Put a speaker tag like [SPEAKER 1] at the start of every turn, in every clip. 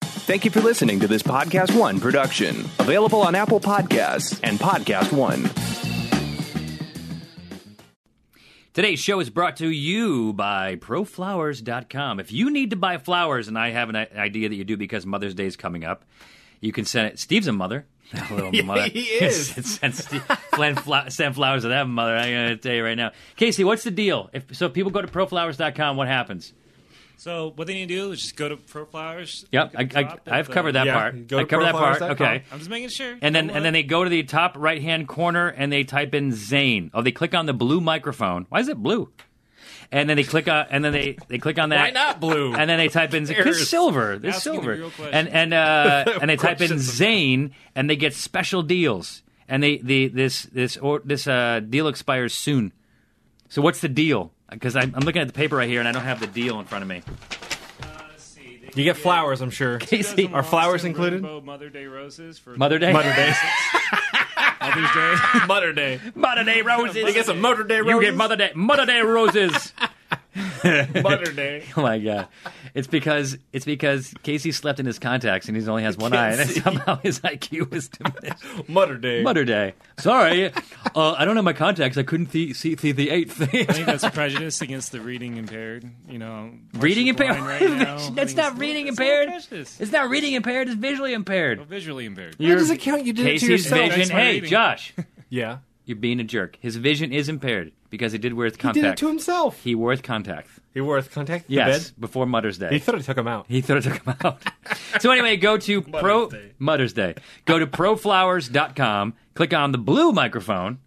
[SPEAKER 1] Thank you for listening to this Podcast One production, available on Apple Podcasts and Podcast One.
[SPEAKER 2] Today's show is brought to you by proflowers.com. If you need to buy flowers, and I have an i- idea that you do because Mother's Day is coming up, you can send it. Steve's a mother. A little mother.
[SPEAKER 3] he is.
[SPEAKER 2] send, Steve, send fla- send flowers to that mother. I'm going to tell you right now. Casey, what's the deal? If So if people go to proflowers.com, what happens?
[SPEAKER 4] So what they need to do is just go to ProFlowers.
[SPEAKER 2] Yep,
[SPEAKER 4] you can
[SPEAKER 2] I,
[SPEAKER 4] drop it,
[SPEAKER 2] I, I've
[SPEAKER 4] but-
[SPEAKER 2] covered that
[SPEAKER 3] Yeah,
[SPEAKER 2] part.
[SPEAKER 3] go
[SPEAKER 2] I
[SPEAKER 3] to
[SPEAKER 2] covered that part.
[SPEAKER 3] proflowers.com.
[SPEAKER 2] Okay.
[SPEAKER 4] I'm just making sure.
[SPEAKER 2] And then and then they go to the top right hand corner and they type in Zane. Oh, they click on the blue microphone. Why is it blue? And then they click on and then they, they click on that.
[SPEAKER 3] Why not blue?
[SPEAKER 2] And then they type in because
[SPEAKER 3] There's-
[SPEAKER 2] silver. There's
[SPEAKER 4] Asking the
[SPEAKER 2] silver.
[SPEAKER 4] real question.
[SPEAKER 2] and and uh, and they type in
[SPEAKER 3] Questions.
[SPEAKER 2] Zane and they get special deals. And they, they this this or this uh, deal expires soon. So what's the deal? Because I'm, I'm looking at the paper right here and I don't have the deal in front of me.
[SPEAKER 3] You get flowers, I'm sure.
[SPEAKER 2] Casey,
[SPEAKER 3] Are flowers included?
[SPEAKER 4] Rainbow Mother Day roses for
[SPEAKER 2] Mother Day.
[SPEAKER 3] Mother Day.
[SPEAKER 4] Mother's Day.
[SPEAKER 3] Mother Day.
[SPEAKER 2] Mother Day roses.
[SPEAKER 3] You get some Mother Day
[SPEAKER 2] you
[SPEAKER 3] roses?
[SPEAKER 2] get Mother Day Mother Day roses.
[SPEAKER 3] Mother Day.
[SPEAKER 2] Oh my god! It's because it's because Casey slept in his contacts and he only has one eye, and
[SPEAKER 3] see.
[SPEAKER 2] somehow his IQ was diminished.
[SPEAKER 3] Mother Day.
[SPEAKER 2] Mother Day. Sorry, uh, I don't have my contacts. I couldn't see see, see the eighth thing.
[SPEAKER 4] I think that's a prejudice against the reading impaired. You know,
[SPEAKER 2] reading
[SPEAKER 4] partially
[SPEAKER 2] impaired.
[SPEAKER 4] blind Right now. I think
[SPEAKER 2] That's
[SPEAKER 4] it's
[SPEAKER 2] not
[SPEAKER 4] a-
[SPEAKER 2] reading
[SPEAKER 4] it's a little
[SPEAKER 2] impaired.
[SPEAKER 4] prejudice.
[SPEAKER 2] It's not reading impaired. It's visually impaired.
[SPEAKER 4] Visually impaired.
[SPEAKER 3] How does it count? You did it to
[SPEAKER 2] Casey's
[SPEAKER 3] yourself.
[SPEAKER 2] vision.
[SPEAKER 4] Thanks for
[SPEAKER 2] Hey,
[SPEAKER 4] reading.
[SPEAKER 2] Josh,
[SPEAKER 3] Yeah.
[SPEAKER 2] you're being a jerk. His vision is impaired because he did wear his
[SPEAKER 3] He did it
[SPEAKER 2] contacts.
[SPEAKER 3] to himself.
[SPEAKER 2] He wore his contacts.
[SPEAKER 3] He wore his contact the
[SPEAKER 2] Yes,
[SPEAKER 3] bed.
[SPEAKER 2] before Mother's Day.
[SPEAKER 3] He thought it took him out.
[SPEAKER 2] He thought it took him out. so anyway, go to pro
[SPEAKER 3] Day.
[SPEAKER 2] Mother's Day. Go to proflowers.com. Click on the blue microphone.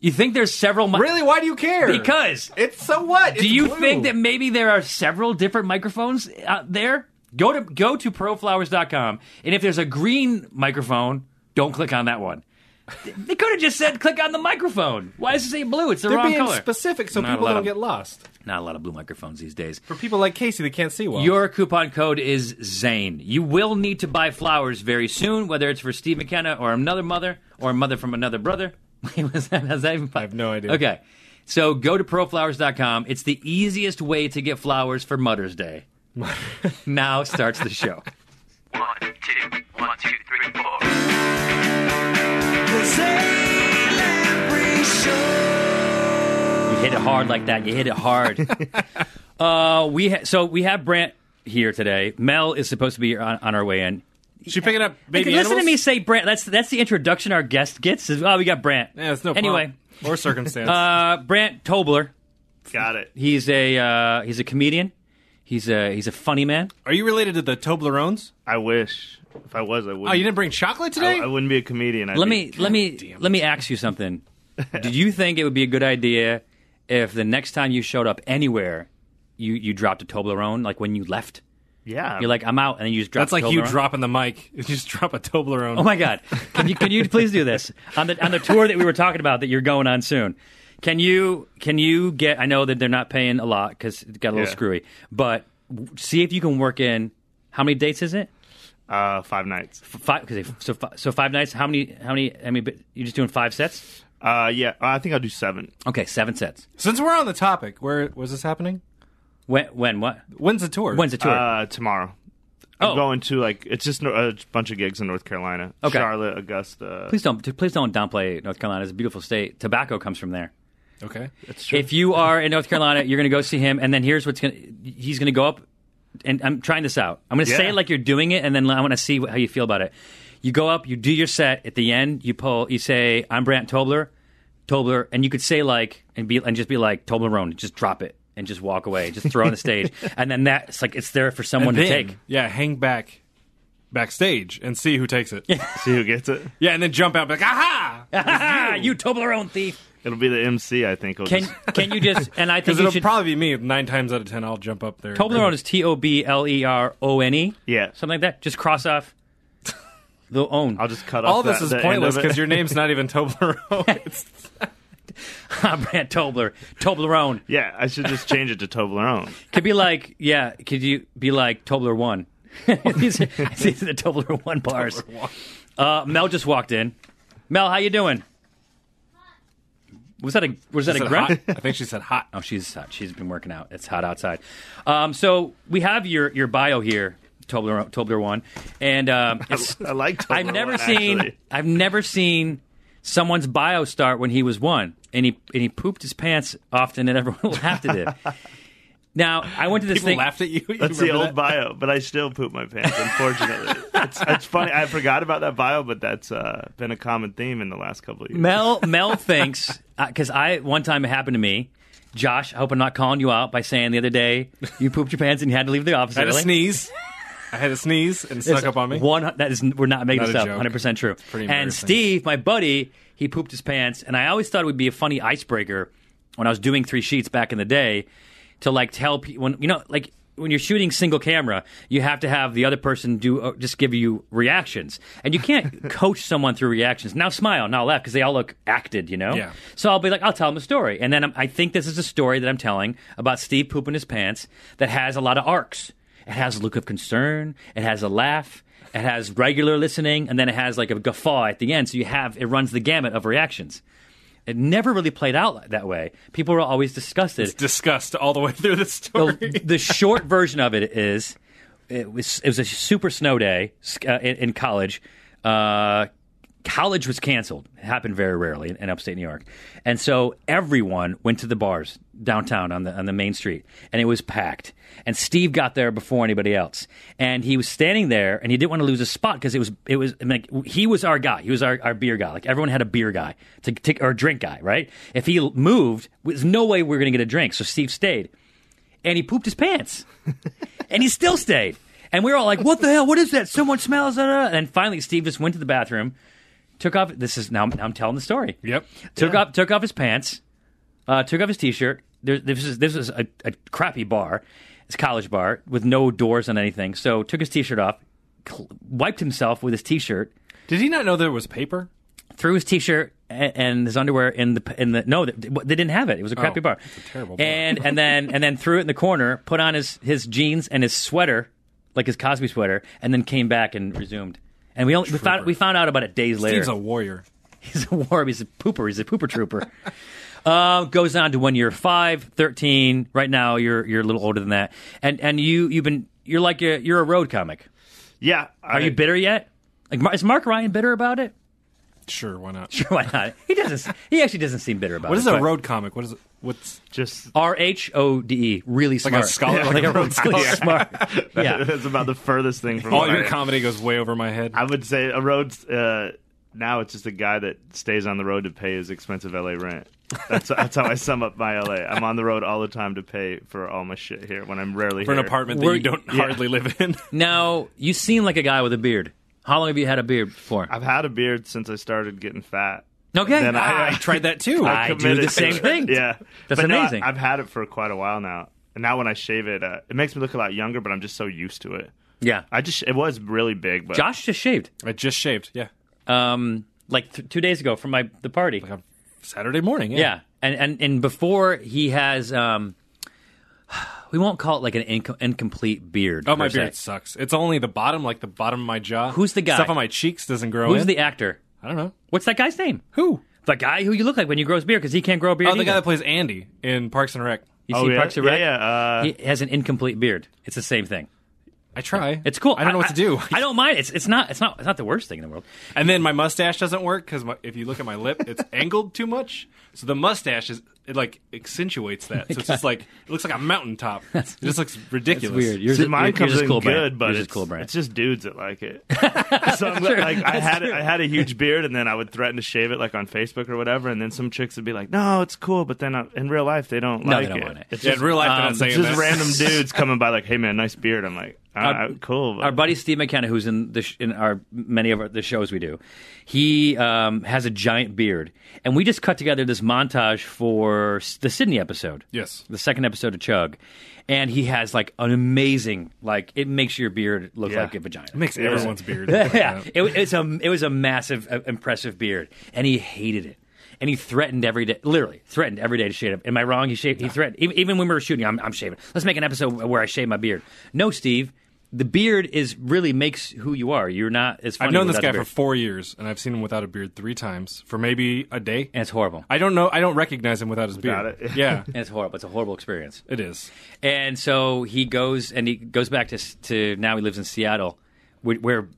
[SPEAKER 2] You think there's several mi-
[SPEAKER 3] Really? Why do you care?
[SPEAKER 2] because
[SPEAKER 3] it's so what?
[SPEAKER 2] do you think that maybe there are several different microphones out there? Go to go to proflowers.com and if there's a green microphone, don't click on that one. They- They could have just said click on the microphone. Why does it say blue? It's the
[SPEAKER 3] they're
[SPEAKER 2] wrong
[SPEAKER 3] being
[SPEAKER 2] color.
[SPEAKER 3] specific so
[SPEAKER 2] Not a
[SPEAKER 3] people
[SPEAKER 2] lot
[SPEAKER 3] don't
[SPEAKER 2] of-
[SPEAKER 3] get lost?
[SPEAKER 2] Not a lot of blue microphones these days.
[SPEAKER 3] For people like Casey that can't see well.
[SPEAKER 2] Your coupon code is Zane. You will need to buy flowers very soon, whether it's for Steve McKenna or another mother or a mother from another brother. Was that, how's that even I
[SPEAKER 3] have no idea.
[SPEAKER 2] Okay. So go to proflowers.com. It's the easiest way to get flowers for Mother's Day. now starts the show.
[SPEAKER 5] One, two, one, two, three, four.
[SPEAKER 2] You hit it hard like that. You hit it hard. uh, we ha- so we have Brant here today. Mel is supposed to be on, on our way in.
[SPEAKER 3] She picking up
[SPEAKER 2] Hey,
[SPEAKER 3] baby
[SPEAKER 2] Listen to me
[SPEAKER 3] animals?
[SPEAKER 2] say Brant. That's that's the introduction our guest gets. Is, oh, we got Brant.
[SPEAKER 3] Yeah, it's no
[SPEAKER 2] Anyway.
[SPEAKER 3] pomp or circumstance.
[SPEAKER 2] Uh, Brant Tobler.
[SPEAKER 3] Got it.
[SPEAKER 2] He's a uh, he's a comedian. He's a he's a funny man.
[SPEAKER 3] Are you related to the Toblerones?
[SPEAKER 6] I wish. If I was, I wouldn't.
[SPEAKER 3] Oh, you didn't bring chocolate today?
[SPEAKER 6] I, I wouldn't be a comedian. I'd
[SPEAKER 2] Let
[SPEAKER 6] be-
[SPEAKER 2] me let me let me ask you something. Do you think it would be a good idea if the next time you showed up anywhere, you you dropped a Toblerone, like when you left?
[SPEAKER 6] Yeah.
[SPEAKER 2] You're like, I'm out, and then you just drop.
[SPEAKER 3] Um, That's like
[SPEAKER 2] a
[SPEAKER 3] you
[SPEAKER 2] Toblerone?
[SPEAKER 3] dropping the mic. You just drop a Toblerone.
[SPEAKER 2] Oh my God! Can you can you please do this on the on the tour that we were talking about that you're going on soon? Can you can you get? I know that they're not paying a lot because it got a little
[SPEAKER 6] Yeah.
[SPEAKER 2] screwy, but w- see if you can work in. How many dates is it?
[SPEAKER 6] uh, five nights.
[SPEAKER 2] Five. Cause they, so fi- so five nights. How many? How many? I mean, but you're just doing five sets.
[SPEAKER 6] Uh, yeah. I think I'll do seven.
[SPEAKER 2] Okay, seven sets.
[SPEAKER 3] Since we're on the topic, where was this happening?
[SPEAKER 2] When? When? What?
[SPEAKER 3] When's the tour?
[SPEAKER 2] When's the tour?
[SPEAKER 6] Uh, tomorrow.
[SPEAKER 2] Oh.
[SPEAKER 6] I'm going to like it's just no- a bunch of gigs in North Carolina.
[SPEAKER 2] Okay.
[SPEAKER 6] Charlotte, Augusta.
[SPEAKER 2] please don't. Please don't downplay North Carolina. It's a beautiful state. Tobacco comes from there.
[SPEAKER 3] Okay.
[SPEAKER 6] It's true.
[SPEAKER 2] If you are in North Carolina, you're going to go see him, and then here's what's going to he's going to go up. And I'm trying this out. I'm going to say
[SPEAKER 6] Yeah.
[SPEAKER 2] it like you're doing it, and then I want to see how you feel about it. You go up, you do your set. At the end, you pull. You say, "I'm Brant Tobler, Tobler," and you could say like and be and just be like Toblerone, just drop it and just walk away, just throw it on the stage, and then that's like it's there for someone to
[SPEAKER 3] Then,
[SPEAKER 2] take.
[SPEAKER 3] Yeah, hang back backstage and see who takes it. Yeah,
[SPEAKER 6] See who gets it.
[SPEAKER 3] and then jump out and be like, aha!
[SPEAKER 2] Ah, you Toblerone thief!
[SPEAKER 6] It'll be the MC. I think. will
[SPEAKER 2] Can
[SPEAKER 6] just-
[SPEAKER 2] can you just? And I think
[SPEAKER 3] Because
[SPEAKER 2] you
[SPEAKER 3] it'll
[SPEAKER 2] should.
[SPEAKER 3] probably be me. Nine times out of ten, I'll jump up there.
[SPEAKER 2] Toblerone is T O B L E R O N E.
[SPEAKER 6] Yeah.
[SPEAKER 2] something like that. Just cross off the own.
[SPEAKER 6] I'll just cut
[SPEAKER 3] All
[SPEAKER 6] off.
[SPEAKER 3] this
[SPEAKER 6] that-
[SPEAKER 3] is
[SPEAKER 6] the end
[SPEAKER 3] pointless
[SPEAKER 6] of it.
[SPEAKER 3] because your name's not even Toblerone. It's-
[SPEAKER 2] I'm Brant Tobler, Toblerone.
[SPEAKER 6] Yeah, I should just change it to Toblerone.
[SPEAKER 2] Could be like, yeah, could you be like Tobler One? These are these are the Tobler One bars. Uh, Mel just walked in. Mel, how you doing? Was that a was that
[SPEAKER 3] She
[SPEAKER 2] a
[SPEAKER 3] said
[SPEAKER 2] grunt?
[SPEAKER 3] hot. I think she said hot.
[SPEAKER 2] Oh, she's hot. She's been working out. It's hot outside. Um, so we have your your bio here, Tobler Tobler one, and um, it's-
[SPEAKER 6] I like.
[SPEAKER 2] I've
[SPEAKER 6] Toblerone,
[SPEAKER 2] never seen
[SPEAKER 6] actually.
[SPEAKER 2] I've never seen someone's bio start when he was one, and he and he pooped his pants often, and everyone laughed at it. Now I went to this
[SPEAKER 3] People
[SPEAKER 2] thing.
[SPEAKER 3] laughed at you. you
[SPEAKER 6] That's the
[SPEAKER 3] remember
[SPEAKER 6] old
[SPEAKER 3] that?
[SPEAKER 6] bio, but I still poop my pants. Unfortunately, it's, it's funny. I forgot about that bio, but that's uh, been a common theme in the last couple of years.
[SPEAKER 2] Mel Mel thinks because I one time it happened to me. Josh, I hope I'm not calling you out by saying the other day you pooped your pants and you had to leave the office
[SPEAKER 3] I had
[SPEAKER 2] early.
[SPEAKER 3] a sneeze. I had a sneeze and it
[SPEAKER 2] It's
[SPEAKER 3] snuck up on me.
[SPEAKER 2] One that is we're not making
[SPEAKER 3] Not
[SPEAKER 2] this
[SPEAKER 3] a
[SPEAKER 2] up.
[SPEAKER 3] joke.
[SPEAKER 2] Hundred percent true.
[SPEAKER 3] pretty
[SPEAKER 2] And
[SPEAKER 3] embarrassing.
[SPEAKER 2] Steve, my buddy, he pooped his pants, and I always thought it would be a funny icebreaker when I was doing three sheets back in the day to like tell people when you know like. When you're shooting single camera, you have to have the other person do uh, just give you reactions, and you can't coach someone through reactions. Now smile, now laugh, because they all look acted, you know.
[SPEAKER 3] Yeah.
[SPEAKER 2] So I'll be like, I'll tell him a story, and then I'm, I think this is a story that I'm telling about Steve pooping his pants that has a lot of arcs. It has a look of concern. It has a laugh. It has regular listening, and then it has like a guffaw at the end. So you have it runs the gamut of reactions. It never really played out that way. People were always disgusted.
[SPEAKER 3] Disgust all the way through the story.
[SPEAKER 2] The, the short version of it is, it was it was a super snow day uh, in, in college. Uh, college was canceled. It happened very rarely in, in upstate New York, and so everyone went to the bars downtown on the on the main street, and it was packed. And Steve got there before anybody else, and he was standing there, and he didn't want to lose his spot because it was it was I mean, like he was our guy, he was our, our beer guy. Like everyone had a beer guy to, to or a drink guy, right? If he moved, there's no way we were going to get a drink. So Steve stayed and he pooped his pants. and he still stayed. And we were all like, what the hell? What is that? Someone smells it. And then finally, Steve just went to the bathroom, took off. This is now, now I'm telling the story.
[SPEAKER 3] Yep.
[SPEAKER 2] Took, off, took off his pants, uh, took off his t shirt. There, this is, this is a, a crappy bar. It's a college bar with no doors on anything. So took his t shirt off, cl- wiped himself with his t shirt,
[SPEAKER 3] Did he not know there was paper?
[SPEAKER 2] threw his t-shirt and, and his underwear in the in the no they, they didn't have it it was a crappy bar
[SPEAKER 3] Oh, it's a terrible bar.
[SPEAKER 2] and and then and then threw it in the corner put on his his jeans and his sweater like his Cosby sweater and then came back and resumed and we only we found we found out about it days later
[SPEAKER 3] Steve's a warrior.
[SPEAKER 2] he's a warm he's a pooper he's a pooper trooper uh, goes on to when you're 5 13 right now you're you're a little older than that and and you you've been you're like a, you're a road comic
[SPEAKER 6] Yeah,
[SPEAKER 2] are you bitter yet like Mar- is Mark Ryan bitter about it
[SPEAKER 3] Sure, why not?
[SPEAKER 2] Why not? He doesn't. He actually doesn't seem bitter about
[SPEAKER 3] What
[SPEAKER 2] it.
[SPEAKER 3] is a road comic? What is it? What's
[SPEAKER 6] just?
[SPEAKER 2] R H O D E? Really
[SPEAKER 3] Like
[SPEAKER 2] smart.
[SPEAKER 3] a scholar,
[SPEAKER 2] like,
[SPEAKER 3] like
[SPEAKER 2] a
[SPEAKER 3] a
[SPEAKER 2] real
[SPEAKER 3] road
[SPEAKER 2] really smart. Oh, Yeah.
[SPEAKER 6] That's about the furthest thing from
[SPEAKER 3] all
[SPEAKER 6] what
[SPEAKER 3] your
[SPEAKER 6] I-
[SPEAKER 3] comedy goes way over my head?
[SPEAKER 6] I would say a road. Uh, now it's just a guy that stays on the road to pay his expensive LA rent. That's that's how I sum up my LA. I'm on the road all the time to pay for all my shit here when I'm rarely
[SPEAKER 3] For an
[SPEAKER 6] here.
[SPEAKER 3] apartment that
[SPEAKER 2] We're-
[SPEAKER 3] you don't
[SPEAKER 6] yeah.
[SPEAKER 3] hardly live in.
[SPEAKER 2] Now you seem like a guy with a beard. How long have you had a beard for?
[SPEAKER 6] I've had a beard since I started getting fat.
[SPEAKER 2] Okay. Ah,
[SPEAKER 6] Then I,
[SPEAKER 3] I tried that too.
[SPEAKER 2] I do
[SPEAKER 6] committed
[SPEAKER 2] the
[SPEAKER 6] to
[SPEAKER 2] same
[SPEAKER 6] it.
[SPEAKER 2] thing.
[SPEAKER 6] Yeah,
[SPEAKER 2] That's
[SPEAKER 6] But no, I-
[SPEAKER 2] amazing.
[SPEAKER 6] I've had it for quite a while now, and now when I shave it, uh, it makes me look a lot younger. But I'm just so used to it.
[SPEAKER 2] yeah.
[SPEAKER 6] I just it was really big, but
[SPEAKER 2] Josh just shaved.
[SPEAKER 3] I just shaved. Yeah,
[SPEAKER 2] Um, like th- two days ago from my the party.
[SPEAKER 3] like on Saturday morning. Yeah.
[SPEAKER 2] yeah. And and and before he has um. We won't call it like an inco- incomplete beard.
[SPEAKER 3] Oh, my
[SPEAKER 2] per se.
[SPEAKER 3] beard sucks. It's only the bottom, like the bottom of my jaw.
[SPEAKER 2] Who's the guy?
[SPEAKER 3] Stuff on my cheeks doesn't grow.
[SPEAKER 2] Who's
[SPEAKER 3] in.
[SPEAKER 2] the actor?
[SPEAKER 3] I don't know.
[SPEAKER 2] What's that guy's name?
[SPEAKER 3] Who?
[SPEAKER 2] The guy who you look like when you grow his beard because he can't grow a beard.
[SPEAKER 3] Oh, the guy
[SPEAKER 2] either.
[SPEAKER 3] that plays Andy in Parks and Rec.
[SPEAKER 2] you
[SPEAKER 6] oh
[SPEAKER 2] see
[SPEAKER 6] yeah,
[SPEAKER 2] Parks and Rec.
[SPEAKER 6] yeah, yeah, uh,
[SPEAKER 2] he has an incomplete beard. It's the same thing.
[SPEAKER 3] Oh, I try.
[SPEAKER 2] It's cool.
[SPEAKER 3] I don't know what to do.
[SPEAKER 2] I, don't mind. It's it's not it's not it's not the worst thing in the world.
[SPEAKER 3] And then my mustache doesn't work because if you look at my lip, it's angled too much. So the mustache is it like accentuates that. So it's just like it looks like a mountaintop. It just looks ridiculous.
[SPEAKER 2] Yours,
[SPEAKER 6] See, mine
[SPEAKER 2] you're-
[SPEAKER 6] comes
[SPEAKER 2] yours is
[SPEAKER 6] in
[SPEAKER 2] cool, Brent.
[SPEAKER 6] good, but
[SPEAKER 2] Yours is
[SPEAKER 6] it's,
[SPEAKER 2] cool, Brent.
[SPEAKER 6] it's just dudes that like it. so I'm glad- like, I had I had a huge beard, and then I would threaten to shave it like on Facebook or whatever, and then some chicks would be like, "No, it's cool," but then uh, in real life they don't
[SPEAKER 2] No, they
[SPEAKER 6] like
[SPEAKER 2] don't
[SPEAKER 6] it.
[SPEAKER 2] want it.
[SPEAKER 6] It's
[SPEAKER 3] yeah,
[SPEAKER 6] just,
[SPEAKER 3] in real life, they're
[SPEAKER 2] um,
[SPEAKER 3] not saying
[SPEAKER 6] it's just
[SPEAKER 3] that.
[SPEAKER 6] random dudes coming by like, "Hey man, nice beard." I'm like, uh,
[SPEAKER 2] Our-
[SPEAKER 6] "Cool." But
[SPEAKER 2] Our buddy Steve McKenna, who's in the sh- in our many of our, the shows we do, he um, has a giant beard, and we just cut together this montage for s- the Sydney episode.
[SPEAKER 3] Yes.
[SPEAKER 2] the second episode of Chug, and he has like an amazing like it makes your beard look
[SPEAKER 6] Yeah.
[SPEAKER 2] like a vagina.
[SPEAKER 3] It makes everyone's beard. look like
[SPEAKER 2] yeah,
[SPEAKER 3] that.
[SPEAKER 2] it, wa- it's a it was a massive, uh, impressive beard, and he hated it. And he threatened every day, literally threatened every day to shave it. Am I wrong? He shaved. He threatened even, even when we were shooting. I'm, I'm shaving. Let's make an episode where I shave my beard. No, Steve, the beard is really makes who you are. You're not as funny
[SPEAKER 3] I've known this
[SPEAKER 2] without the
[SPEAKER 3] guy for
[SPEAKER 2] beard.
[SPEAKER 3] four years, and I've seen him without a beard three times for maybe a day.
[SPEAKER 2] and it's horrible.
[SPEAKER 3] I don't know. I don't recognize him without his
[SPEAKER 6] Without
[SPEAKER 3] beard.
[SPEAKER 6] it.
[SPEAKER 3] Yeah,
[SPEAKER 2] And it's horrible. It's a horrible experience.
[SPEAKER 3] it is.
[SPEAKER 2] And so he goes and he goes back to to now he lives in Seattle, where, where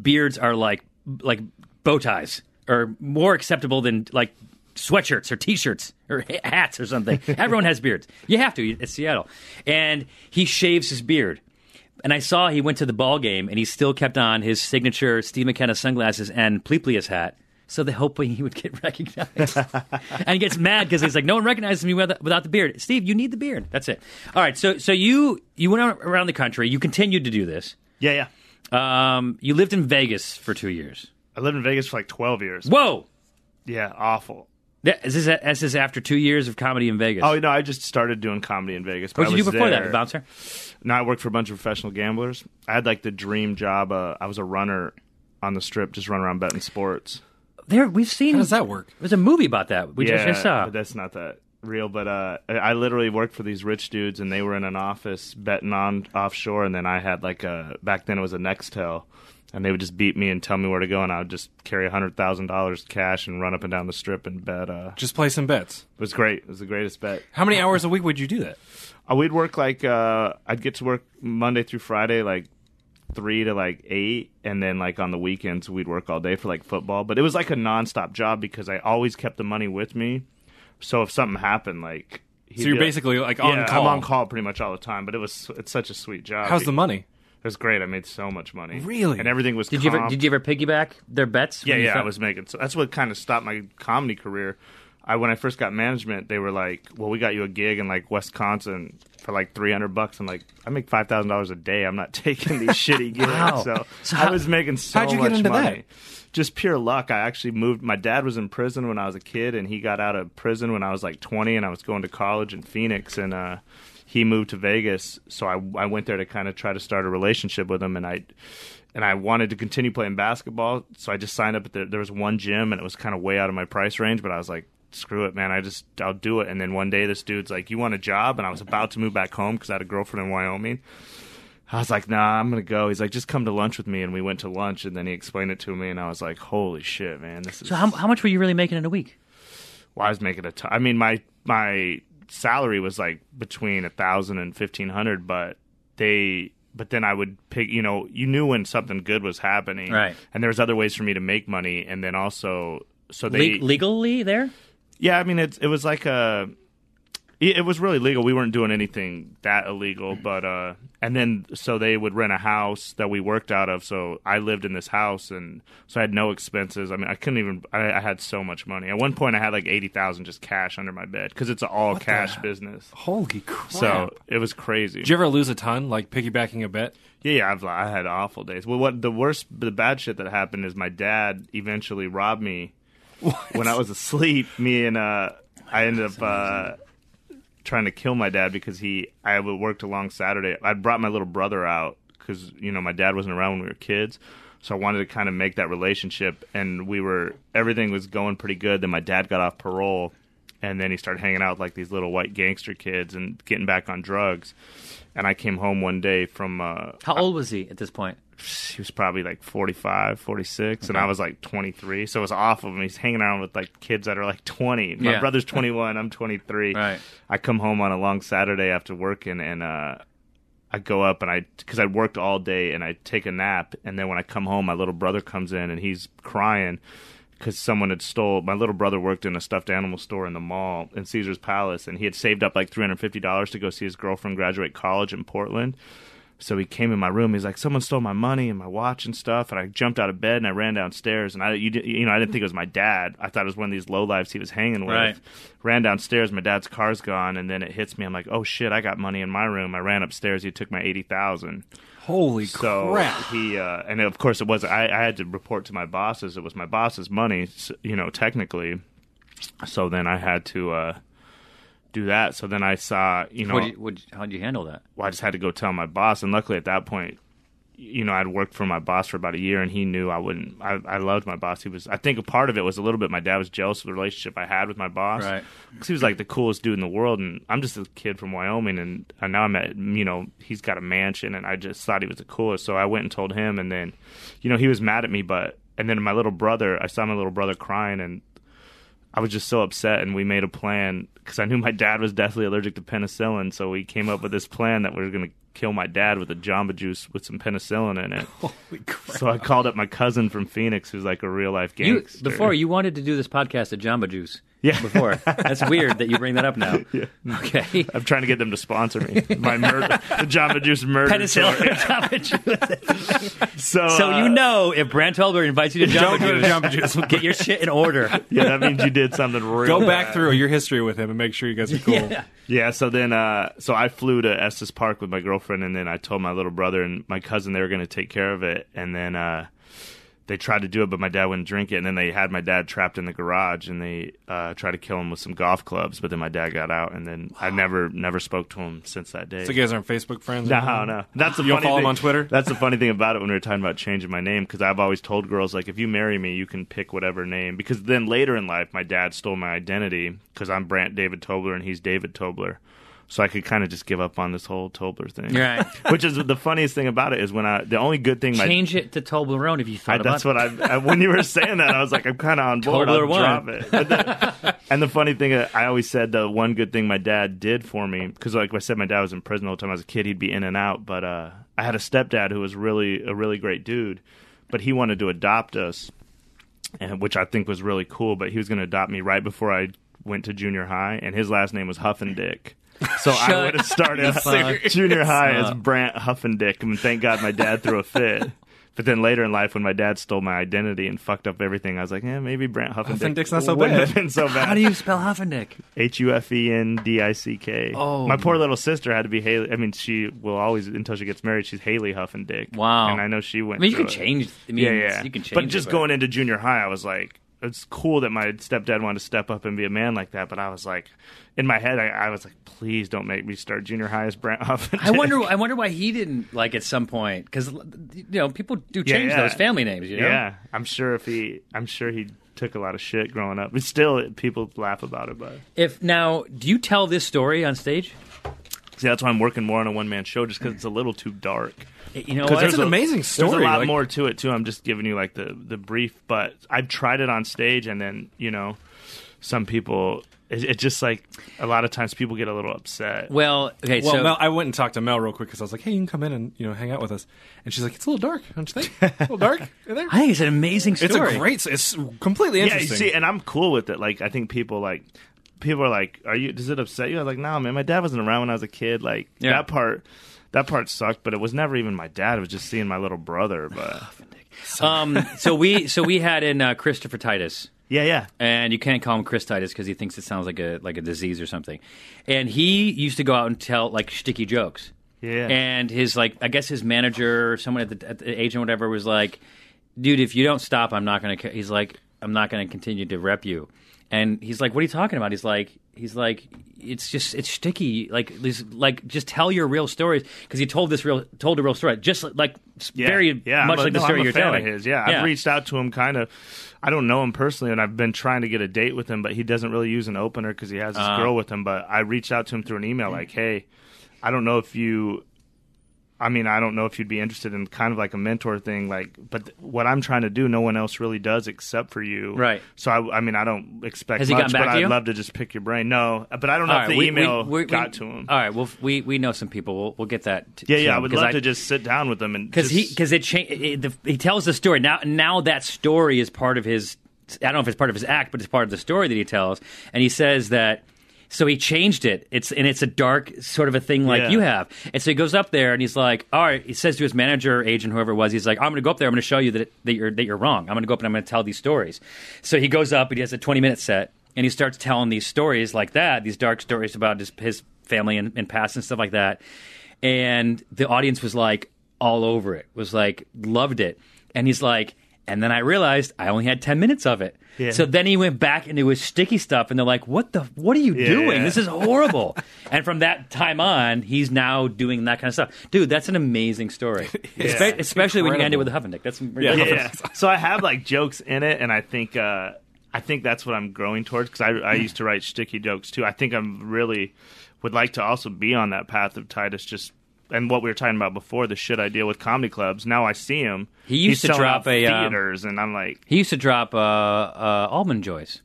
[SPEAKER 2] beards are like like bow ties are more acceptable than like sweatshirts or t-shirts or ha- hats or something. Everyone has beards. You have to. It's Seattle. And he shaves his beard. And I saw he went to the ball game and he still kept on his signature Steve McKenna sunglasses and Pleplius hat. So they hoping he would get recognized. and he gets mad because he's like, no one recognizes me without, without the beard. Steve, you need the beard. That's it. All right. So so you you went out around the country. You continued to do this.
[SPEAKER 6] Yeah, yeah.
[SPEAKER 2] Um, you lived in Vegas for two years.
[SPEAKER 6] I lived in Vegas for like 12 years.
[SPEAKER 2] Whoa.
[SPEAKER 6] Yeah, awful.
[SPEAKER 2] That, is this, is this after two years of comedy in Vegas?
[SPEAKER 6] Oh, no, I just started doing comedy in Vegas. but
[SPEAKER 2] what did
[SPEAKER 6] I
[SPEAKER 2] you do
[SPEAKER 6] was
[SPEAKER 2] before
[SPEAKER 6] there-
[SPEAKER 2] that, bouncer?
[SPEAKER 6] No, I worked for a bunch of professional gamblers. I had like the dream job. Uh, I was a runner on the strip, just run around betting sports.
[SPEAKER 2] There, we've seen.
[SPEAKER 3] How does that work?
[SPEAKER 2] There's a movie about that. We
[SPEAKER 6] yeah,
[SPEAKER 2] just I saw.
[SPEAKER 6] but that's not that real. But uh, I- I literally worked for these rich dudes, and they were in an office betting on offshore. And then I had like a back then it was a Nextel, and they would just beat me and tell me where to go, and I would just carry hundred thousand dollars cash and run up and down the strip and bet. Uh,
[SPEAKER 3] Just play some bets.
[SPEAKER 6] it was great. It was the greatest bet.
[SPEAKER 3] How many hours a week would you do that?
[SPEAKER 6] Uh, we'd work like uh, I'd get to work Monday through Friday, like three to like eight, and then like on the weekends we'd work all day for like football. But it was like a nonstop job because I always kept the money with me. So if something happened, like he'd
[SPEAKER 3] So you're
[SPEAKER 6] be like-
[SPEAKER 3] basically like
[SPEAKER 6] Yeah,
[SPEAKER 3] on call.
[SPEAKER 6] I'm on call pretty much all the time. But it was it's such a sweet job.
[SPEAKER 3] How's the money?
[SPEAKER 6] It was great. I made so much money.
[SPEAKER 3] Really?
[SPEAKER 6] And everything was.
[SPEAKER 2] Did you ever
[SPEAKER 6] comp.
[SPEAKER 2] did you ever piggyback their bets?
[SPEAKER 6] Yeah,
[SPEAKER 2] when you
[SPEAKER 6] yeah, I
[SPEAKER 2] found-
[SPEAKER 6] was making. So that's what kind of stopped my comedy career. I when I first got management, they were like, "Well, we got you a gig in like Wisconsin for like three hundred bucks." I'm like, "I make five thousand dollars a day. I'm not taking these shitty gigs."
[SPEAKER 2] Wow.
[SPEAKER 6] So,
[SPEAKER 2] So
[SPEAKER 6] I
[SPEAKER 2] how-
[SPEAKER 6] was making so
[SPEAKER 3] how'd you get
[SPEAKER 6] much
[SPEAKER 3] into that?
[SPEAKER 6] money. Just pure luck. I actually moved. My dad was in prison when I was a kid, and he got out of prison when I was like twenty, and I was going to college in Phoenix, and uh, he moved to Vegas. So I I went there to kind of try to start a relationship with him, and I and I wanted to continue playing basketball, so I just signed up at the, there was one gym and it was kind of way out of my price range, but I was like, screw it, man, I just I'll do it. And then one day this dude's like, "You want a job?" and I was about to move back home cuz I had a girlfriend in Wyoming. I was like, "Nah, I'm going to go." He's like, "Just come to lunch with me." And we went to lunch and then he explained it to me and I was like, "Holy shit, man. This is
[SPEAKER 2] So how, how much were you really making in a week?
[SPEAKER 6] well, I was making a ton. I mean, my my salary was like between a thousand and fifteen hundred, but they. But then I would pick. You know, you knew when something good was happening,
[SPEAKER 2] Right.
[SPEAKER 6] And there was other ways for me to make money, and then also, so they,
[SPEAKER 2] Le- legally there?
[SPEAKER 6] yeah. I mean, it it was like a. It it was really legal. We weren't doing anything that illegal, but uh, and then so they would rent a house that we worked out of. So I lived in this house, and so I had no expenses. I mean, I couldn't even. I, I had so much money. At one point, I had like eighty thousand just cash under my bed because it's an all cash business.
[SPEAKER 3] Holy crap!
[SPEAKER 6] So it was crazy.
[SPEAKER 3] did you ever lose a ton, like piggybacking a bet?
[SPEAKER 6] Yeah, yeah, I've I had awful days. Well, what the worst, the bad shit that happened is my dad eventually robbed me when I was asleep. Me and uh, I ended up uh, trying to kill my dad because he I would worked a long Saturday. I brought my little brother out because you know my dad wasn't around when we were kids, so I wanted to kind of make that relationship. And we were everything was going pretty good. Then my dad got off parole, and then he started hanging out with like these little white gangster kids and getting back on drugs. And I came home one day from uh,
[SPEAKER 2] How old was he at this point?
[SPEAKER 6] he was probably like 45, 46, and I was like 23. So it was awful. And he's hanging around with like kids that are like 20. My
[SPEAKER 2] Yeah.
[SPEAKER 6] brother's 21, I'm 23.
[SPEAKER 2] Right.
[SPEAKER 6] I come home on a long Saturday after working and uh, I go up and I, because I worked all day and I take a nap. And then when I come home, my little brother comes in and he's crying because someone had stole. My little brother worked in a stuffed animal store in the mall in Caesar's Palace and he had saved up like $350 to go see his girlfriend graduate college in Portland. So he came in my room. He's like, "Someone stole my money and my watch and stuff." And I jumped out of bed and I ran downstairs. And I, you, di- you know, I didn't think it was my dad. I thought it was one of these low lives he was hanging with.
[SPEAKER 2] Right.
[SPEAKER 6] Ran downstairs. My dad's car's gone. And then it hits me. I'm like, "Oh shit! I got money in my room." I ran upstairs. He took my eighty thousand.
[SPEAKER 3] Holy
[SPEAKER 6] So
[SPEAKER 3] crap!
[SPEAKER 6] he, uh, and of course, it was. I, I had to report to my bosses. It was my boss's money. s you know, technically. So then I had to uh, do that. So then I saw, you know,
[SPEAKER 2] What did you, what, how'd you handle that?
[SPEAKER 6] well, I just had to go tell my boss. And luckily, at that point, you know, I'd worked for my boss for about a year, and he knew I wouldn't. I, I loved my boss. He was. I think a part of it was a little bit. My dad was jealous of the relationship I had with my boss,
[SPEAKER 2] Right.
[SPEAKER 6] 'Cause he was like the coolest dude in the world, and I'm just a kid from Wyoming, and, and now I'm at. You know, he's got a mansion, and I just thought he was the coolest. So I went and told him, and then, you know, he was mad at me, but and then my little brother, I saw my little brother crying, and I was just so upset, and we made a plan because I knew my dad was deathly allergic to penicillin. So we came up with this plan that we were going to kill my dad with a Jamba Juice with some penicillin in it.
[SPEAKER 2] Oh,
[SPEAKER 6] So I called up my cousin from Phoenix, who's like a real life
[SPEAKER 2] You
[SPEAKER 6] gangster.
[SPEAKER 2] before you wanted to do this podcast at Jamba Juice.
[SPEAKER 6] Yeah.
[SPEAKER 2] Before that's weird that you bring that up now. Okay.
[SPEAKER 6] I'm trying to get them to sponsor me. My murder, the Jamba Juice murder.
[SPEAKER 2] Penicillin
[SPEAKER 6] story.
[SPEAKER 2] or Jamba Juice.
[SPEAKER 6] So,
[SPEAKER 2] So
[SPEAKER 6] uh,
[SPEAKER 2] you know if Brant Tolber invites you to Jamba
[SPEAKER 3] Don't go to
[SPEAKER 2] Juice,
[SPEAKER 3] Jamba Juice.
[SPEAKER 2] get your shit in order.
[SPEAKER 6] yeah, that means you did something real.
[SPEAKER 3] Go back
[SPEAKER 6] bad.
[SPEAKER 3] through your history with him and make sure you guys are cool.
[SPEAKER 6] Yeah, so then uh so I flew to Estes Park with my girlfriend and then I told my little brother and my cousin they were gonna take care of it and then uh they tried to do it but my dad wouldn't drink it and then they had my dad trapped in the garage and they uh tried to kill him with some golf clubs, but then my dad got out and then I never never spoke to him since that day.
[SPEAKER 3] So you guys aren't Facebook friends? or
[SPEAKER 6] No,
[SPEAKER 3] anything?
[SPEAKER 6] no. That's the
[SPEAKER 3] You don't
[SPEAKER 6] funny
[SPEAKER 3] follow him
[SPEAKER 6] thing-
[SPEAKER 3] on Twitter?
[SPEAKER 6] That's the funny thing about it when we were talking about changing my name because I've always told girls like if you marry me, you can pick whatever name because then later in life, my dad stole my identity because I'm Brant David Tobler and he's David Tobler, so I could kind of just give up on this whole Tobler thing.
[SPEAKER 2] Right.
[SPEAKER 6] Which is the funniest thing about it is when I the only good thing my
[SPEAKER 2] Change it to Toblerone if you
[SPEAKER 6] I,
[SPEAKER 2] thought about
[SPEAKER 6] that's
[SPEAKER 2] it.
[SPEAKER 6] what I, I when you were saying that I was like I'm kind of on board.
[SPEAKER 2] Tobler
[SPEAKER 6] I'll
[SPEAKER 2] won.
[SPEAKER 6] drop it. But then- and the funny thing uh, I always said the one good thing my dad did for me because like I said my dad was in prison all the time I was a kid he'd be in and out but uh, I had a stepdad who was really a really great dude but he wanted to adopt us and which I think was really cool but he was going to adopt me right before I went to junior high and his last name was Huffendick. So I
[SPEAKER 2] Shut
[SPEAKER 6] would have started uh,
[SPEAKER 2] fuck
[SPEAKER 6] junior high
[SPEAKER 2] up.
[SPEAKER 6] as Brant Huffendick, and thank God my dad threw a fit. But then later in life, when my dad stole my identity and fucked up everything, I was like, yeah, maybe Brant Huffendick
[SPEAKER 3] Huffendick's not so
[SPEAKER 6] wouldn't
[SPEAKER 3] bad.
[SPEAKER 6] have been so bad.
[SPEAKER 2] How do you spell Hoffendick?
[SPEAKER 6] H U F E N D I C K.
[SPEAKER 2] Oh.
[SPEAKER 6] my poor little sister had to be Haley. I mean, she will always until she gets married. She's Haley Huffendick.
[SPEAKER 2] Wow.
[SPEAKER 6] and I know she
[SPEAKER 2] I
[SPEAKER 6] went.
[SPEAKER 2] mean, you
[SPEAKER 6] through
[SPEAKER 2] can
[SPEAKER 6] it.
[SPEAKER 2] change. I mean,
[SPEAKER 6] yeah, yeah.
[SPEAKER 2] you can change.
[SPEAKER 6] but just
[SPEAKER 2] it,
[SPEAKER 6] going into junior high, I was like, it's cool that my stepdad wanted to step up and be a man like that. But I was like, in my head, I, I was like, please don't make me start junior high as Brant Huffendick.
[SPEAKER 2] I wonder. I wonder why he didn't like at some point because you know people do
[SPEAKER 6] Yeah,
[SPEAKER 2] change
[SPEAKER 6] yeah.
[SPEAKER 2] those family names. You know.
[SPEAKER 6] Yeah, I'm sure if he, I'm sure he took a lot of shit growing up, but still, people laugh about it. But
[SPEAKER 2] If now, do you tell this story on stage?
[SPEAKER 6] see, that's why I'm working more on a one man show, just because it's a little too dark.
[SPEAKER 2] You know,
[SPEAKER 6] 'Cause
[SPEAKER 2] what?
[SPEAKER 6] there's
[SPEAKER 3] an
[SPEAKER 6] a-
[SPEAKER 3] amazing
[SPEAKER 6] There's
[SPEAKER 3] story,
[SPEAKER 6] a lot
[SPEAKER 3] like-
[SPEAKER 6] more to it too. I'm just giving you like the the brief, but I've tried it on stage, and then you know, some people. It's it just like a lot of times people get a little upset.
[SPEAKER 2] well, okay,
[SPEAKER 3] Well,
[SPEAKER 2] so
[SPEAKER 3] Mel, I went and talked to Mel real quick because I was like, "Hey, you can come in and you know hang out with us." And she's like, "It's a little dark, don't you think? A little dark in there."
[SPEAKER 2] I think it's an amazing
[SPEAKER 3] it's
[SPEAKER 2] story.
[SPEAKER 3] a great. It's completely
[SPEAKER 6] Yeah, you
[SPEAKER 3] interesting.
[SPEAKER 6] see, and I'm cool with it. Like, I think people like people are like, "Are you? Does it upset you?" I was like, "No, man. My dad wasn't around when I was a kid. Like
[SPEAKER 2] Yeah.
[SPEAKER 6] that part, that part sucked. But it was never even my dad. It was just seeing my little brother. But
[SPEAKER 2] Um, so we so we had in uh, Christopher Titus.
[SPEAKER 6] yeah, yeah.
[SPEAKER 2] and you can't call him Chris Titus because he thinks it sounds like a like a disease or something. And he used to go out and tell like sticky jokes.
[SPEAKER 6] Yeah.
[SPEAKER 2] And his like, I guess his manager, or someone at the, at the agent, or whatever, was like, "Dude, if you don't stop, I'm not gonna." co-" He's like, "I'm not gonna continue to rep you." And he's like, "What are you talking about?" He's like, "He's like, it's just it's sticky. Like, these- like just tell your real stories because he told this real told a real story, just like
[SPEAKER 6] Yeah,
[SPEAKER 2] very
[SPEAKER 6] yeah,
[SPEAKER 2] much
[SPEAKER 6] I'm a-
[SPEAKER 2] like the
[SPEAKER 6] no,
[SPEAKER 2] story
[SPEAKER 6] I'm a
[SPEAKER 2] you're
[SPEAKER 6] fan
[SPEAKER 2] telling."
[SPEAKER 6] Of his. Yeah, I've reached out to him kind of. I don't know him personally, and I've been trying to get a date with him, but he doesn't really use an opener because he has
[SPEAKER 2] Uh-huh.
[SPEAKER 6] this girl with him. But I reached out to him through an email, like,
[SPEAKER 2] Mm-hmm.
[SPEAKER 6] "Hey, I don't know if you." I mean, I don't know if you'd be interested in kind of like a mentor thing, like. But th- what I'm trying to do, no one else really does except for you,
[SPEAKER 2] Right.
[SPEAKER 6] So I, I mean, I don't expect
[SPEAKER 2] Has he gotten
[SPEAKER 6] much, but
[SPEAKER 2] back to
[SPEAKER 6] I'd
[SPEAKER 2] you?
[SPEAKER 6] love to just pick your brain. No, but I don't know
[SPEAKER 2] All
[SPEAKER 6] if
[SPEAKER 2] right,
[SPEAKER 6] the
[SPEAKER 2] we- we-
[SPEAKER 6] email
[SPEAKER 2] we- we-
[SPEAKER 6] got to him.
[SPEAKER 2] All right, well, f- we we know some people. We'll we'll get that. t-
[SPEAKER 6] yeah,
[SPEAKER 2] to
[SPEAKER 6] yeah, I
[SPEAKER 2] him,
[SPEAKER 6] would
[SPEAKER 2] 'cause
[SPEAKER 6] love to just sit down with him and
[SPEAKER 2] because he
[SPEAKER 6] just-
[SPEAKER 2] because it, cha- it the, he tells the story now. Now that story is part of his. I don't know if it's part of his act, but it's part of the story that he tells, and he says that. So he changed it. It's and it's a dark sort of a thing like
[SPEAKER 6] Yeah.
[SPEAKER 2] you have. And so he goes up there and he's like, "All right." He says to his manager, or agent, whoever it was, he's like, "I'm going to go up there. I'm going to show you that, that you're that you're wrong. I'm going to go up and I'm going to tell these stories." So he goes up and he has a 20 minute set and he starts telling these stories like that, these dark stories about his, his family and, and past and stuff like that and the audience was like all over it was like loved it and he's like And then I realized I only had 10 minutes of it.
[SPEAKER 6] Yeah.
[SPEAKER 2] So then he went back into his sticky stuff, and they're like, "What the? What are you
[SPEAKER 6] Yeah,
[SPEAKER 2] doing?
[SPEAKER 6] yeah.
[SPEAKER 2] This is horrible." and from that time on, he's now doing that kind of stuff. Dude, that's an amazing story, Espe- especially when you end it with a Huffendick. That's
[SPEAKER 3] Yeah.
[SPEAKER 6] yeah. so I have like jokes in it, and I think uh, I think that's what I'm growing towards because I I used to write sticky jokes too. I think I'm really would like to also be on that path of Titus just. And what we were talking about before, the shit I deal with comedy clubs. Now I see him.
[SPEAKER 2] He used
[SPEAKER 6] He's
[SPEAKER 2] to
[SPEAKER 6] selling
[SPEAKER 2] drop
[SPEAKER 6] out
[SPEAKER 2] a, um,
[SPEAKER 6] theaters, and I'm like,
[SPEAKER 2] He used to drop uh, uh, almond joys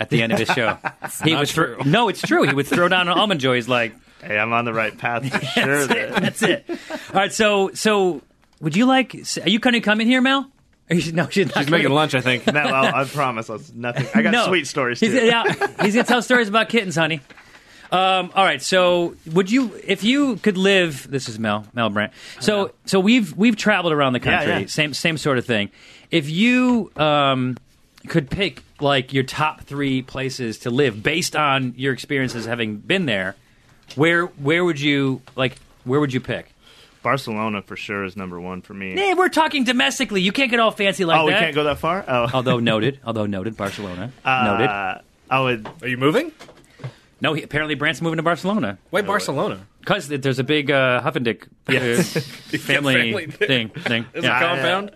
[SPEAKER 2] at the end of his show. he was
[SPEAKER 3] true.
[SPEAKER 2] no, it's true. He would throw down an almond joys like
[SPEAKER 6] hey, I'm on the right path for sure. then.
[SPEAKER 2] that's it. All right, so so would you like? Are you going to come in here, Mel? Are you, no, she's not.
[SPEAKER 3] She's making lunch, I think.
[SPEAKER 6] Matt, I'll- I promise, I'll, nothing. I got
[SPEAKER 2] no,
[SPEAKER 6] sweet stories too.
[SPEAKER 2] He's, yeah, he's gonna tell stories about kittens, honey. Um, all right, so would you, if you could live? This is Mel Mel Brandt. So so we've we've traveled around the country,
[SPEAKER 6] yeah.
[SPEAKER 2] same same sort of thing. If you um, could pick like your top three places to live based on your experiences having been there, where where would you like? Where would you pick?
[SPEAKER 6] Barcelona for sure is number one for me.
[SPEAKER 2] Hey, we're talking domestically. You can't get all fancy like
[SPEAKER 6] oh, we
[SPEAKER 2] that.
[SPEAKER 6] can't go that far. Oh,
[SPEAKER 2] although noted, although noted, Barcelona Oh, noted.
[SPEAKER 6] uh, I would.
[SPEAKER 3] Are you moving?
[SPEAKER 2] No, he, apparently Brandt's moving to Barcelona.
[SPEAKER 3] Why Barcelona?
[SPEAKER 2] Because there's a big uh, Huff and Dick uh, family,
[SPEAKER 3] Family there.
[SPEAKER 2] thing. thing.
[SPEAKER 3] The
[SPEAKER 2] Yeah,
[SPEAKER 6] I-
[SPEAKER 3] compound?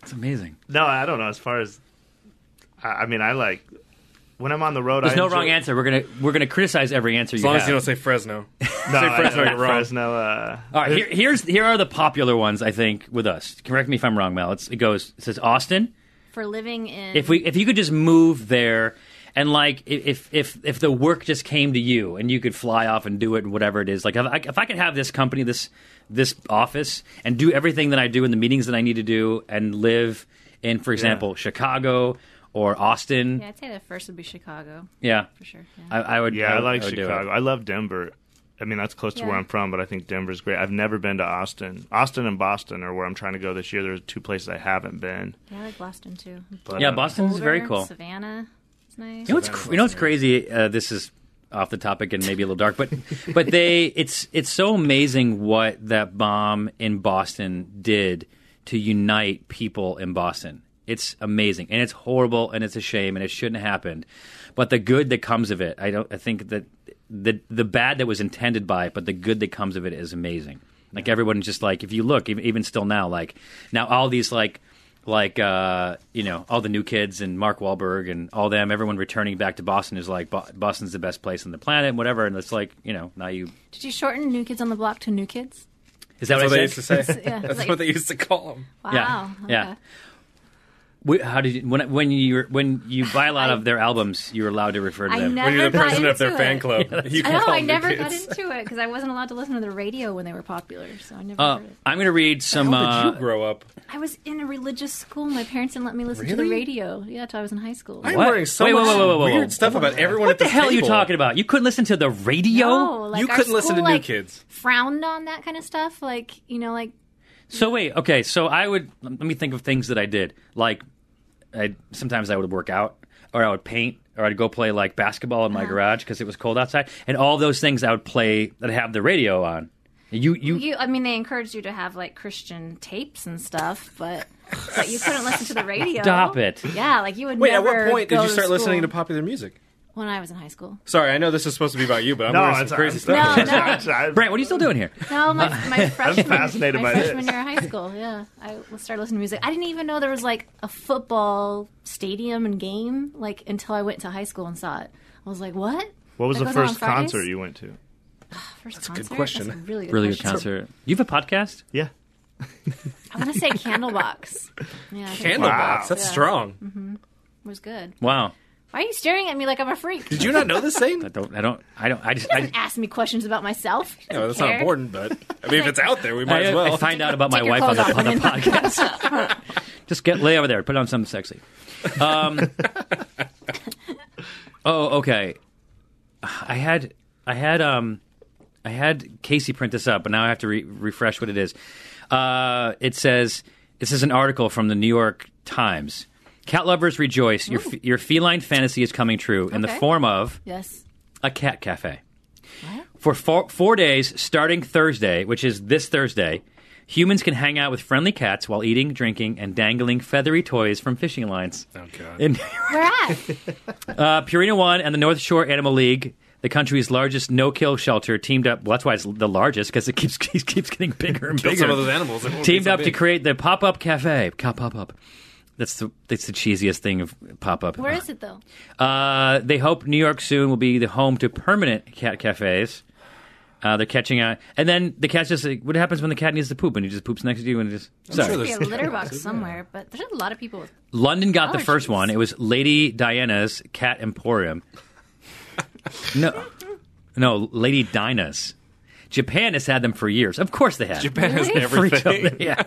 [SPEAKER 2] it's amazing.
[SPEAKER 6] No, I don't know. As far as, I, I mean, I like when I'm on the road.
[SPEAKER 2] There's
[SPEAKER 6] I
[SPEAKER 2] no
[SPEAKER 6] enjoy-
[SPEAKER 2] wrong answer. We're gonna we're gonna criticize every answer
[SPEAKER 3] As
[SPEAKER 2] you
[SPEAKER 3] long
[SPEAKER 2] have.
[SPEAKER 3] as you don't say Fresno.
[SPEAKER 6] No,
[SPEAKER 3] say
[SPEAKER 6] I-
[SPEAKER 3] Fresno, you're wrong.
[SPEAKER 6] Fresno, uh,
[SPEAKER 2] All right, here, here's here are the popular ones I think with us. Correct me if I'm wrong, Mel. It's, it goes it says Austin.
[SPEAKER 7] for living in.
[SPEAKER 2] If we if you could just move there. And like i- if if if the work just came to you and you could fly off and do it and whatever it is like if I, if I could have this company this this office and do everything that I do and the meetings that I need to do and live in for example Chicago or Austin
[SPEAKER 7] yeah, I'd say the first would be Chicago
[SPEAKER 2] Yeah,
[SPEAKER 7] for sure. Yeah.
[SPEAKER 2] I, I would.
[SPEAKER 6] yeah, I
[SPEAKER 2] would-
[SPEAKER 6] like
[SPEAKER 2] would do it.
[SPEAKER 6] Chicago. I love Denver. I mean, that's close to where
[SPEAKER 7] Yeah.
[SPEAKER 6] I'm from, but I think Denver's great. I've never been to Austin. Austin and Boston are where I'm trying to go this year. There's two places I haven't been.
[SPEAKER 7] yeah, I like Boston too.
[SPEAKER 6] But,
[SPEAKER 2] Yeah,
[SPEAKER 6] uh,
[SPEAKER 2] Boston's
[SPEAKER 7] Boulder,
[SPEAKER 2] very cool.
[SPEAKER 7] Savannah, it's nice.
[SPEAKER 2] You know what's cr- you know what's crazy? Uh, this is off the topic and maybe a little dark, but but they it's it's so amazing what that bomb in Boston did to unite people in Boston. It's amazing and it's horrible and it's a shame and it shouldn't have happened. But the good that comes of it, I don't. I think that the the bad that was intended by it, but the good that comes of it is amazing. Like everyone's just like if you look even, even still now, like now all these like like uh, you know all the new kids and Mark Wahlberg and all them. Everyone returning back to Boston is like Bo- Boston's the best place on the planet, and whatever. And it's like you know now you
[SPEAKER 7] Did you shorten New Kids on the Block to New Kids?
[SPEAKER 2] is that
[SPEAKER 3] That's what
[SPEAKER 2] what
[SPEAKER 3] they
[SPEAKER 2] I
[SPEAKER 3] used to
[SPEAKER 2] said?
[SPEAKER 3] say.
[SPEAKER 7] yeah,
[SPEAKER 3] That's
[SPEAKER 7] like-
[SPEAKER 3] what they used to call them.
[SPEAKER 7] Wow.
[SPEAKER 2] Yeah, yeah.
[SPEAKER 7] okay.
[SPEAKER 2] Wh- How did you when when you were- when you buy a lot of their albums, you're allowed to refer to
[SPEAKER 7] I
[SPEAKER 2] them.
[SPEAKER 7] never
[SPEAKER 3] When you're the
[SPEAKER 7] got
[SPEAKER 3] president of
[SPEAKER 7] into
[SPEAKER 3] their fan
[SPEAKER 7] it.
[SPEAKER 3] club, you
[SPEAKER 7] I
[SPEAKER 3] can
[SPEAKER 7] know,
[SPEAKER 3] call
[SPEAKER 7] I
[SPEAKER 3] them
[SPEAKER 7] never
[SPEAKER 3] the
[SPEAKER 7] got
[SPEAKER 3] kids.
[SPEAKER 7] into it because I wasn't allowed to listen to the radio when they were popular, so I never
[SPEAKER 2] Uh,
[SPEAKER 7] heard it.
[SPEAKER 2] I'm going to read some.
[SPEAKER 3] How did
[SPEAKER 2] uh,
[SPEAKER 3] you grow up?
[SPEAKER 7] I was in a religious school. My parents didn't let me listen to
[SPEAKER 3] Really?
[SPEAKER 7] the radio. Yeah, till I was in high school.
[SPEAKER 3] I'm
[SPEAKER 2] What?
[SPEAKER 3] learning so
[SPEAKER 2] Wait, whoa,
[SPEAKER 3] much
[SPEAKER 2] whoa, whoa, whoa, whoa.
[SPEAKER 3] weird stuff about everyone
[SPEAKER 2] what
[SPEAKER 3] at the
[SPEAKER 2] the hell are you
[SPEAKER 3] table.
[SPEAKER 2] talking about? You couldn't listen to the radio.
[SPEAKER 7] No, Oh, like
[SPEAKER 3] You
[SPEAKER 7] our
[SPEAKER 3] couldn't listen to
[SPEAKER 7] school,
[SPEAKER 3] New
[SPEAKER 7] like,
[SPEAKER 3] Kids.
[SPEAKER 7] Frowned on that kind of stuff, like you know, like
[SPEAKER 2] So wait, okay. So I would let me think of things that I did. Like, I sometimes I would work out, or I would paint, or I'd go play like basketball in my garage because it was cold outside, and all those things I would play that I have the radio on. You you
[SPEAKER 7] you. I mean, they encouraged you to have like Christian tapes and stuff, but but you couldn't listen to the radio.
[SPEAKER 2] stop it.
[SPEAKER 7] Yeah, like you would.
[SPEAKER 3] Wait, at
[SPEAKER 7] never
[SPEAKER 3] what point did
[SPEAKER 7] go
[SPEAKER 3] you start
[SPEAKER 7] school
[SPEAKER 3] listening to popular music?
[SPEAKER 7] When I was in high school.
[SPEAKER 3] Sorry, I know this is supposed to be about you, but I'm
[SPEAKER 6] No,
[SPEAKER 3] learning
[SPEAKER 6] it's
[SPEAKER 3] some crazy
[SPEAKER 6] I'm-
[SPEAKER 3] stuff.
[SPEAKER 7] No, no.
[SPEAKER 6] I-
[SPEAKER 2] Brent, what are you still doing here?
[SPEAKER 7] No, my, my freshman,
[SPEAKER 6] fascinated by
[SPEAKER 7] my
[SPEAKER 6] this.
[SPEAKER 7] freshman year of high school. Yeah, I started listening to music. I didn't even know there was like a football stadium and game like until I went to high school and saw it. I was like, what?
[SPEAKER 6] What was
[SPEAKER 7] That
[SPEAKER 6] the
[SPEAKER 7] goes on
[SPEAKER 6] first
[SPEAKER 7] Fridays?
[SPEAKER 6] concert you went to?
[SPEAKER 7] First
[SPEAKER 3] a good
[SPEAKER 7] concert?
[SPEAKER 3] question.
[SPEAKER 7] That's a really good
[SPEAKER 2] Really good
[SPEAKER 7] question.
[SPEAKER 2] concert. You have a podcast?
[SPEAKER 6] Yeah.
[SPEAKER 7] I want to say Candlebox. Yeah, I think it
[SPEAKER 3] Candlebox, that's
[SPEAKER 7] Yeah.
[SPEAKER 3] strong.
[SPEAKER 7] was good.
[SPEAKER 2] Wow.
[SPEAKER 7] Why are you staring at me like I'm a freak?
[SPEAKER 3] Did you not know this thing?
[SPEAKER 2] I don't I don't I don't I just I,
[SPEAKER 7] doesn't ask me questions about myself. He
[SPEAKER 3] No,
[SPEAKER 7] doesn't
[SPEAKER 3] that's not
[SPEAKER 7] care.
[SPEAKER 3] important, but I mean, if it's out there, we might
[SPEAKER 2] I,
[SPEAKER 3] as well.
[SPEAKER 2] I find out about my
[SPEAKER 7] Take your
[SPEAKER 2] wife on the,
[SPEAKER 7] clothes
[SPEAKER 2] on the
[SPEAKER 7] off, man.
[SPEAKER 2] podcast. Just get lay over there. Put on something sexy. Um, oh, okay. I had I had um I had Casey print this up, but now I have to re- refresh what it is. Uh, it says this is an article from the New York Times. Cat lovers rejoice! Your f- your feline fantasy is coming true in the
[SPEAKER 7] Okay.
[SPEAKER 2] form of
[SPEAKER 7] Yes.
[SPEAKER 2] a cat cafe. For four, four days, starting Thursday, which is this Thursday, Humans can hang out with friendly cats while eating, drinking, and dangling feathery toys from fishing lines.
[SPEAKER 3] Oh god.
[SPEAKER 2] In
[SPEAKER 7] Where at?
[SPEAKER 2] uh, Purina One and the North Shore Animal League, the country's largest no-kill shelter, teamed up. Well, that's why it's the largest because it keeps it keeps getting bigger and
[SPEAKER 3] Kill
[SPEAKER 2] bigger.
[SPEAKER 3] some of those animals. It won't be
[SPEAKER 2] teamed
[SPEAKER 3] so
[SPEAKER 2] up to
[SPEAKER 3] big.
[SPEAKER 2] create the pop up cafe. Pop pop up. That's the that's the cheesiest thing of pop up.
[SPEAKER 7] Where is it though?
[SPEAKER 2] Uh, they hope New York soon will be the home to permanent cat cafes. Uh, they're catching on, and then the cat just like, what happens when the cat needs to poop and he just poops next to you and just sorry.
[SPEAKER 3] sure
[SPEAKER 7] There's a
[SPEAKER 3] there's-
[SPEAKER 7] litter box somewhere, but there's a lot of people. With...
[SPEAKER 2] London got the first
[SPEAKER 7] Allergies.
[SPEAKER 2] one. It was Lady Diana's Cat Emporium. no, no, Lady Dinah's. Japan has had them for years. Of course they have.
[SPEAKER 3] Japan has
[SPEAKER 7] Really?
[SPEAKER 3] everything.
[SPEAKER 2] yeah.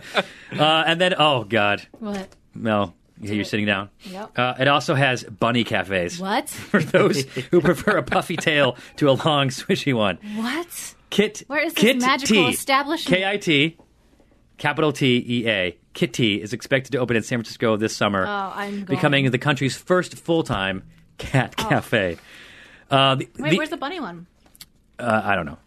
[SPEAKER 2] Uh, and then, oh god,
[SPEAKER 7] What?
[SPEAKER 2] Mel, yeah, you're sitting down.
[SPEAKER 7] Yep.
[SPEAKER 2] Uh, it also has bunny cafes
[SPEAKER 7] What?
[SPEAKER 2] for those who prefer a puffy tail to a long, swishy one.
[SPEAKER 7] What?
[SPEAKER 2] Kit.
[SPEAKER 7] Where is this
[SPEAKER 2] Kit
[SPEAKER 7] magical
[SPEAKER 2] T.
[SPEAKER 7] establishment?
[SPEAKER 2] K I T, capital T E A. Kit T is expected to open in San Francisco this summer,
[SPEAKER 7] Oh, I'm going.
[SPEAKER 2] becoming the country's first full-time cat cafe. Uh, the,
[SPEAKER 7] Oh. Wait,
[SPEAKER 2] the-
[SPEAKER 7] where's the bunny one?
[SPEAKER 2] uh, I don't know.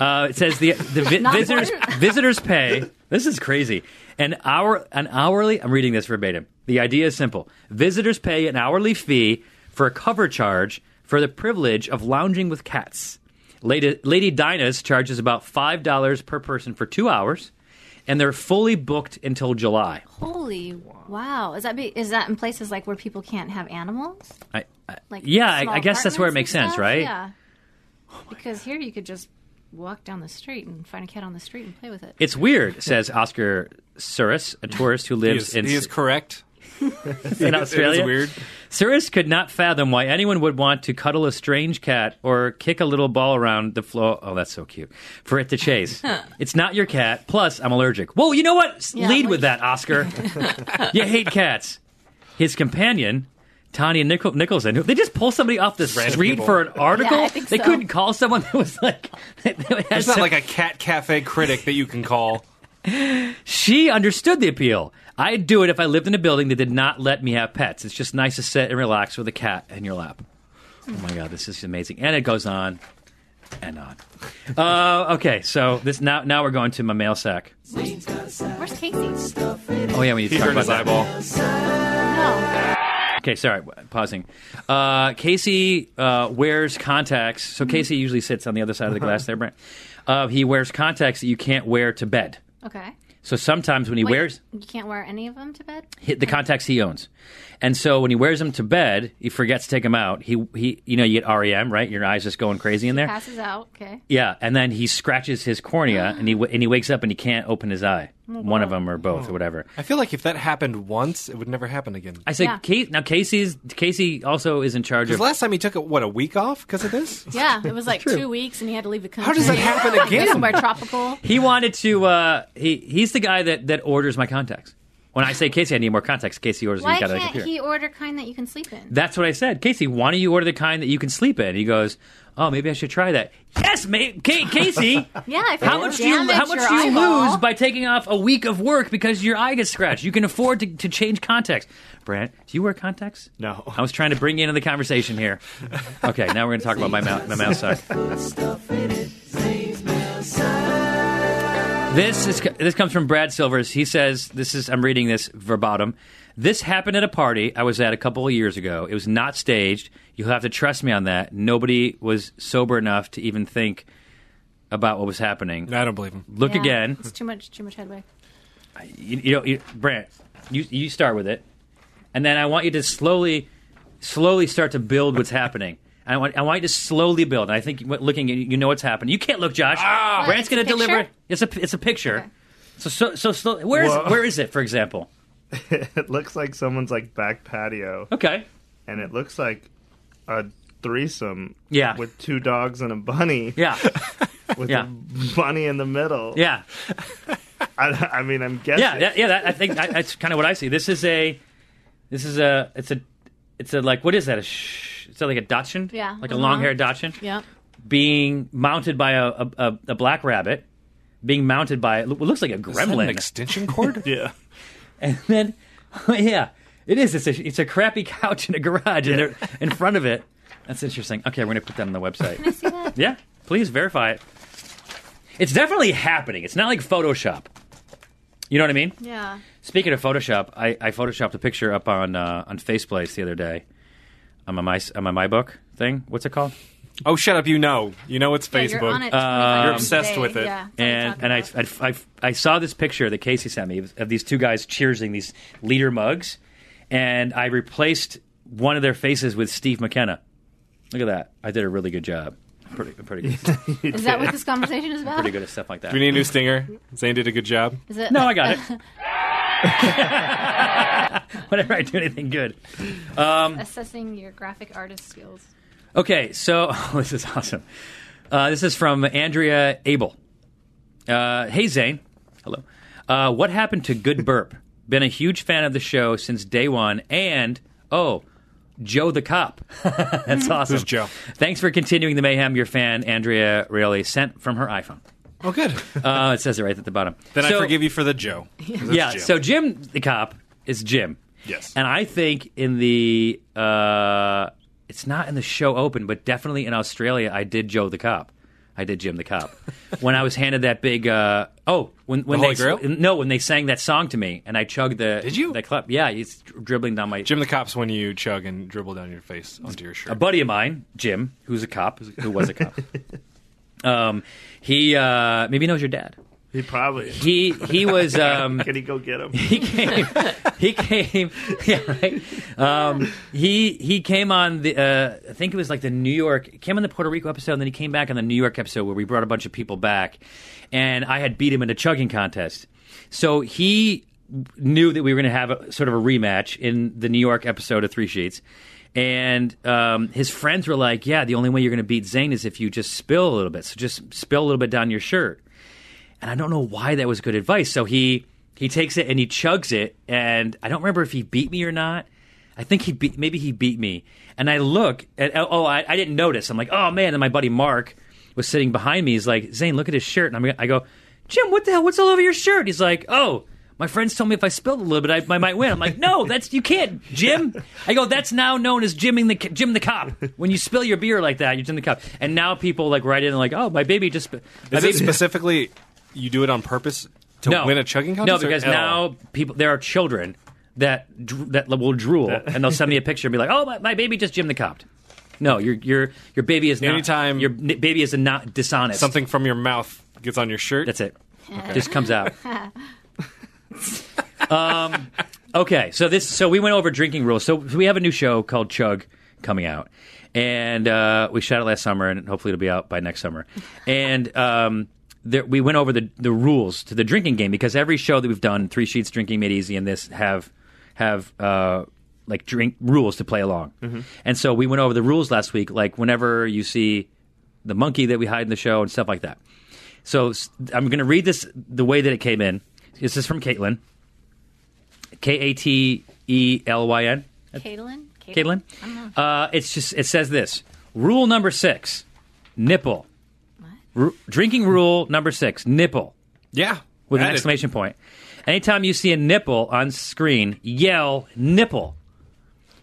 [SPEAKER 2] Uh, it says the the vi-
[SPEAKER 7] Not
[SPEAKER 2] visitors
[SPEAKER 7] important.
[SPEAKER 2] visitors pay. This is crazy. An hour an hourly. I'm reading this verbatim. The idea is simple. Visitors pay an hourly fee for a cover charge for the privilege of lounging with cats. Lady, Lady Dinah's charges about five dollars per person for two hours, and they're fully booked until July.
[SPEAKER 7] Holy wow! Is that be, is that in places like where people can't have animals?
[SPEAKER 2] I, I,
[SPEAKER 7] Like
[SPEAKER 2] yeah, I,
[SPEAKER 7] small
[SPEAKER 2] I guess that's where it
[SPEAKER 7] apartments
[SPEAKER 2] makes
[SPEAKER 7] and
[SPEAKER 2] sense,
[SPEAKER 7] stuff?
[SPEAKER 2] right?
[SPEAKER 7] Yeah. because here you could just walk down the street and find a cat on the street and play with it.
[SPEAKER 2] It's weird, says Oscar Suris, a tourist who
[SPEAKER 3] He
[SPEAKER 2] lives
[SPEAKER 3] is,
[SPEAKER 2] in,
[SPEAKER 3] he is correct.
[SPEAKER 2] in
[SPEAKER 3] It
[SPEAKER 2] Australia.
[SPEAKER 3] is weird.
[SPEAKER 2] Cyrus could not fathom why anyone would want to cuddle a strange cat or kick a little ball around the floor. Oh, that's so cute. For it to chase. it's not your cat. Plus, I'm allergic. Whoa, you know what? S-
[SPEAKER 7] Yeah,
[SPEAKER 2] Lead
[SPEAKER 7] like-
[SPEAKER 2] with that, Oscar. you hate cats. His companion, Tanya Nichol- Nicholson, who they just pull somebody off the
[SPEAKER 3] random
[SPEAKER 2] street
[SPEAKER 3] people.
[SPEAKER 2] for an article.
[SPEAKER 7] I think
[SPEAKER 2] they
[SPEAKER 7] so.
[SPEAKER 2] couldn't call someone that was like. that had
[SPEAKER 3] It's not
[SPEAKER 2] some-
[SPEAKER 3] like a cat cafe critic that you can call.
[SPEAKER 2] She understood the appeal. I'd do it if I lived in a building that did not let me have pets. It's just nice to sit and relax with a cat in your lap. Oh my god, this is amazing. And it goes on and on. Uh, okay, so this now now we're going to my mail sack.
[SPEAKER 7] Where's Casey?
[SPEAKER 2] Oh yeah, we need to
[SPEAKER 3] He
[SPEAKER 2] talk
[SPEAKER 3] turned
[SPEAKER 2] about
[SPEAKER 3] his
[SPEAKER 2] that.
[SPEAKER 3] eyeball.
[SPEAKER 7] No.
[SPEAKER 2] Okay, sorry, w- pausing. Uh, Casey uh, wears contacts. So Casey usually sits on the other side of the glass there, Brent. Uh, he wears contacts that you can't wear to bed.
[SPEAKER 7] Okay.
[SPEAKER 2] So sometimes when he
[SPEAKER 7] Wait,
[SPEAKER 2] wears
[SPEAKER 7] You can't wear any of them to bed.
[SPEAKER 2] hit the contacts he owns. And so when he wears them to bed, he forgets to take them out. He he you know, you get REM, right? Your eyes just going crazy in there.
[SPEAKER 7] Passes out. Okay.
[SPEAKER 2] Yeah, and then he scratches his cornea and he w- and he wakes up and he can't open his eye.
[SPEAKER 7] Oh,
[SPEAKER 2] One of them or both or whatever.
[SPEAKER 3] I feel like if that happened once, it would never happen again.
[SPEAKER 2] I said
[SPEAKER 7] Yeah.
[SPEAKER 2] Kate now Casey's Casey also is in charge
[SPEAKER 3] Because
[SPEAKER 2] of
[SPEAKER 3] last time he took what a week off because of this.
[SPEAKER 7] Yeah, it was like two weeks, and he had to leave the country.
[SPEAKER 3] How does that happen
[SPEAKER 7] Like, go
[SPEAKER 3] again?
[SPEAKER 7] Somewhere tropical.
[SPEAKER 2] He wanted to uh he he's the guy that that orders my contacts. When I say Casey I need more contacts, Casey orders
[SPEAKER 7] Why
[SPEAKER 2] you got a
[SPEAKER 7] can't
[SPEAKER 2] computer.
[SPEAKER 7] he order kind that you can sleep in?
[SPEAKER 2] That's what I said. Casey, why don't you order the kind that you can sleep in? He goes, "Oh, maybe I should try that." Yes, mate, Ca- Casey.
[SPEAKER 7] Yeah, if
[SPEAKER 2] How much do you
[SPEAKER 7] damage
[SPEAKER 2] how much
[SPEAKER 7] your
[SPEAKER 2] do you
[SPEAKER 7] eyeball-
[SPEAKER 2] lose by taking off a week of work because your eye gets scratched? You can afford to, to change contacts. Brant, do you wear contacts?
[SPEAKER 6] No.
[SPEAKER 2] I was trying to bring you into the conversation here. Okay, now we're going to talk about my mouth. My mouth suck. This is this comes from Brad Silvers. He says this is I'm reading this verbatim. This happened at a party I was at a couple of years ago. It was not staged. You'll have to trust me on that. Nobody was sober enough to even think about what was happening.
[SPEAKER 3] I don't believe him.
[SPEAKER 2] Look
[SPEAKER 7] Yeah,
[SPEAKER 2] again.
[SPEAKER 7] It's too much. Too much headway.
[SPEAKER 2] you, you know, you, Brant, you you start with it, and then I want you to slowly, slowly start to build what's happening. I want I want you to slowly build. And I think what- looking, at you you know what's happening. You can't look, Josh.
[SPEAKER 7] What,
[SPEAKER 2] Brant's
[SPEAKER 7] it's
[SPEAKER 2] going
[SPEAKER 7] a
[SPEAKER 2] to deliver.
[SPEAKER 7] picture?
[SPEAKER 2] It's a it's a picture.
[SPEAKER 7] Okay.
[SPEAKER 2] So so so slow. Where is
[SPEAKER 6] Whoa.
[SPEAKER 2] where is it? For example.
[SPEAKER 6] It looks like someone's like back patio,
[SPEAKER 2] Okay.
[SPEAKER 6] and it looks like a threesome.
[SPEAKER 2] Yeah.
[SPEAKER 6] with two dogs and a bunny.
[SPEAKER 2] Yeah.
[SPEAKER 6] with
[SPEAKER 2] yeah.
[SPEAKER 6] a bunny in the middle.
[SPEAKER 2] Yeah.
[SPEAKER 6] I, I mean, I'm guessing.
[SPEAKER 2] Yeah. Yeah. yeah that, I think that, that's kind of what I see. This is a, this is a. It's a. It's a like what is that? A sh- it's like a dachshund.
[SPEAKER 7] Yeah,
[SPEAKER 2] Like a
[SPEAKER 7] uh-huh.
[SPEAKER 2] long haired dachshund.
[SPEAKER 7] Yeah.
[SPEAKER 2] being mounted by a, a, a, a black rabbit, being mounted by it looks like a
[SPEAKER 3] Is that an
[SPEAKER 2] gremlin,
[SPEAKER 3] extension cord.
[SPEAKER 6] yeah.
[SPEAKER 2] and then yeah, it is. It's a it's a crappy couch in a garage, and they're in front of it. That's interesting. Okay, we're gonna put that on the website.
[SPEAKER 7] See that?
[SPEAKER 2] yeah, please verify it. It's definitely happening. It's not like Photoshop. You know what I mean?
[SPEAKER 7] Yeah.
[SPEAKER 2] Speaking of Photoshop, I, I photoshopped a picture up on uh, on FacePlace the other day on my, my on my MyBook thing. What's it called?
[SPEAKER 3] Oh, shut up! You know, you know it's
[SPEAKER 7] Yeah,
[SPEAKER 3] Facebook.
[SPEAKER 7] You're, on it
[SPEAKER 2] Um,
[SPEAKER 3] You're obsessed with it.
[SPEAKER 7] Yeah, that's what
[SPEAKER 2] and
[SPEAKER 7] we
[SPEAKER 2] and I,
[SPEAKER 7] talk
[SPEAKER 2] I, I, I saw this picture that Casey sent me of these two guys cheersing these leader mugs, and I replaced one of their faces with Steve McKenna. Look at that! I did a really good job. Pretty, pretty good.
[SPEAKER 7] about. Is that what this conversation is about?
[SPEAKER 2] pretty good at stuff like that.
[SPEAKER 3] We need a new stinger. Zane did a good job.
[SPEAKER 7] Is it?
[SPEAKER 2] No, I got it. Whenever I do anything good.
[SPEAKER 7] Assessing your graphic artist skills.
[SPEAKER 2] Okay, so oh, this is awesome. Uh, this is from Andrea Abel. Uh, hey, Zane. Hello. Uh, what happened to Good Burp? Been a huge fan of the show since day one. And, oh, Joe the Cop. That's awesome.
[SPEAKER 3] Who's Joe?
[SPEAKER 2] Thanks for continuing the mayhem. Your fan, Andrea Rayleigh, sent from her iPhone.
[SPEAKER 3] Oh, good.
[SPEAKER 2] Uh, it says it right at the bottom.
[SPEAKER 3] then I
[SPEAKER 2] So-
[SPEAKER 3] forgive you for the Joe. 'Cause it's
[SPEAKER 2] yeah.
[SPEAKER 3] Jim.
[SPEAKER 2] So Jim the cop is Jim.
[SPEAKER 3] Yes.
[SPEAKER 2] And I think in the uh, it's not in the show open, but definitely in Australia, I did Joe the cop. I did Jim the cop when I was handed that big. Uh, oh, when when
[SPEAKER 3] The Holy
[SPEAKER 2] they
[SPEAKER 3] Grail?
[SPEAKER 2] no when they sang that song to me and I chugged the
[SPEAKER 3] Did you?
[SPEAKER 2] the clap yeah it's dribbling down my
[SPEAKER 3] Jim the cops when you chug and dribble down your face onto your shirt.
[SPEAKER 2] a buddy of mine, Jim, who's a cop, who was a cop. um, he uh, maybe knows your dad.
[SPEAKER 6] He probably
[SPEAKER 2] He he was um,
[SPEAKER 6] can he go get him?
[SPEAKER 2] he came. he came. Yeah, right. Um, he he came on the. Uh, I think it was like the New York. Came on the Puerto Rico episode, and then he came back on the New York episode where we brought a bunch of people back, and I had beat him in a chugging contest. So he knew that we were going to have a, sort of a rematch in the New York episode of Three Sheets. And um, his friends were like, "Yeah, the only way you're going to beat Zane is if you just spill a little bit. So just spill a little bit down your shirt." and I don't know why that was good advice. So he he takes it and he chugs it, and I don't remember if he beat me or not. I think he beat maybe he beat me, and I look and oh I, I didn't notice. I'm like oh man, and my buddy Mark was sitting behind me. He's like Zane, look at his shirt, and I'm I go Jim, what the hell? What's all over your shirt? He's like oh. My friends told me if I spilled a little bit, I, I might win. I'm like, no, that's you can't, Jim. I go, that's now known as Jimming the Jim the cop. When you spill your beer like that, you're Jim the cop. And now people like write in and like, oh, my baby just. sp- My
[SPEAKER 3] Is it
[SPEAKER 2] baby,
[SPEAKER 3] specifically you do it on purpose to win a chugging contest?
[SPEAKER 2] No,
[SPEAKER 3] or
[SPEAKER 2] because
[SPEAKER 3] at
[SPEAKER 2] now
[SPEAKER 3] all?
[SPEAKER 2] people there are children that dr- that will drool and they'll send me a picture and be like, "Oh, my, my baby just Jim the copped." No, your your your baby is not,
[SPEAKER 3] Anytime-
[SPEAKER 2] your n- baby is not dishonest.
[SPEAKER 3] something from your mouth gets on your shirt.
[SPEAKER 2] that's it. Just comes out. um, okay, so this so we went over drinking rules. So, so we have a new show called Chug coming out, and uh, we shot it last summer, and hopefully it'll be out by next summer. And um, there, we went over the the rules to the drinking game because every show that we've done, Three Sheets, Drinking Made Easy, and this have have. Uh, like drink rules to play along, and so we went over the rules last week. Like whenever you see the monkey that we hide in the show and stuff like that. So s- I'm going to read this the way that it came in. This is from Caitlin. K A T E L Y N.
[SPEAKER 7] Caitlin?
[SPEAKER 2] Caitlin? Uh, it's just, it says this Rule number six, nipple. Ru- drinking rule number six, nipple,
[SPEAKER 3] yeah,
[SPEAKER 2] with an
[SPEAKER 3] Added.
[SPEAKER 2] exclamation point. Anytime you see a nipple on screen, yell nipple.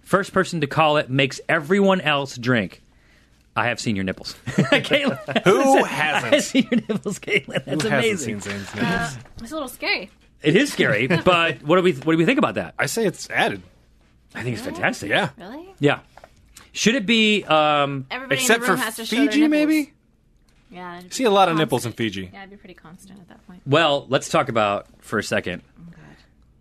[SPEAKER 2] First person to call it makes everyone else drink. I have seen your nipples. Caitlin.
[SPEAKER 3] Who
[SPEAKER 2] I
[SPEAKER 3] hasn't?
[SPEAKER 2] see your nipples, Caitlin. That's
[SPEAKER 3] Who hasn't
[SPEAKER 2] amazing.
[SPEAKER 3] seen Zane's nipples?
[SPEAKER 7] It's a little scary.
[SPEAKER 2] It is scary, but what do we what do we think about that?
[SPEAKER 3] I say it's added.
[SPEAKER 2] I think it's fantastic.
[SPEAKER 3] Yeah,
[SPEAKER 7] Really?
[SPEAKER 2] yeah. Should it be? Um,
[SPEAKER 7] Everybody
[SPEAKER 3] except
[SPEAKER 7] in the
[SPEAKER 3] for
[SPEAKER 7] room has to show their
[SPEAKER 3] Fiji,
[SPEAKER 7] nipples.
[SPEAKER 3] maybe.
[SPEAKER 7] Yeah. it'd be
[SPEAKER 3] See a lot of
[SPEAKER 7] constant.
[SPEAKER 3] nipples in Fiji.
[SPEAKER 7] Yeah, I'd be pretty constant at that point.
[SPEAKER 2] well, let's talk about for a second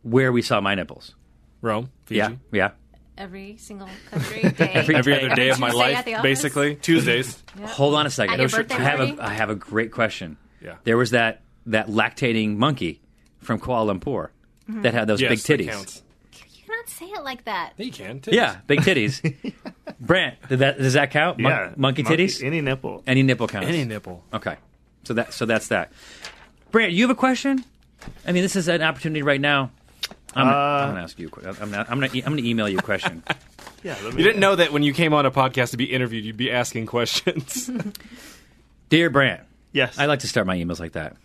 [SPEAKER 2] where we saw my nipples.
[SPEAKER 3] Rome, Fiji.
[SPEAKER 2] Yeah, yeah.
[SPEAKER 7] Every single country day.
[SPEAKER 2] Every-
[SPEAKER 3] Every
[SPEAKER 2] Hey,
[SPEAKER 3] other day of my
[SPEAKER 7] Tuesday
[SPEAKER 3] life,
[SPEAKER 7] at the office?
[SPEAKER 3] basically Tuesdays.
[SPEAKER 2] Hold on a second.
[SPEAKER 7] At your birthday
[SPEAKER 2] I have a
[SPEAKER 7] party?
[SPEAKER 2] I have a great question.
[SPEAKER 3] Yeah.
[SPEAKER 2] There was that that lactating monkey from Kuala Lumpur
[SPEAKER 7] Mm-hmm.
[SPEAKER 2] that had those
[SPEAKER 3] yes, that
[SPEAKER 2] big titties.
[SPEAKER 3] counts.
[SPEAKER 7] you cannot say it like that.
[SPEAKER 3] Yeah, you can. Titties.
[SPEAKER 2] Yeah, big titties. Brant, did that, does that count? Mon-
[SPEAKER 6] yeah,
[SPEAKER 2] monkey titties.
[SPEAKER 6] any nipple.
[SPEAKER 2] Any nipple counts.
[SPEAKER 3] Any nipple.
[SPEAKER 2] Okay. So that so that's that. Brant, you have a question? I mean, this is an opportunity right now. I'm, gonna, I'm gonna ask you. a que- I'm not, I'm gonna. e- I'm gonna email you a question.
[SPEAKER 6] Yeah,
[SPEAKER 3] You
[SPEAKER 6] let me,
[SPEAKER 3] didn't know that when you came on a podcast to be interviewed, you'd be asking questions.
[SPEAKER 2] Dear Brant,
[SPEAKER 6] yes,
[SPEAKER 2] I like to start my emails like that.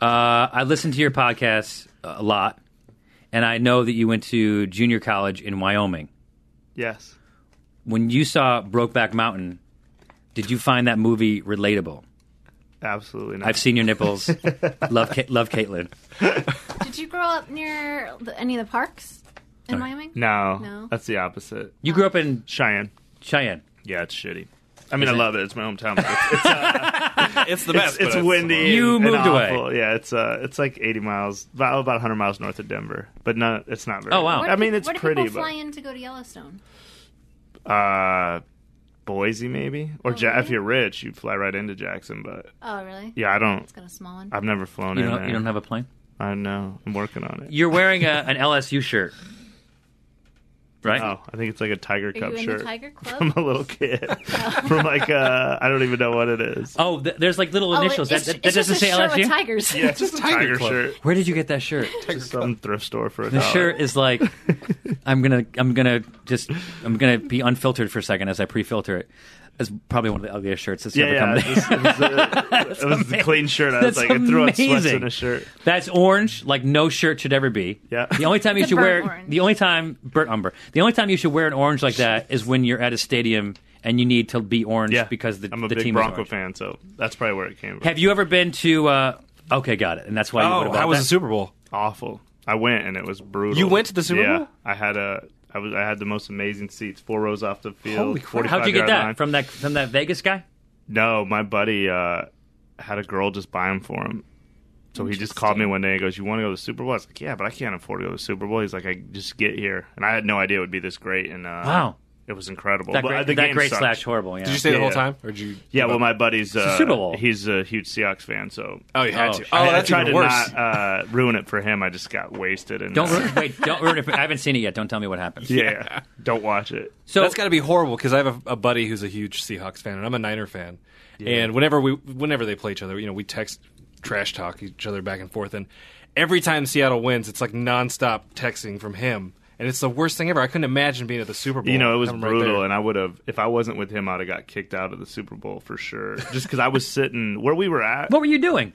[SPEAKER 2] Uh, I listen to your podcast a lot, and I know that you went to junior college in Wyoming.
[SPEAKER 6] Yes,
[SPEAKER 2] When you saw Brokeback Mountain, did you find that movie relatable?
[SPEAKER 6] absolutely not.
[SPEAKER 2] I've seen your nipples. love, Ca- love Caitlin.
[SPEAKER 7] Did Did you grow up near the, any of the parks in Wyoming?
[SPEAKER 6] No,
[SPEAKER 7] No.
[SPEAKER 6] that's the opposite.
[SPEAKER 2] You grew up in
[SPEAKER 6] Cheyenne.
[SPEAKER 2] Cheyenne.
[SPEAKER 6] Yeah, it's shitty. I mean, I
[SPEAKER 2] it?
[SPEAKER 6] love it. It's my hometown. but It's,
[SPEAKER 3] It's the
[SPEAKER 6] it's,
[SPEAKER 3] best.
[SPEAKER 6] it's
[SPEAKER 3] but
[SPEAKER 6] windy.
[SPEAKER 2] You
[SPEAKER 6] and
[SPEAKER 2] moved
[SPEAKER 6] awful.
[SPEAKER 2] away.
[SPEAKER 6] Yeah, it's uh, it's like eighty miles, about about hundred miles north of Denver, but not. It's not very.
[SPEAKER 2] Oh, wow.
[SPEAKER 7] Where
[SPEAKER 6] I
[SPEAKER 7] do
[SPEAKER 6] mean,
[SPEAKER 7] peop-
[SPEAKER 6] it's
[SPEAKER 7] where do
[SPEAKER 6] pretty,
[SPEAKER 7] people fly
[SPEAKER 6] but
[SPEAKER 7] in to go to Yellowstone?
[SPEAKER 6] uh, Boise maybe, or ja-
[SPEAKER 7] really?
[SPEAKER 6] if you're rich, you'd fly right into Jackson. But
[SPEAKER 7] Oh, really?
[SPEAKER 6] yeah, I don't.
[SPEAKER 7] It's got a small one.
[SPEAKER 6] I've never flown
[SPEAKER 2] You
[SPEAKER 6] in
[SPEAKER 2] don't,
[SPEAKER 6] there.
[SPEAKER 2] you don't have a plane.
[SPEAKER 6] I know. I'm working on it.
[SPEAKER 2] You're wearing a, an LSU shirt, right?
[SPEAKER 6] Oh, I think it's like a Tiger
[SPEAKER 7] Are
[SPEAKER 6] Cub
[SPEAKER 7] you in
[SPEAKER 6] shirt.
[SPEAKER 7] the Tiger
[SPEAKER 6] I'm
[SPEAKER 7] Club?
[SPEAKER 6] a little kid from like uh, I don't even know what it is.
[SPEAKER 2] Oh, th- there's like little
[SPEAKER 7] Oh,
[SPEAKER 2] initials.
[SPEAKER 7] it's,
[SPEAKER 2] that that,
[SPEAKER 7] it's
[SPEAKER 2] that doesn't
[SPEAKER 7] just a
[SPEAKER 2] say
[SPEAKER 7] shirt with
[SPEAKER 2] LSU.
[SPEAKER 7] tigers.
[SPEAKER 3] It's just a tiger,
[SPEAKER 6] Tiger
[SPEAKER 3] club.
[SPEAKER 6] shirt.
[SPEAKER 2] Where did you get that shirt?
[SPEAKER 6] Just some thrift store for a
[SPEAKER 2] The
[SPEAKER 6] dollar.
[SPEAKER 2] shirt is like, I'm gonna, I'm gonna just, I'm gonna be unfiltered for a second as I pre-filter it. It's probably one of the ugliest shirts that's
[SPEAKER 6] Yeah,
[SPEAKER 2] ever
[SPEAKER 6] yeah.
[SPEAKER 2] come.
[SPEAKER 6] It
[SPEAKER 2] to-
[SPEAKER 6] was, it was, a, it was a clean shirt. I was
[SPEAKER 2] That's
[SPEAKER 6] like, I threw on sweats
[SPEAKER 2] amazing.
[SPEAKER 6] and a shirt.
[SPEAKER 2] That's orange, like no shirt should ever be.
[SPEAKER 6] Yeah.
[SPEAKER 2] The only time you
[SPEAKER 7] It's a
[SPEAKER 2] should wear
[SPEAKER 7] burnt orange.
[SPEAKER 2] the only time burnt umber. The only time you should wear an orange like that is when you're at a stadium and you need to be orange
[SPEAKER 6] Yeah,
[SPEAKER 2] because the,
[SPEAKER 6] I'm a
[SPEAKER 2] the
[SPEAKER 6] big
[SPEAKER 2] team is
[SPEAKER 6] Bronco
[SPEAKER 2] orange.
[SPEAKER 6] fan, so that's probably where it came from.
[SPEAKER 2] Have you ever been to? Uh, okay, got it. And that's why you would
[SPEAKER 3] Oh,
[SPEAKER 2] have
[SPEAKER 3] how
[SPEAKER 2] bought
[SPEAKER 3] was
[SPEAKER 2] that.
[SPEAKER 3] the Super Bowl?
[SPEAKER 6] Awful. I went and it was brutal.
[SPEAKER 3] You went to the Super
[SPEAKER 6] yeah,
[SPEAKER 3] Bowl?
[SPEAKER 6] I had a. I was. I had the most amazing seats, four rows off the field.
[SPEAKER 3] Holy crap.
[SPEAKER 6] 45
[SPEAKER 2] How'd you get
[SPEAKER 6] yard
[SPEAKER 2] that
[SPEAKER 6] line.
[SPEAKER 2] from that from that Vegas guy?
[SPEAKER 6] No, my buddy uh, had a girl just buy him for him. So he just called me one day and goes, "You want to go to the Super Bowl?" I was like, "Yeah, but I can't afford to go to the Super Bowl." He's like, "I just get here," and I had no idea it would be this great. And uh,
[SPEAKER 2] Wow,
[SPEAKER 6] it was incredible.
[SPEAKER 2] that
[SPEAKER 6] But, uh,
[SPEAKER 2] great,
[SPEAKER 6] the
[SPEAKER 2] that
[SPEAKER 6] game
[SPEAKER 2] great
[SPEAKER 6] sucked.
[SPEAKER 2] slash horrible. Yeah.
[SPEAKER 3] Did you stay the
[SPEAKER 6] Yeah.
[SPEAKER 3] whole time, or did you?
[SPEAKER 6] Yeah, well, my buddy's uh,
[SPEAKER 2] Super Bowl.
[SPEAKER 6] He's a huge Seahawks fan, so
[SPEAKER 3] Oh, you had
[SPEAKER 2] Oh,
[SPEAKER 3] to.
[SPEAKER 2] shit.
[SPEAKER 3] Oh,
[SPEAKER 6] I, I
[SPEAKER 3] that's
[SPEAKER 6] tried
[SPEAKER 3] even
[SPEAKER 6] to
[SPEAKER 3] worse.
[SPEAKER 6] not uh, ruin it for him. I just got wasted and
[SPEAKER 2] Don't
[SPEAKER 6] uh,
[SPEAKER 2] ruin, wait. Don't ruin it. For, I haven't seen it yet. Don't tell me what happens.
[SPEAKER 6] yeah, don't watch it.
[SPEAKER 2] So
[SPEAKER 3] that's got to be horrible because I have a, a buddy who's a huge Seahawks fan, and I'm a Niner fan. And whenever we, whenever they play each other, you know, we text, trash talk each other back and forth, and every time Seattle wins, it's like nonstop texting from him, and it's the worst thing ever. I couldn't imagine being at the Super Bowl.
[SPEAKER 6] You know, it was
[SPEAKER 3] I'm right
[SPEAKER 6] brutal,
[SPEAKER 3] there.
[SPEAKER 6] and I would have if I wasn't with him, I'd have got kicked out of the Super Bowl for sure. Just because I was sitting where we were at.
[SPEAKER 2] what were you doing?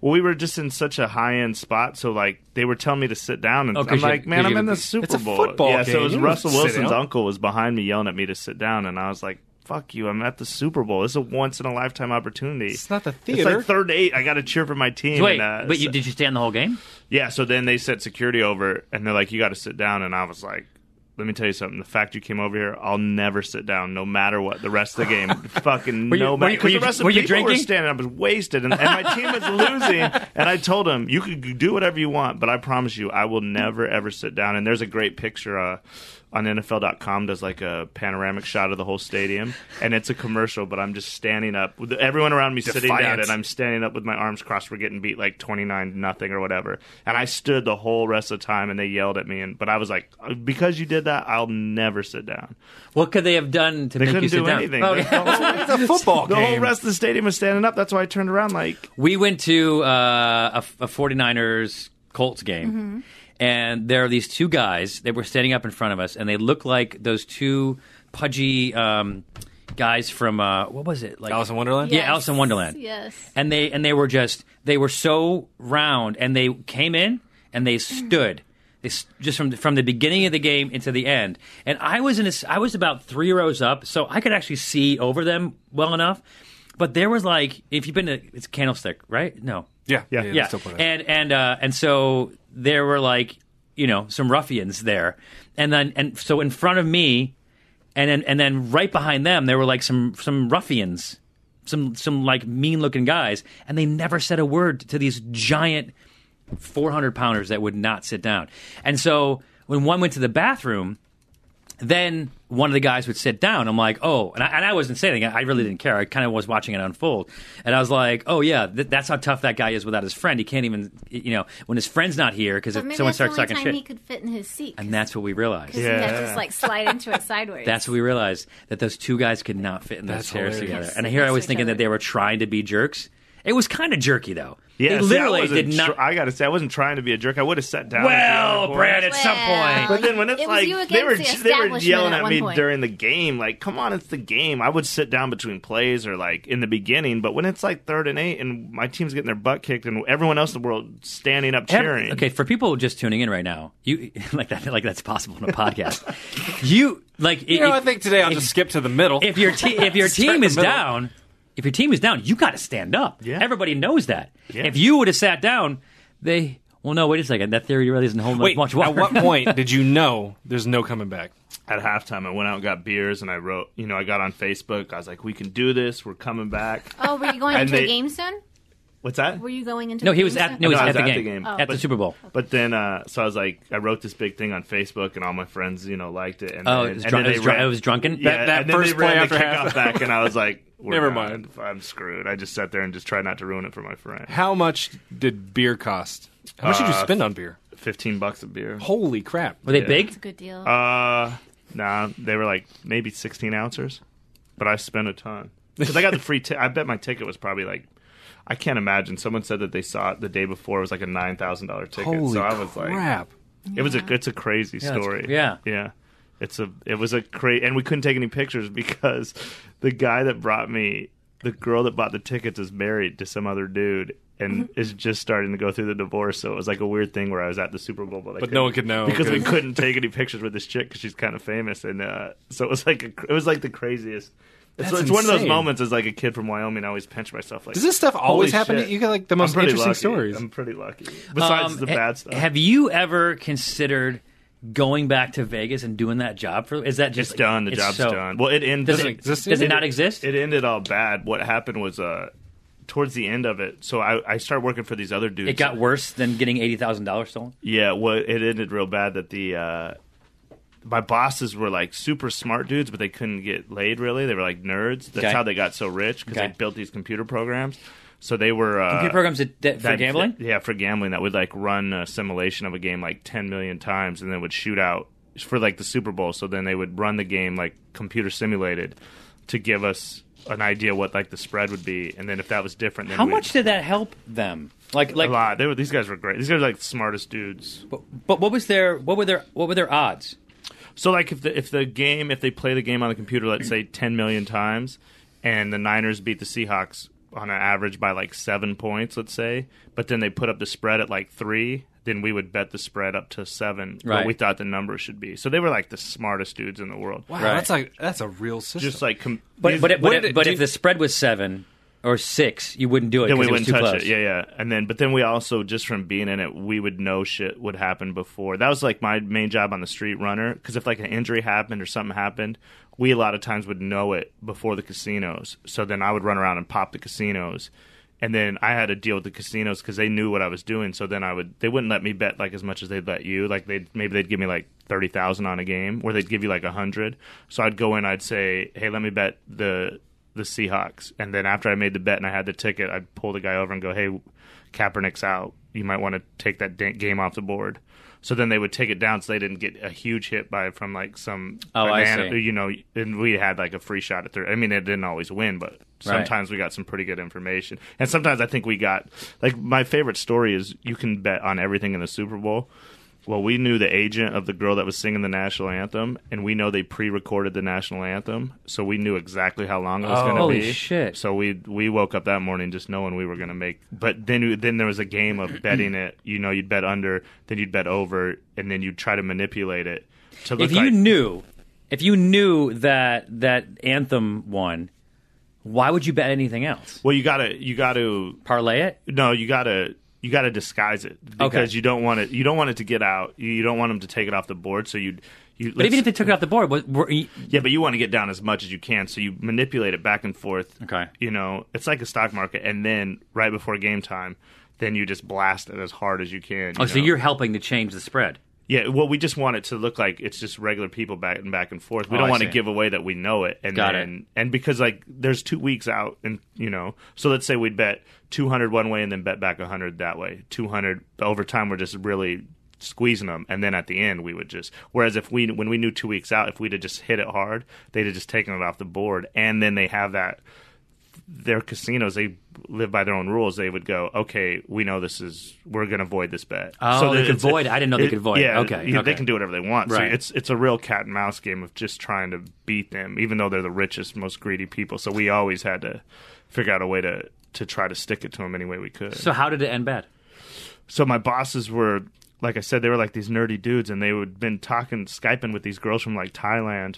[SPEAKER 6] Well, we were just in such a high end spot, so like they were telling me to sit down, and
[SPEAKER 2] Oh, 'cause
[SPEAKER 6] I'm
[SPEAKER 2] you-
[SPEAKER 6] like, man,
[SPEAKER 2] 'cause
[SPEAKER 6] I'm
[SPEAKER 2] you-
[SPEAKER 6] in the Super
[SPEAKER 3] it's a
[SPEAKER 6] Bowl.
[SPEAKER 3] football
[SPEAKER 6] yeah, so
[SPEAKER 3] game.
[SPEAKER 6] it was
[SPEAKER 3] You don't
[SPEAKER 6] Russell
[SPEAKER 3] sit
[SPEAKER 6] Wilson's
[SPEAKER 3] down.
[SPEAKER 6] uncle was behind me yelling at me to sit down, and I was like, fuck you, I'm at the Super Bowl. This is a once in a lifetime opportunity.
[SPEAKER 3] It's not the
[SPEAKER 6] It's
[SPEAKER 3] theater.
[SPEAKER 6] like third to eight. I got to cheer for my team.
[SPEAKER 2] Wait,
[SPEAKER 6] and, uh,
[SPEAKER 2] but you
[SPEAKER 6] so-
[SPEAKER 2] did you stay in the whole game?
[SPEAKER 6] yeah. So then they sent security over, and they're like, "You got to sit down." And I was like, "Let me tell you something. The fact you came over here, I'll never sit down, no matter what. The rest of the game, fucking
[SPEAKER 2] Were you-
[SPEAKER 6] no
[SPEAKER 2] were
[SPEAKER 6] matter."
[SPEAKER 2] you-
[SPEAKER 6] 'cause
[SPEAKER 2] were you-
[SPEAKER 6] the rest of
[SPEAKER 2] were
[SPEAKER 6] the
[SPEAKER 2] you
[SPEAKER 6] people were
[SPEAKER 2] drinking?
[SPEAKER 6] standing. I was wasted, and, and my team was losing. And I told them, "You can do whatever you want, but I promise you, I will never ever sit down." And there's a great picture. Uh, on NFL.com does like a panoramic shot of the whole stadium, and it's a commercial. But I'm just standing up, with everyone around me sitting down,
[SPEAKER 3] Defiance.
[SPEAKER 6] and I'm standing up with my arms crossed. We're getting beat like 29 nothing or whatever. And I stood the whole rest of the time and they yelled at me. And But I was like, because you did that, I'll never sit down.
[SPEAKER 2] What could they have done to
[SPEAKER 6] They
[SPEAKER 2] make you
[SPEAKER 6] couldn't
[SPEAKER 2] sit
[SPEAKER 6] do
[SPEAKER 2] down?
[SPEAKER 6] anything.
[SPEAKER 2] Oh,
[SPEAKER 6] The
[SPEAKER 2] yeah.
[SPEAKER 6] whole-
[SPEAKER 3] It's a football
[SPEAKER 6] The
[SPEAKER 3] game.
[SPEAKER 6] whole rest of the stadium was standing up. That's why I turned around like,
[SPEAKER 2] We went to uh, a, a 49ers Colts game, and there are these two guys that were standing up in front of us, and they look like those two pudgy um, guys from uh, what was it? Like
[SPEAKER 3] Alice in Wonderland.
[SPEAKER 2] Yeah, Alice in Wonderland.
[SPEAKER 7] Yes.
[SPEAKER 2] and they and they were just they were so round and they came in and they stood they s- just from from the beginning of the game into the end and i was in a s I was about 3 rows up so i could actually see over them well enough but there was like if you've been to it's candlestick right no
[SPEAKER 3] yeah, yeah,
[SPEAKER 6] Yeah.
[SPEAKER 3] yeah.
[SPEAKER 2] yeah
[SPEAKER 3] still playing.
[SPEAKER 2] and and uh and so there were like you know some ruffians there and then and so in front of me and then and then right behind them there were like some some ruffians some some like mean looking guys and they never said a word to these giant 400 pounders that would not sit down and so when one went to the bathroom then one of the guys would sit down. I'm like, oh, and I, and I wasn't saying anything. I really didn't care. I kind of was watching it unfold, and I was like, oh yeah, th- that's how tough that guy is without his friend. He can't even, you know, when his friend's not here because
[SPEAKER 7] But
[SPEAKER 2] if
[SPEAKER 7] maybe
[SPEAKER 2] someone
[SPEAKER 7] that's the
[SPEAKER 2] starts
[SPEAKER 7] only
[SPEAKER 2] talking shit,
[SPEAKER 7] time he could fit in his seat.
[SPEAKER 2] and that's what we realized.
[SPEAKER 7] yeah.
[SPEAKER 6] Yeah.
[SPEAKER 7] just like slide into it sideways.
[SPEAKER 2] That's what we realized that those two guys could not fit in those
[SPEAKER 3] That's
[SPEAKER 2] chairs
[SPEAKER 3] hilarious.
[SPEAKER 2] together. And here I
[SPEAKER 7] Next to
[SPEAKER 2] was
[SPEAKER 7] each
[SPEAKER 2] thinking
[SPEAKER 7] other.
[SPEAKER 2] that they were trying to be jerks. It was kind of jerky though. they
[SPEAKER 6] yeah, see, I
[SPEAKER 2] literally
[SPEAKER 6] wasn't
[SPEAKER 2] did not.
[SPEAKER 6] tr- I got to say, I wasn't trying to be a jerk. I would have sat down. if the other
[SPEAKER 2] well,
[SPEAKER 6] boys-
[SPEAKER 2] Brad, at some
[SPEAKER 7] Well,
[SPEAKER 2] point.
[SPEAKER 6] But then when it's
[SPEAKER 7] It was
[SPEAKER 6] like
[SPEAKER 7] you against
[SPEAKER 6] they were they
[SPEAKER 7] the
[SPEAKER 6] were
[SPEAKER 7] establishment
[SPEAKER 6] yelling
[SPEAKER 7] at
[SPEAKER 6] at
[SPEAKER 7] one
[SPEAKER 6] me
[SPEAKER 7] point.
[SPEAKER 6] during the game, like, "Come on, it's the game." I would sit down between plays or like in the beginning, but when it's like third and eight and my team's getting their butt kicked and everyone else in the world standing up
[SPEAKER 2] Ev-
[SPEAKER 6] cheering,
[SPEAKER 2] Okay, for people just tuning in right now, you like that like that's possible in a podcast. you like
[SPEAKER 3] you know, I think today I'll just skip to the middle.
[SPEAKER 2] if your te- if your
[SPEAKER 3] Start in
[SPEAKER 2] team
[SPEAKER 3] the
[SPEAKER 2] is
[SPEAKER 3] middle.
[SPEAKER 2] down, if your team is down, you got to stand up.
[SPEAKER 6] Yeah.
[SPEAKER 2] Everybody knows that.
[SPEAKER 6] Yeah.
[SPEAKER 2] If you would have sat down, they Well, no, wait a second. That theory really isn't holding
[SPEAKER 3] Wait,
[SPEAKER 2] up much water.
[SPEAKER 3] at what point did you know there's no coming back?
[SPEAKER 6] at halftime, I went out and got beers, and I wrote, you know, I got on Facebook. I was like, "We can do this. We're coming back."
[SPEAKER 7] Oh, were you going
[SPEAKER 6] And
[SPEAKER 7] into the
[SPEAKER 6] they-
[SPEAKER 7] game soon?
[SPEAKER 6] What's that?
[SPEAKER 7] Were you going into
[SPEAKER 2] no,
[SPEAKER 7] the
[SPEAKER 2] he
[SPEAKER 7] game
[SPEAKER 2] was at
[SPEAKER 7] soon?
[SPEAKER 2] no, he was
[SPEAKER 6] No, I
[SPEAKER 2] at
[SPEAKER 6] was
[SPEAKER 2] the
[SPEAKER 6] at the
[SPEAKER 2] game,
[SPEAKER 6] game. Oh,
[SPEAKER 2] at the
[SPEAKER 6] But-
[SPEAKER 2] Super Bowl.
[SPEAKER 6] But then, uh, so I was like, I wrote this big thing on Facebook, and all my friends, you know, liked it. And
[SPEAKER 2] Oh,
[SPEAKER 6] then,
[SPEAKER 2] it was,
[SPEAKER 6] and
[SPEAKER 2] drunk.
[SPEAKER 6] then
[SPEAKER 2] it, was
[SPEAKER 6] they
[SPEAKER 2] drunk-
[SPEAKER 6] ran-
[SPEAKER 2] it was drunken.
[SPEAKER 6] Yeah,
[SPEAKER 3] That- that
[SPEAKER 6] and then
[SPEAKER 3] first
[SPEAKER 6] they ran
[SPEAKER 3] play
[SPEAKER 6] the
[SPEAKER 3] after
[SPEAKER 6] kickoff
[SPEAKER 3] half-
[SPEAKER 6] back, and I was like, we're
[SPEAKER 3] Never
[SPEAKER 6] done.
[SPEAKER 3] mind.
[SPEAKER 6] I'm screwed. I just sat there and just tried not to ruin it for my friend.
[SPEAKER 3] How much did beer cost? How much did you
[SPEAKER 6] Uh,
[SPEAKER 3] spend on beer?
[SPEAKER 6] Fifteen bucks a beer.
[SPEAKER 3] Holy crap!
[SPEAKER 2] Were they
[SPEAKER 6] Yeah.
[SPEAKER 2] big?
[SPEAKER 7] It's a good deal.
[SPEAKER 6] Uh, nah, they were like maybe sixteen ounces, but I spent a ton because I got the free. Ti- I bet my ticket was probably like. I can't imagine. Someone said that they saw it the day before. It was like a nine thousand dollar ticket.
[SPEAKER 3] Holy
[SPEAKER 6] so I was like,
[SPEAKER 3] crap!
[SPEAKER 6] It was a it's a crazy
[SPEAKER 2] it's-
[SPEAKER 6] story.
[SPEAKER 2] yeah.
[SPEAKER 6] yeah. It's a it was a crazy, and we couldn't take any pictures because the guy that brought me, the girl that bought the tickets, is married to some other dude and
[SPEAKER 3] Mm-hmm.
[SPEAKER 6] is just starting to go through the divorce. So it was like a weird thing where I was at the Super Bowl, but, I
[SPEAKER 3] But no
[SPEAKER 6] couldn't-
[SPEAKER 3] one could know
[SPEAKER 6] because we couldn't take any pictures with this chick because she's kind of famous, and uh, so it was like a, cr- it was like the craziest. It's,
[SPEAKER 3] That's
[SPEAKER 6] it's one of those
[SPEAKER 3] insane.
[SPEAKER 6] moments as like a kid from Wyoming. I always pinch myself like.
[SPEAKER 3] Does this stuff always
[SPEAKER 6] holy
[SPEAKER 3] happen?
[SPEAKER 6] shit.
[SPEAKER 3] to You You got like the
[SPEAKER 6] I'm
[SPEAKER 3] most
[SPEAKER 6] pretty
[SPEAKER 3] interesting
[SPEAKER 6] lucky.
[SPEAKER 3] stories.
[SPEAKER 6] I'm pretty lucky. Besides
[SPEAKER 2] Um,
[SPEAKER 6] the
[SPEAKER 2] ha-
[SPEAKER 6] bad stuff.
[SPEAKER 2] Have you ever considered going back to Vegas and doing that job for? Is that just
[SPEAKER 6] It's done. The
[SPEAKER 2] it's
[SPEAKER 6] job's
[SPEAKER 2] so-
[SPEAKER 6] done. Well, it ended.
[SPEAKER 2] Does
[SPEAKER 3] Doesn't
[SPEAKER 2] it,
[SPEAKER 3] exist
[SPEAKER 2] does it
[SPEAKER 3] anymore.
[SPEAKER 2] not exist?
[SPEAKER 6] It ended all bad. What happened was uh, towards the end of it. So I, I started working for these other dudes.
[SPEAKER 2] It got worse than getting eighty thousand dollars stolen.
[SPEAKER 6] yeah. Well, it ended real bad. That the uh, my bosses were like super smart dudes, but they couldn't get laid. Really, they were like nerds. That's
[SPEAKER 2] Okay.
[SPEAKER 6] how they got so rich because
[SPEAKER 2] Okay.
[SPEAKER 6] they built these computer programs. So they were uh,
[SPEAKER 2] Computer programs that, that, for
[SPEAKER 6] that-
[SPEAKER 2] gambling.
[SPEAKER 6] yeah, for gambling that would like run a simulation of a game like 10 million times and then would shoot out for like the Super Bowl. So then they would run the game like computer simulated to give us an idea what like the spread would be, and then if that was different, then
[SPEAKER 2] How
[SPEAKER 6] we'd-
[SPEAKER 2] much did that help them? Like,
[SPEAKER 6] A
[SPEAKER 2] like,
[SPEAKER 6] lot. They were, these guys were great. These guys are like the smartest dudes.
[SPEAKER 2] but, but what was their what were their what were their odds?
[SPEAKER 6] So like if the if the game if they play the game on the computer, let's say 10 million times, and the Niners beat the Seahawks on an average by like seven points, let's say, but then they put up the spread at like three, then we would bet the spread up to seven.
[SPEAKER 2] Right.
[SPEAKER 6] What we thought the number should be. So they were like the smartest dudes in the world.
[SPEAKER 3] wow,
[SPEAKER 2] Right.
[SPEAKER 3] that's like that's a real system.
[SPEAKER 6] Just like com-
[SPEAKER 2] But
[SPEAKER 6] these-
[SPEAKER 2] but it,
[SPEAKER 3] what
[SPEAKER 2] but,
[SPEAKER 3] did
[SPEAKER 2] it,
[SPEAKER 3] it-
[SPEAKER 2] but
[SPEAKER 3] do
[SPEAKER 2] if
[SPEAKER 3] you-
[SPEAKER 2] the spread was seven or six, you wouldn't do it.
[SPEAKER 6] then
[SPEAKER 2] 'cause
[SPEAKER 6] we
[SPEAKER 2] it was
[SPEAKER 6] wouldn't
[SPEAKER 2] too
[SPEAKER 6] touch
[SPEAKER 2] close.
[SPEAKER 6] it. Yeah, yeah. And then, but then we also just from being in it, we would know shit would happen before. That was like my main job on the street runner because if like an injury happened or something happened, we a lot of times would know it before the casinos. So then I would run around and pop the casinos. And then I had to deal with the casinos because they knew what I was doing. So then I would, they wouldn't let me bet like as much as they'd let you. Like they maybe they'd give me like thirty thousand on a game, or they'd give you like a hundred. So I'd go in, I'd say, hey, let me bet the the Seahawks. And then after I made the bet and I had the ticket, I'd pull the guy over and go, "Hey, Kaepernick's out. You might want to take that da- game off the board." So then they would take it down, so they didn't get a huge hit by from like some
[SPEAKER 2] Oh, I see.
[SPEAKER 6] you know. And we had like a free shot at three. I mean, it didn't always win, but sometimes we got some pretty good information. And sometimes I think we got like my favorite story is you can bet on everything in the Super Bowl. Well, we knew the agent of the girl that was singing the national anthem, and we know they pre-recorded the national anthem, so we knew exactly how long it was going to
[SPEAKER 2] Holy
[SPEAKER 6] be.
[SPEAKER 2] shit.
[SPEAKER 6] So we we woke up that morning just knowing we were going to make. But then then there was a game of betting it. You know, you'd bet under, then you'd bet over, and then you'd try to manipulate it to look
[SPEAKER 2] If you
[SPEAKER 6] like
[SPEAKER 2] knew, if you knew that that anthem won, why would you bet anything else?
[SPEAKER 6] well, you gotta you gotta
[SPEAKER 2] Parlay it.
[SPEAKER 6] no, you gotta you gotta disguise it because
[SPEAKER 2] Okay.
[SPEAKER 6] you don't want it you don't want it to get out. You, you don't want them to take it off the board. So you you
[SPEAKER 2] But even if they took it off the board, what, were, you-
[SPEAKER 6] Yeah, but you want to get down as much as you can, so you manipulate it back and forth.
[SPEAKER 2] Okay.
[SPEAKER 6] You know, it's like a stock market, and then right before game time, then you just blast it as hard as you can. you
[SPEAKER 2] oh, so
[SPEAKER 6] know?
[SPEAKER 2] you're helping to change the spread.
[SPEAKER 6] yeah. Well, we just want it to look like it's just regular people back and back and forth. We
[SPEAKER 2] Oh,
[SPEAKER 6] don't
[SPEAKER 2] I
[SPEAKER 6] want to
[SPEAKER 2] see.
[SPEAKER 6] give away that we know it, and
[SPEAKER 2] Got it.
[SPEAKER 6] then and because like there's two weeks out, and you know, so let's say we'd bet 200 one way and then bet back 100 that way. 200 over time, we're just really squeezing them, and then at the end we would just. Whereas if we when we knew two weeks out, if we'd have just hit it hard, they'd have just taken it off the board, and then they have that their casinos they live by their own rules they would go okay we know this is we're going to void this bet
[SPEAKER 2] Oh, they
[SPEAKER 6] that
[SPEAKER 2] could
[SPEAKER 6] it's a-
[SPEAKER 2] void it. I didn't know they could void it.
[SPEAKER 6] yeah
[SPEAKER 2] Okay,
[SPEAKER 6] yeah,
[SPEAKER 2] okay.
[SPEAKER 6] they can do whatever they want so
[SPEAKER 2] Right.
[SPEAKER 6] it's it's a real cat and mouse game of just trying to beat them even though they're the richest most greedy people so we always had to figure out a way to to try to stick it to them any way we could
[SPEAKER 2] So how did it end bad?
[SPEAKER 6] so my bosses were like I said, they were like these nerdy dudes, and they would been talking, skyping with these girls from like Thailand,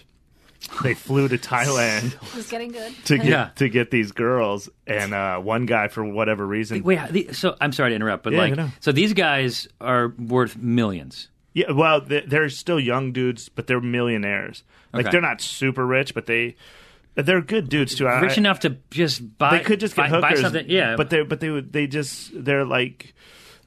[SPEAKER 6] they flew to Thailand
[SPEAKER 7] It was getting good.
[SPEAKER 6] to get
[SPEAKER 2] Yeah.
[SPEAKER 6] to get these girls, and uh, one guy for whatever reason.
[SPEAKER 2] Wait, the, so I'm sorry to interrupt, but
[SPEAKER 6] Yeah,
[SPEAKER 2] like,
[SPEAKER 6] no, no.
[SPEAKER 2] so these guys are worth millions.
[SPEAKER 6] Yeah, well, th- they're still young dudes, but they're millionaires. Like
[SPEAKER 2] Okay.
[SPEAKER 6] they're not super rich, but they they're good dudes too. I-
[SPEAKER 2] Rich enough to just buy.
[SPEAKER 6] they could just
[SPEAKER 2] buy,
[SPEAKER 6] get hookers,
[SPEAKER 2] buy something. Yeah,
[SPEAKER 6] But they but they would they just they're like,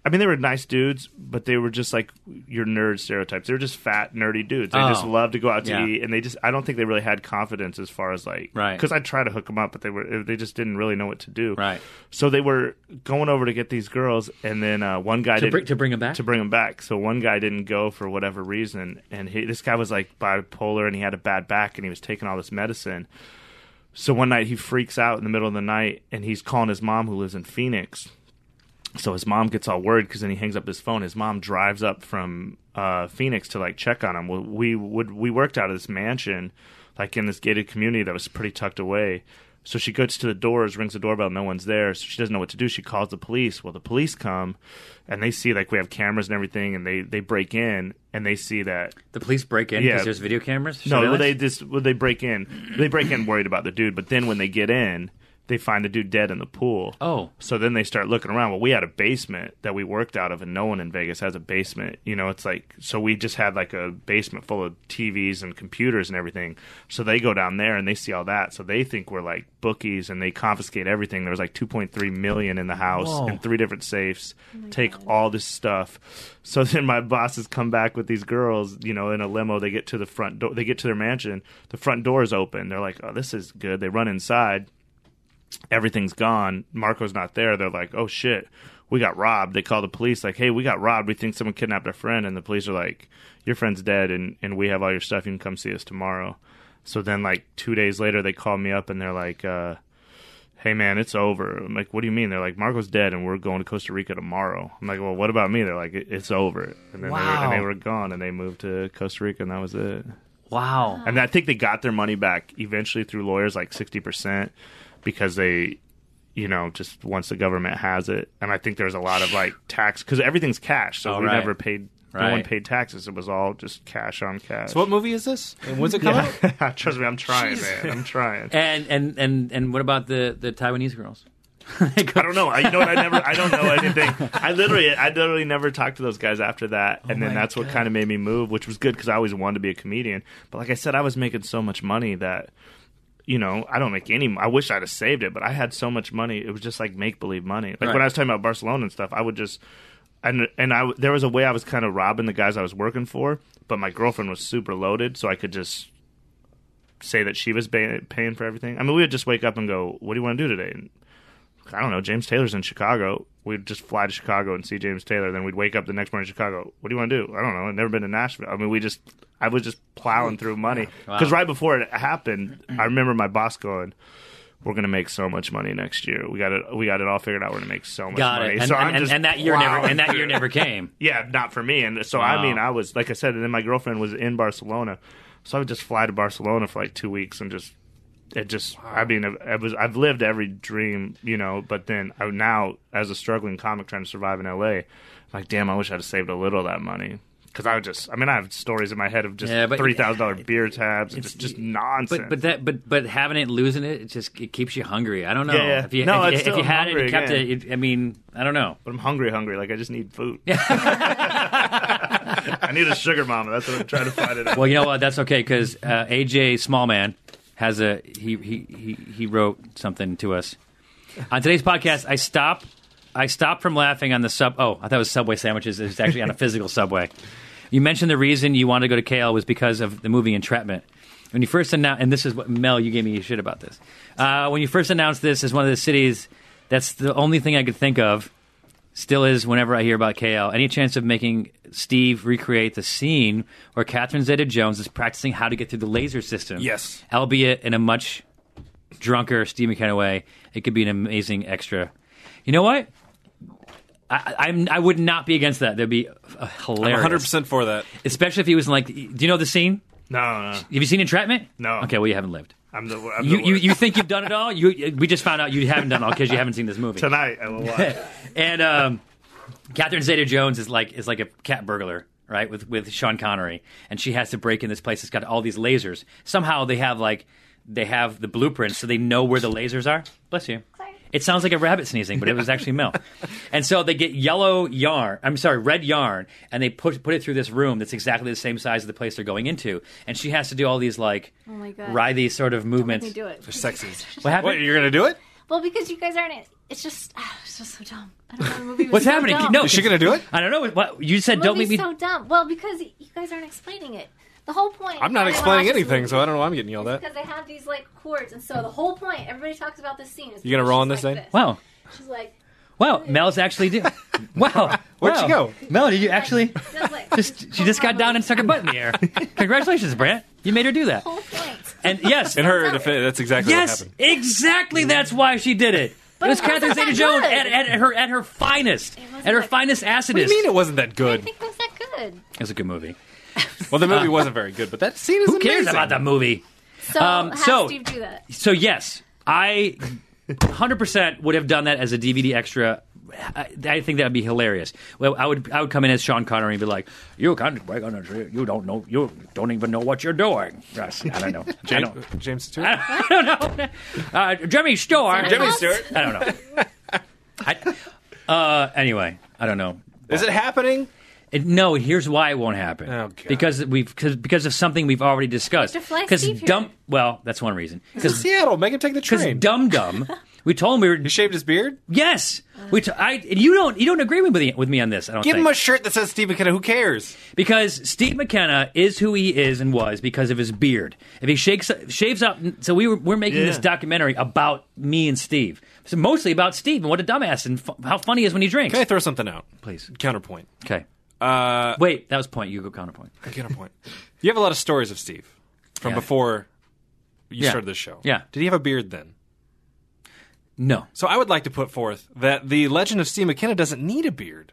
[SPEAKER 6] I mean they were nice dudes, but they were just like your nerd stereotypes. They were just fat nerdy dudes. They just
[SPEAKER 2] Oh.
[SPEAKER 6] loved to go out to
[SPEAKER 2] Yeah.
[SPEAKER 6] eat, and they just I don't think they really had confidence as far as like
[SPEAKER 2] Right.
[SPEAKER 6] Because I tried to hook them up, but they were they just didn't really know what to do.
[SPEAKER 2] Right.
[SPEAKER 6] So they were going over to get these girls, and then uh, one
[SPEAKER 2] to,
[SPEAKER 6] guy didn't-
[SPEAKER 2] br- to bring them back.
[SPEAKER 6] to bring him back. So one guy didn't go for whatever reason, and he, this guy was like bipolar and he had a bad back and he was taking all this medicine. So one night he freaks out in the middle of the night and he's calling his mom who lives in Phoenix. So his mom gets all worried because then he hangs up his phone. His mom drives up from uh, Phoenix to like check on him. Well, We would we worked out of this mansion, like in this gated community that was pretty tucked away. So she goes to the doors, rings the doorbell, no one's there. So she doesn't know what to do. She calls the police. Well, the police come, and they see like we have cameras and everything, and they they break in and they see that
[SPEAKER 2] the police break in because
[SPEAKER 6] Yeah.
[SPEAKER 2] there's video cameras.
[SPEAKER 6] no, well,
[SPEAKER 2] surveillance?
[SPEAKER 6] they just well, they break in. They break in worried about the dude, but then when they get in, they find the dude dead in the pool.
[SPEAKER 2] Oh.
[SPEAKER 6] so then they start looking around. Well, we had a basement that we worked out of, and no one in Vegas has a basement. You know, it's like so we just had like a basement full of TVs and computers and everything. So they go down there and they see all that. So they think we're like bookies, and they confiscate everything. There was like 2.3 million in the house
[SPEAKER 2] Whoa.
[SPEAKER 6] and three different safes. take all this stuff. So then my bosses come back with these girls, you know, in a limo. They get to the front door. They get to their mansion. The front door is open. They're like, "Oh, this is good." They run inside. Everything's gone. Marco's not there. They're like, "Oh shit, we got robbed." They call the police. Like, "Hey, we got robbed. We think someone kidnapped our friend." And the police are like, "Your friend's dead, and and we have all your stuff. You can come see us tomorrow." So then, like two days later, they call me up and they're like. uh hey man, it's over. I'm like, what do you mean? They're like, Marco's dead, and we're going to Costa Rica tomorrow. I'm like, well, what about me? They're like, "It- it's over. And then they, were, and they
[SPEAKER 2] Wow.
[SPEAKER 6] were gone, and they moved to Costa Rica, and that was it.
[SPEAKER 2] wow.
[SPEAKER 6] And I think they got their money back eventually through lawyers, like sixty percent, because they, you know, just once the government has it. And I think there's a lot of like tax because everything's cash, so
[SPEAKER 2] Oh,
[SPEAKER 6] we
[SPEAKER 2] right.
[SPEAKER 6] never paid. No one
[SPEAKER 2] Right.
[SPEAKER 6] paid taxes. It was all just cash on cash.
[SPEAKER 3] So what movie is this? And when's it come out?
[SPEAKER 6] Trust me, I'm trying, man. I'm trying.
[SPEAKER 2] And and and and what about the the Taiwanese girls? They go-
[SPEAKER 6] I don't know. I you know what I never. I don't know anything. I literally, I literally never talked to those guys after that, and then
[SPEAKER 2] Oh my
[SPEAKER 6] that's what kind of made me move, which was good because I always wanted to be a comedian. But like I said, I was making so much money that you know I don't make any. I wish I'd have saved it, but I had so much money. It was just like make believe money. Like when
[SPEAKER 2] Right.
[SPEAKER 6] I was talking about Barcelona and stuff, I would just. And, and I there was a way I was kind of robbing the guys I was working for, but my girlfriend was super loaded, so I could just say that she was ba- paying for everything. I mean, we would just wake up and go, "What do you want to do today?" And I don't know. James Taylor's in Chicago. We'd just fly to Chicago and see James Taylor. Then we'd wake up the next morning in Chicago. What do you want to do? I don't know. I've never been to Nashville. I mean, we just, I was just plowing through money.
[SPEAKER 2] Wow.
[SPEAKER 6] Because right before it happened, I remember my boss going, we're going to make so much money next year. We got it. We got it all figured out. We're going to make so much
[SPEAKER 2] Got
[SPEAKER 6] money.
[SPEAKER 2] it. And,
[SPEAKER 6] so I'm
[SPEAKER 2] and, and,
[SPEAKER 6] just
[SPEAKER 2] and that year never
[SPEAKER 6] plowing
[SPEAKER 2] and that year never came.
[SPEAKER 6] yeah, not for me. And so
[SPEAKER 2] Wow.
[SPEAKER 6] I mean, I was like I said, and then my girlfriend was in Barcelona, so I would just fly to Barcelona for like two weeks and just it just I mean, I was I've lived every dream, you know. But then I, now, as a struggling comic trying to survive in L.A., like damn, I wish I'd have saved a little of that money. Because I would just, I mean, I have stories in my head of just
[SPEAKER 2] Yeah, but-
[SPEAKER 6] three thousand dollar beer tabs, and just, just nonsense.
[SPEAKER 2] But but that but but having it losing it, it just it keeps you hungry. I don't know.
[SPEAKER 6] Yeah, yeah.
[SPEAKER 2] If you
[SPEAKER 6] No,
[SPEAKER 2] if,
[SPEAKER 6] it's
[SPEAKER 2] you-
[SPEAKER 6] still
[SPEAKER 2] if you had it,
[SPEAKER 6] hungry
[SPEAKER 2] and kept
[SPEAKER 6] again.
[SPEAKER 2] it, it. I mean, I don't know.
[SPEAKER 6] But I'm hungry, hungry. Like I just need food. I need a sugar mama. That's what I'm trying to find it.
[SPEAKER 2] Well, you know what? That's okay because uh, AJ Smallman has a he, he he he wrote something to us on today's podcast. I stop I stopped from laughing on the sub. Oh, I thought it was Subway sandwiches. It's actually on a physical Subway. You mentioned the reason you wanted to go to KL was because of the movie Entrapment. When you first announced, and this is what Mel, you gave me shit about this. Uh, when you first announced this as one of the cities, that's the only thing I could think of. Still is whenever I hear about KL. Any chance of making Steve recreate the scene where Catherine Zeta Jones is practicing how to get through the laser system?
[SPEAKER 3] Yes.
[SPEAKER 2] Albeit in a much drunker Steve McKenna way, it could be an amazing extra. You know what? I, I'm, I would not be against that. That'd be uh, hilarious.
[SPEAKER 3] 100 percent for that.
[SPEAKER 2] Especially if he was in like, do you know the scene?
[SPEAKER 6] No, no,
[SPEAKER 2] Have you seen Entrapment?
[SPEAKER 6] No.
[SPEAKER 2] Okay, well, you haven't lived.
[SPEAKER 6] I'm the. I'm
[SPEAKER 2] You,
[SPEAKER 6] the
[SPEAKER 2] you,
[SPEAKER 6] worst.
[SPEAKER 2] you think you've done it all? You, we just found out you haven't done it all because you haven't seen this movie.
[SPEAKER 6] tonight I will watch.
[SPEAKER 2] and um, Catherine Zeta Jones is like is like a cat burglar. right? With with Sean Connery, and she has to break in this place that's got all these lasers. Somehow they have like they have the blueprints, so they know where the lasers are. Bless you. It sounds like a rabbit sneezing, but it was actually milk. And so they get yellow yarn. I'm sorry, red yarn, and they put put it through this room that's exactly the same size as the place they're going into. And she has to do all these like
[SPEAKER 7] Oh my God.
[SPEAKER 2] writhy sort of
[SPEAKER 7] Let
[SPEAKER 2] movements.
[SPEAKER 7] me do it.
[SPEAKER 3] Sexes.
[SPEAKER 2] What happened?
[SPEAKER 3] What, you're going to do it?
[SPEAKER 7] Well, because you guys aren't. It's just. ah, it's just so dumb. I don't know. The movie was
[SPEAKER 2] What's
[SPEAKER 7] so
[SPEAKER 2] happening?
[SPEAKER 7] Dumb.
[SPEAKER 2] No,
[SPEAKER 3] Is she going to do it?
[SPEAKER 2] I don't know. what- What you said?
[SPEAKER 7] The
[SPEAKER 2] Don't make
[SPEAKER 7] movie's
[SPEAKER 2] me.
[SPEAKER 7] so dumb. Well, because you guys aren't explaining it. The whole point.
[SPEAKER 3] I'm not
[SPEAKER 7] why I
[SPEAKER 3] explaining
[SPEAKER 7] watch this
[SPEAKER 3] anything,
[SPEAKER 7] movie
[SPEAKER 3] so I don't know why I'm getting yelled at.
[SPEAKER 7] Because they have these like chords, and so the whole point everybody talks about this scene is.
[SPEAKER 3] You gonna roll on
[SPEAKER 7] she's
[SPEAKER 3] this
[SPEAKER 7] like
[SPEAKER 3] thing?
[SPEAKER 2] wow.
[SPEAKER 7] She's like,
[SPEAKER 2] Wow, Mel's actually do. Wow,
[SPEAKER 3] Where'd
[SPEAKER 2] wow.
[SPEAKER 3] she go?
[SPEAKER 2] Mel, did you actually?
[SPEAKER 7] just like
[SPEAKER 2] Just she just got down and stuck her butt in the air. Congratulations, Brant. You made her do that.
[SPEAKER 7] Whole point.
[SPEAKER 2] And yes,
[SPEAKER 3] In her defense, that's exactly what
[SPEAKER 2] yes,
[SPEAKER 3] happened.
[SPEAKER 2] exactly. That's why she did it. it was
[SPEAKER 7] it wasn't
[SPEAKER 2] Catherine
[SPEAKER 7] that
[SPEAKER 2] Zeta-Jones
[SPEAKER 7] good.
[SPEAKER 2] at, at her at her finest,
[SPEAKER 7] wasn't
[SPEAKER 2] at her
[SPEAKER 7] that-
[SPEAKER 2] finest acidist.
[SPEAKER 3] What do you mean it wasn't that
[SPEAKER 7] I
[SPEAKER 3] good?
[SPEAKER 7] think that's that good.
[SPEAKER 2] It was a good movie.
[SPEAKER 3] Well, the movie wasn't very good, but that scene is
[SPEAKER 2] Who cares
[SPEAKER 3] amazing.
[SPEAKER 2] about that movie?
[SPEAKER 7] So
[SPEAKER 2] Um,
[SPEAKER 7] how
[SPEAKER 2] so-
[SPEAKER 7] does Steve do that?
[SPEAKER 2] So yes, I 100% would have done that as a DVD extra. I, I think that would be hilarious. Well, I would I would come in as Sean Connery and be like, "You can't break on a tree. You don't know. You don't even know what you're doing." Russ, I don't know. I
[SPEAKER 3] James,
[SPEAKER 2] don't,
[SPEAKER 3] James Stewart?
[SPEAKER 2] I don't know. Uh, Jimmy Stewart.
[SPEAKER 7] Jimmy
[SPEAKER 3] Stewart?
[SPEAKER 2] I don't know. I, uh, anyway, I don't know.
[SPEAKER 3] Is it happening?
[SPEAKER 2] It- no, here's why it won't happen.
[SPEAKER 3] Oh, God.
[SPEAKER 2] Because we've cause, because of something we've already discussed.
[SPEAKER 7] Mr. Fly
[SPEAKER 2] Because
[SPEAKER 7] Steve here.
[SPEAKER 2] dumb. Well, that's one reason. Because
[SPEAKER 3] Seattle, make him take the
[SPEAKER 2] because
[SPEAKER 3] train.
[SPEAKER 2] Dum Dum, we told him we were
[SPEAKER 3] He shaved his beard?
[SPEAKER 2] yes. We t- I and you don't you don't agree with me with me on this. I don't
[SPEAKER 3] Give
[SPEAKER 2] think.
[SPEAKER 3] him a shirt that says Steve McKenna. Who cares?
[SPEAKER 2] because Steve McKenna is who he is and was because of his beard. If he shakes shaves up, so we were we're making this
[SPEAKER 6] Yeah.
[SPEAKER 2] documentary about me and Steve. So mostly about Steve and what a dumbass and fu- how funny he is when he drinks.
[SPEAKER 3] Can I throw something out?
[SPEAKER 2] Please.
[SPEAKER 3] Counterpoint.
[SPEAKER 2] Okay.
[SPEAKER 3] Uh,
[SPEAKER 2] Wait, that was point. You go counterpoint.
[SPEAKER 3] counterpoint. You have a lot of stories of Steve from
[SPEAKER 2] Yeah.
[SPEAKER 3] before you
[SPEAKER 2] Yeah.
[SPEAKER 3] started this show.
[SPEAKER 2] Yeah.
[SPEAKER 3] Did he have a beard then?
[SPEAKER 2] No.
[SPEAKER 3] So I would like to put forth that the legend of Steve McKenna doesn't need a beard.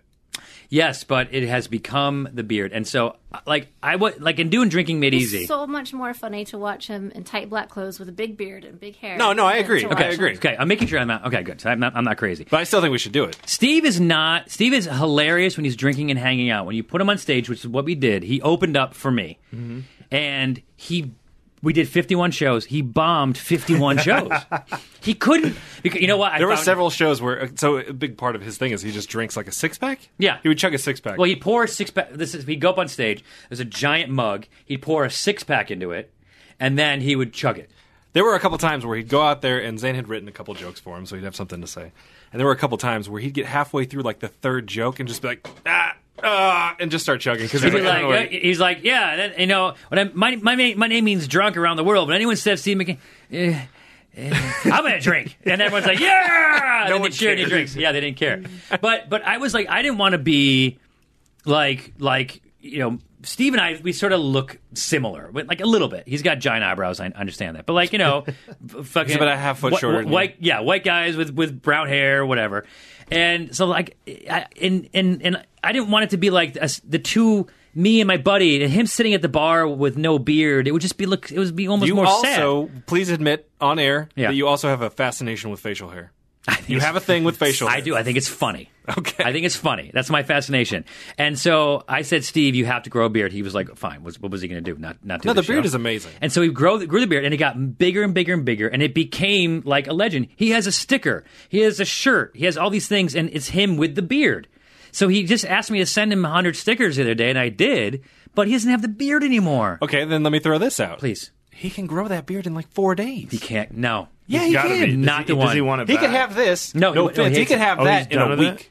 [SPEAKER 2] Yes, but it has become the beard, and so like I would like in doing drinking made easy.
[SPEAKER 7] It's so much more funny to watch him in tight black clothes with a big beard and big hair.
[SPEAKER 3] No, no, I
[SPEAKER 7] than
[SPEAKER 3] agree.
[SPEAKER 7] to
[SPEAKER 3] Okay,
[SPEAKER 7] watch
[SPEAKER 3] I agree.
[SPEAKER 2] Okay, I'm making sure I'm not. Okay, good. So I'm not, I'm not crazy.
[SPEAKER 3] But I still think we should do it.
[SPEAKER 2] Steve is not. Steve is hilarious when he's drinking and hanging out. When you put him on stage, which is what we did, he opened up for me,
[SPEAKER 3] Mm-hmm.
[SPEAKER 2] and he. We did 51 shows. He bombed 51 shows. he couldn't. Because, you know what? I
[SPEAKER 3] There were
[SPEAKER 2] found-
[SPEAKER 3] several shows where so a big part of his thing is he just drinks like a six pack.
[SPEAKER 2] Yeah.
[SPEAKER 3] he would chug a six pack.
[SPEAKER 2] Well, he'd pour a six pack. This is he'd go up on stage. There's a giant mug. He'd pour a six pack into it, and then he would chug it.
[SPEAKER 3] there were a couple times where he'd go out there and Zane had written a couple jokes for him, so he'd have something to say. And there were a couple times where he'd get halfway through like the third joke and just be like ah ah and just start chugging because
[SPEAKER 2] He'd be like, uh, he's like, yeah, that, you know, when I, my, my name- my name means drunk around the world. But anyone says Steve McKinney, eh, eh, I'm gonna drink, and everyone's like, yeah, no and
[SPEAKER 3] one
[SPEAKER 2] they cheer and he
[SPEAKER 3] cared.
[SPEAKER 2] drinks. Yeah, they didn't care. But but I was like, I didn't want to be like like you know. Steve and I, we sort of look similar, but, like a little bit. He's got giant eyebrows. I understand that, but like you know, f- fucking
[SPEAKER 3] He's about a half foot
[SPEAKER 2] wh- wh-
[SPEAKER 3] shorter than you.
[SPEAKER 2] White, yeah, white guys with with brown hair, whatever. And so like, I, and and and I didn't want it to be like us- the two me and my buddy and him sitting at the bar with no beard. It would just be look. It would be almost
[SPEAKER 3] you
[SPEAKER 2] more
[SPEAKER 3] also please admit on air
[SPEAKER 2] Yeah.
[SPEAKER 3] that you also have a fascination with facial hair.
[SPEAKER 2] sad.
[SPEAKER 3] You have a thing with facial.
[SPEAKER 2] I
[SPEAKER 3] hair.
[SPEAKER 2] do. I think it's funny.
[SPEAKER 3] Okay.
[SPEAKER 2] I think it's funny. That's my fascination. And so I said, Steve, you have to grow a beard. He was like, fine. What, what was he going to do? Not not do
[SPEAKER 3] No, the
[SPEAKER 2] the
[SPEAKER 3] beard
[SPEAKER 2] show?
[SPEAKER 3] is amazing.
[SPEAKER 2] And so he grew, grew the beard, and it got bigger and bigger and bigger, and it became like a legend. He has a sticker, he has a shirt, he has all these things, and it's him with the beard. So he just asked me to send him 100 stickers the other day, and I did, but he doesn't have the beard anymore.
[SPEAKER 3] Okay, then let me throw this out.
[SPEAKER 2] Please.
[SPEAKER 3] He can grow that beard in like four days.
[SPEAKER 2] He can't. No.
[SPEAKER 3] yeah, he
[SPEAKER 6] Gotta
[SPEAKER 3] can.
[SPEAKER 6] be. Does
[SPEAKER 2] Not
[SPEAKER 6] he-
[SPEAKER 2] the
[SPEAKER 6] Does he
[SPEAKER 2] one.
[SPEAKER 6] want it
[SPEAKER 3] He
[SPEAKER 6] back?
[SPEAKER 3] could have this.
[SPEAKER 2] No, he- no,
[SPEAKER 3] no
[SPEAKER 2] he
[SPEAKER 3] offense. He
[SPEAKER 2] hates
[SPEAKER 3] could
[SPEAKER 2] it.
[SPEAKER 3] have
[SPEAKER 6] Oh, he's
[SPEAKER 3] that in
[SPEAKER 6] done
[SPEAKER 3] a
[SPEAKER 6] with
[SPEAKER 3] week.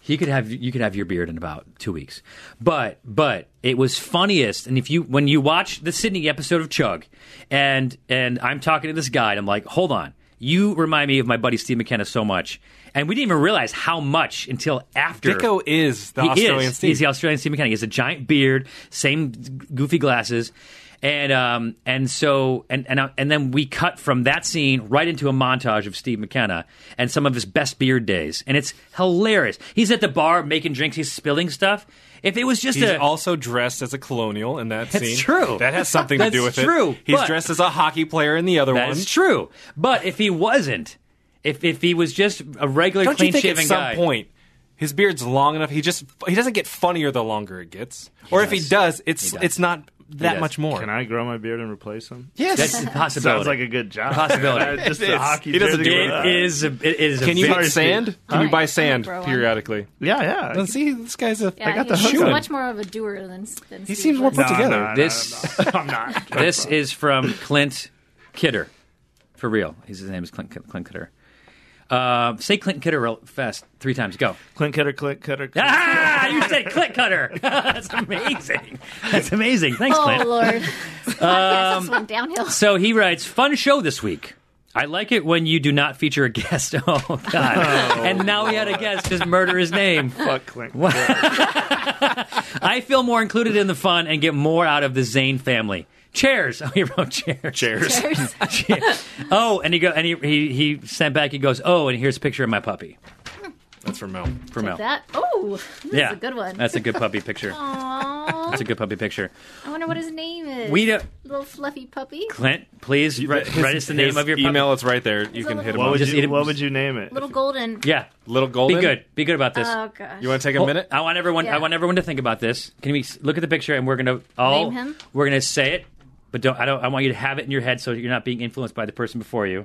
[SPEAKER 2] He could have you could have your beard in about two weeks, but but it was funniest. And if you when you watch the Sydney episode of Chug, and and I'm talking to this guy, and I'm like, hold on, you remind me of my buddy Steve McKenna so much, and we didn't even realize how much until after
[SPEAKER 3] Dicko is the
[SPEAKER 2] he
[SPEAKER 3] Australian
[SPEAKER 2] is.
[SPEAKER 3] Steve.
[SPEAKER 2] He's the Australian Steve McKenna. He has a giant beard, same goofy glasses, and um, and so and and and then we cut from that scene right into a montage of Steve McKenna and some of his best beard days, and it's hilarious. He's at the bar making drinks. He's spilling stuff. If it was just
[SPEAKER 3] He's
[SPEAKER 2] a
[SPEAKER 3] also dressed as a colonial in that
[SPEAKER 2] That's
[SPEAKER 3] scene.
[SPEAKER 2] true.
[SPEAKER 3] That has something to
[SPEAKER 2] That's
[SPEAKER 3] do with
[SPEAKER 2] true,
[SPEAKER 3] it. He's
[SPEAKER 2] but-
[SPEAKER 3] dressed as a hockey player in the other
[SPEAKER 2] that
[SPEAKER 3] one.
[SPEAKER 2] is true, but if he wasn't, if if he was just a regular
[SPEAKER 3] Don't you
[SPEAKER 2] clean
[SPEAKER 3] think at
[SPEAKER 2] shaven
[SPEAKER 3] some
[SPEAKER 2] guy,
[SPEAKER 3] point His beard's long enough. He just he doesn't get funnier the longer it gets. or if he does, it's
[SPEAKER 2] does.
[SPEAKER 3] it's not that
[SPEAKER 2] does.
[SPEAKER 3] much more.
[SPEAKER 6] Can I grow my beard and replace him?
[SPEAKER 3] Yes.
[SPEAKER 2] That's a possibility.
[SPEAKER 6] Sounds like a good job.
[SPEAKER 2] Possibility.
[SPEAKER 6] Just
[SPEAKER 3] It
[SPEAKER 6] a
[SPEAKER 3] is.
[SPEAKER 6] hockey
[SPEAKER 3] He doesn't
[SPEAKER 6] jersey
[SPEAKER 3] do
[SPEAKER 6] with
[SPEAKER 2] it
[SPEAKER 6] that.
[SPEAKER 2] is. A, it is. A
[SPEAKER 3] Can you
[SPEAKER 2] big-
[SPEAKER 3] buy sand? Can you
[SPEAKER 7] Alright,
[SPEAKER 3] buy
[SPEAKER 7] I'll
[SPEAKER 3] sand
[SPEAKER 7] grow one.
[SPEAKER 3] periodically?
[SPEAKER 6] Yeah, yeah.
[SPEAKER 3] Let's see, this guy's a.
[SPEAKER 7] Yeah,
[SPEAKER 3] I got the
[SPEAKER 7] he's
[SPEAKER 3] hook. on.
[SPEAKER 7] much more of a doer than. than
[SPEAKER 3] He
[SPEAKER 7] Steve
[SPEAKER 3] seems more
[SPEAKER 7] was.
[SPEAKER 3] put together.
[SPEAKER 6] no, no,
[SPEAKER 2] This
[SPEAKER 6] I'm not.
[SPEAKER 2] this is from Clint Kidder, for real. His his name is Clint Kid- Clint Kidder. Uh, say Clint Kidder real fast three times. Go.
[SPEAKER 6] Clint Cutter, Clint Cutter. Clint.
[SPEAKER 2] Ah, you said Clint Cutter. That's amazing. That's amazing. Thanks,
[SPEAKER 7] Oh
[SPEAKER 2] Clint.
[SPEAKER 7] lord, Podcast
[SPEAKER 2] Um,
[SPEAKER 7] just went downhill.
[SPEAKER 2] So he writes, "Fun show this week." I like it when you do not feature a guest. Oh God! and now we had a guest just murder his name.
[SPEAKER 6] Fuck Clint.
[SPEAKER 2] I feel more included in the fun and get more out of the Zane family. Chairs. Oh, he wrote chairs. Chairs.
[SPEAKER 7] There's-
[SPEAKER 2] oh, and he go and he, he he sent back. He goes, oh, and here's a picture of my puppy
[SPEAKER 3] That's for Mel.
[SPEAKER 2] for Mel.
[SPEAKER 7] that oh, that's
[SPEAKER 2] yeah,
[SPEAKER 7] a good one.
[SPEAKER 2] That's a good puppy picture.
[SPEAKER 7] Aww,
[SPEAKER 2] That's a good puppy picture.
[SPEAKER 7] I wonder what his name is.
[SPEAKER 2] We don't.
[SPEAKER 7] little fluffy puppy,
[SPEAKER 2] Clint, please wri-
[SPEAKER 3] His-
[SPEAKER 2] write us the name
[SPEAKER 3] his
[SPEAKER 2] of your puppy.
[SPEAKER 3] email. It's right there. You
[SPEAKER 7] a
[SPEAKER 3] can hit him.
[SPEAKER 6] What
[SPEAKER 3] up.
[SPEAKER 6] would,
[SPEAKER 2] Just eat
[SPEAKER 6] you,
[SPEAKER 2] it.
[SPEAKER 6] what would you name it?
[SPEAKER 7] little golden.
[SPEAKER 2] Yeah,
[SPEAKER 3] Little
[SPEAKER 2] be
[SPEAKER 3] golden.
[SPEAKER 2] good. Be good about this.
[SPEAKER 7] Oh gosh.
[SPEAKER 3] You want to take a
[SPEAKER 2] Well,
[SPEAKER 3] minute?
[SPEAKER 2] I want everyone. I
[SPEAKER 7] Yeah.
[SPEAKER 2] want everyone to think about this. Can we s- look at the picture and we're gonna all
[SPEAKER 7] Name him?
[SPEAKER 2] we're gonna say it, but don't. I don't. I want you to have it in your head so you're not being influenced by the person before you.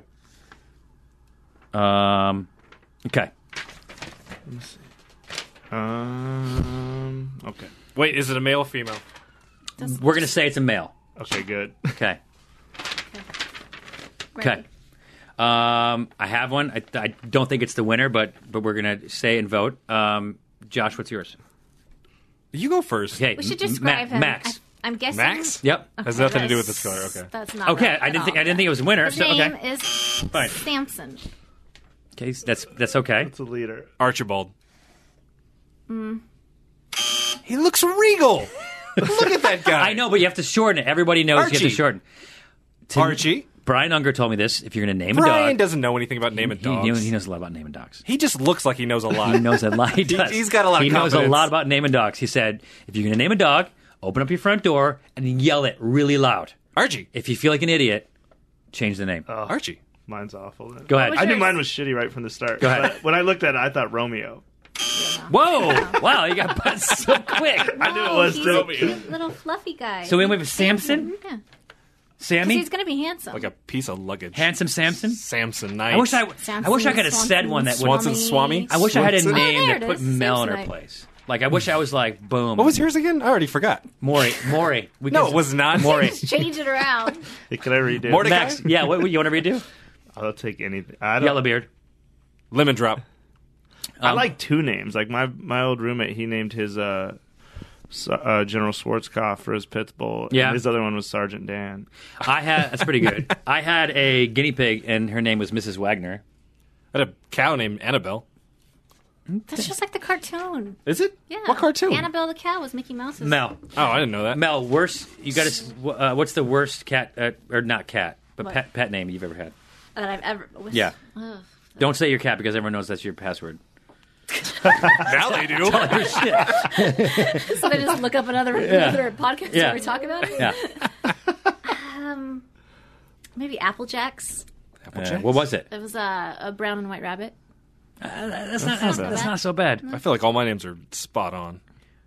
[SPEAKER 2] Um. Okay.
[SPEAKER 6] Um. Okay.
[SPEAKER 3] Wait, is it a male or female?
[SPEAKER 2] We're gonna say it's a male.
[SPEAKER 6] Okay. Good.
[SPEAKER 2] Okay. Okay.
[SPEAKER 7] Ready.
[SPEAKER 2] Um. I have one. I, I don't think it's the winner, but but we're gonna say and vote. Um. Josh, what's yours?
[SPEAKER 3] You go first.
[SPEAKER 2] Okay.
[SPEAKER 7] We should
[SPEAKER 2] M-
[SPEAKER 7] describe
[SPEAKER 2] Ma-
[SPEAKER 7] him.
[SPEAKER 2] Max.
[SPEAKER 7] I, am guessing.
[SPEAKER 3] Max
[SPEAKER 2] Yep.
[SPEAKER 3] has nothing to do with this color.
[SPEAKER 7] That's-
[SPEAKER 3] Okay.
[SPEAKER 7] That's not.
[SPEAKER 2] Okay.
[SPEAKER 7] right
[SPEAKER 2] I
[SPEAKER 7] at
[SPEAKER 2] didn't think
[SPEAKER 7] all.
[SPEAKER 2] I didn't think it was a winner.
[SPEAKER 7] His
[SPEAKER 2] So,
[SPEAKER 7] name
[SPEAKER 2] okay.
[SPEAKER 7] is
[SPEAKER 2] Fine.
[SPEAKER 7] Samson.
[SPEAKER 2] Okay. That's that's okay.
[SPEAKER 6] It's a leader.
[SPEAKER 3] Archibald. Mm. He looks regal. Look at that guy.
[SPEAKER 2] I know, but you have to shorten it. Everybody knows you have to
[SPEAKER 3] Archie.
[SPEAKER 2] shorten. To-
[SPEAKER 3] Archie.
[SPEAKER 2] Brian Unger told me this. If you're going to name
[SPEAKER 3] Brian
[SPEAKER 2] a dog,
[SPEAKER 3] doesn't know anything about naming
[SPEAKER 2] he,
[SPEAKER 3] dogs.
[SPEAKER 2] he, knows, he knows a lot about naming dogs.
[SPEAKER 3] He just looks like he knows a lot.
[SPEAKER 2] He knows a lot. He does.
[SPEAKER 3] he's got a lot of
[SPEAKER 2] He knows a
[SPEAKER 3] confidence.
[SPEAKER 2] lot about naming dogs. He said, if you're going to name a dog, open up your front door and yell it really loud.
[SPEAKER 3] Archie.
[SPEAKER 2] If you feel like an idiot, change the name.
[SPEAKER 3] Archie.
[SPEAKER 6] Mine's awful. Then.
[SPEAKER 2] Go ahead.
[SPEAKER 6] I knew mine was shitty right from the start.
[SPEAKER 2] Go ahead.
[SPEAKER 6] But when I looked at it, I thought Romeo.
[SPEAKER 2] Whoa! wow, you got buzzed so quick.
[SPEAKER 6] I knew it was
[SPEAKER 7] he's a
[SPEAKER 6] Romeo.
[SPEAKER 7] cute little fluffy guy.
[SPEAKER 2] So we went with Samson,
[SPEAKER 7] yeah. 'Cause
[SPEAKER 2] Sammy,
[SPEAKER 7] he's gonna be handsome.
[SPEAKER 3] Like a piece of luggage.
[SPEAKER 2] handsome Samson.
[SPEAKER 3] Samson. Nice.
[SPEAKER 2] I wish I, I
[SPEAKER 7] Samson,
[SPEAKER 2] wish I could have said
[SPEAKER 7] Swanson,
[SPEAKER 2] one that would.
[SPEAKER 3] Swanson Swami.
[SPEAKER 2] I wish I had a
[SPEAKER 3] Swanson?
[SPEAKER 2] name
[SPEAKER 7] Oh, there
[SPEAKER 2] that
[SPEAKER 7] it
[SPEAKER 2] put
[SPEAKER 7] is.
[SPEAKER 2] Mel in her
[SPEAKER 7] Samsonite.
[SPEAKER 2] place. Like I wish I was like boom.
[SPEAKER 3] What was yours again? I already forgot.
[SPEAKER 2] Maury? Maury. We
[SPEAKER 3] No,
[SPEAKER 2] can-
[SPEAKER 3] it was not.
[SPEAKER 2] Maury.
[SPEAKER 7] Just change it around.
[SPEAKER 6] Hey, Can I redo?
[SPEAKER 3] Mordecai?
[SPEAKER 2] Max. Yeah. What, what you want to redo?
[SPEAKER 6] I'll take anything. I don't.
[SPEAKER 2] Yellowbeard.
[SPEAKER 3] Lemon drop.
[SPEAKER 6] I like two names. Like my my old roommate, he named his uh, S- uh General Schwarzkopf for his pit bull. and
[SPEAKER 2] Yeah.
[SPEAKER 6] his other one was Sergeant Dan.
[SPEAKER 2] I had. That's pretty good. I had a guinea pig, and her name was Mrs. Wagner.
[SPEAKER 3] I had a cow named Annabelle.
[SPEAKER 7] That's just like the cartoon.
[SPEAKER 3] Is it?
[SPEAKER 7] Yeah.
[SPEAKER 3] What cartoon?
[SPEAKER 7] Annabelle the cow was Mickey Mouse's.
[SPEAKER 2] Mel.
[SPEAKER 3] oh, I didn't know that.
[SPEAKER 2] Mel. Worst. You got to. Uh, what's the worst cat uh, or not cat, but
[SPEAKER 7] What?
[SPEAKER 2] pet pet name you've ever had?
[SPEAKER 7] that I've ever. Was,
[SPEAKER 2] Yeah.
[SPEAKER 7] Ugh.
[SPEAKER 2] Don't say your cat because everyone knows that's your password.
[SPEAKER 3] now they do.
[SPEAKER 7] So they just look up another another podcast
[SPEAKER 2] Yeah.
[SPEAKER 7] where we talk about it.
[SPEAKER 2] Yeah.
[SPEAKER 7] Maybe Apple Jacks.
[SPEAKER 2] Uh, what was it?
[SPEAKER 7] It was uh, a brown and white rabbit.
[SPEAKER 2] That's not. That's,
[SPEAKER 7] bad.
[SPEAKER 2] not so bad. Mm-hmm.
[SPEAKER 3] I feel like all my names are spot on.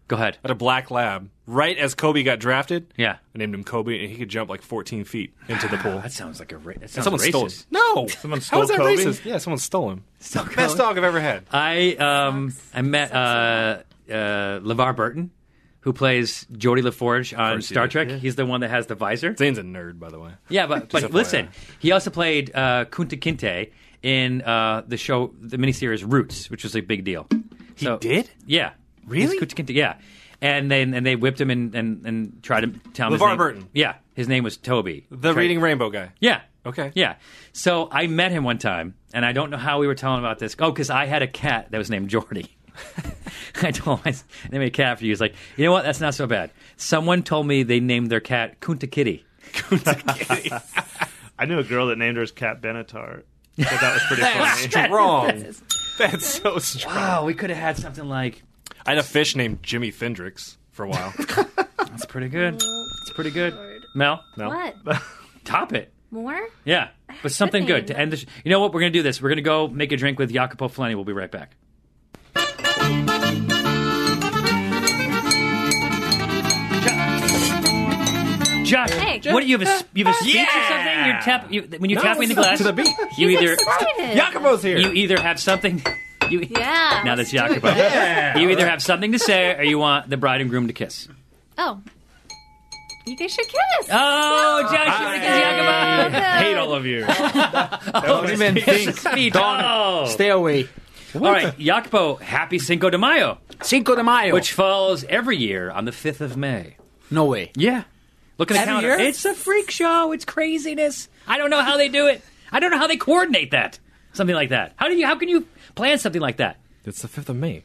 [SPEAKER 2] Go ahead.
[SPEAKER 3] I had a black lab. Right as Kobe got drafted,
[SPEAKER 2] Yeah.
[SPEAKER 3] I named him Kobe, and he could jump like 14 feet into the pool.
[SPEAKER 2] That sounds like a. Ra- that sounds
[SPEAKER 3] someone
[SPEAKER 2] racist.
[SPEAKER 3] stole him. No,
[SPEAKER 6] Someone
[SPEAKER 3] How
[SPEAKER 6] stole
[SPEAKER 3] is that
[SPEAKER 6] Kobe?
[SPEAKER 3] racist? Yeah, someone stole him.
[SPEAKER 2] Stole
[SPEAKER 3] Best dog I've ever had.
[SPEAKER 2] I um I met uh, uh, LeVar Burton, who plays Geordie LaForge on
[SPEAKER 3] course he
[SPEAKER 2] Star
[SPEAKER 3] did,
[SPEAKER 2] Trek. He's the one that has the visor.
[SPEAKER 3] Zane's a nerd, by the way.
[SPEAKER 2] Yeah, but but
[SPEAKER 3] FYI.
[SPEAKER 2] listen, he also played uh, Kunta Kinte in uh, the show, the miniseries Roots, which was a big deal. He
[SPEAKER 3] did?
[SPEAKER 2] Yeah,
[SPEAKER 3] Really?
[SPEAKER 2] He's Kunta Kinte, yeah. And then and they whipped him and and, and tried to tell him his
[SPEAKER 3] LeVar
[SPEAKER 2] name.
[SPEAKER 3] Burton.
[SPEAKER 2] Yeah, his name was Toby.
[SPEAKER 3] The
[SPEAKER 2] Tra-
[SPEAKER 3] Reading Rainbow guy.
[SPEAKER 2] yeah.
[SPEAKER 3] Okay.
[SPEAKER 2] Yeah. So I met him one time, and I don't know how we were telling about this. Oh, because I had a cat that was named Jordy. I told him, I named a cat after you. He's like, you know what? That's not so bad. Someone told me they named their cat Kunta Kitty.
[SPEAKER 6] I knew a girl that named her as Cat Benatar. So that was pretty funny.
[SPEAKER 3] Strong. That's so strong.
[SPEAKER 2] Wow, we could have had something like
[SPEAKER 3] I had a fish named Jimmy Fendrix for a while.
[SPEAKER 2] that's pretty good. It's pretty good. Mel,
[SPEAKER 3] No.
[SPEAKER 7] What?
[SPEAKER 2] top it.
[SPEAKER 7] More?
[SPEAKER 2] Yeah, but something good to end the. Sh- you know what? We're gonna do this. We're gonna go make a drink with Jacopo Fellini. We'll be right back. Josh,
[SPEAKER 7] Hey.
[SPEAKER 2] what do you have a s- you have a speech or
[SPEAKER 3] Yeah.
[SPEAKER 2] something? You're tap you, when you tap me in the glass
[SPEAKER 3] to the beat.
[SPEAKER 2] You either
[SPEAKER 7] Excited.
[SPEAKER 3] Jacobo's here.
[SPEAKER 2] you either have something. You,
[SPEAKER 7] Yeah.
[SPEAKER 2] Now
[SPEAKER 7] let's
[SPEAKER 2] that's
[SPEAKER 7] do it,
[SPEAKER 2] Jacobo.
[SPEAKER 7] guys.
[SPEAKER 2] You either have something to say or you want the bride and groom to kiss.
[SPEAKER 7] Oh. You guys should kiss.
[SPEAKER 2] Oh, Josh, you want to kiss Jacobo?
[SPEAKER 7] Hate
[SPEAKER 3] all of you.
[SPEAKER 8] Don't even think.
[SPEAKER 2] Speech. Oh.
[SPEAKER 8] Stay away.
[SPEAKER 2] All right, Jacobo, happy Cinco de Mayo,
[SPEAKER 8] Cinco de Mayo.
[SPEAKER 2] which falls every year on the 5th of May.
[SPEAKER 8] no way.
[SPEAKER 2] Yeah. Look at the
[SPEAKER 8] Every
[SPEAKER 2] calendar.
[SPEAKER 8] year?
[SPEAKER 2] It's a freak show. It's craziness. I don't know how they do it. I don't know how they coordinate that. Something like that. How do you how can you plan something like that?
[SPEAKER 3] It's the 5th of May.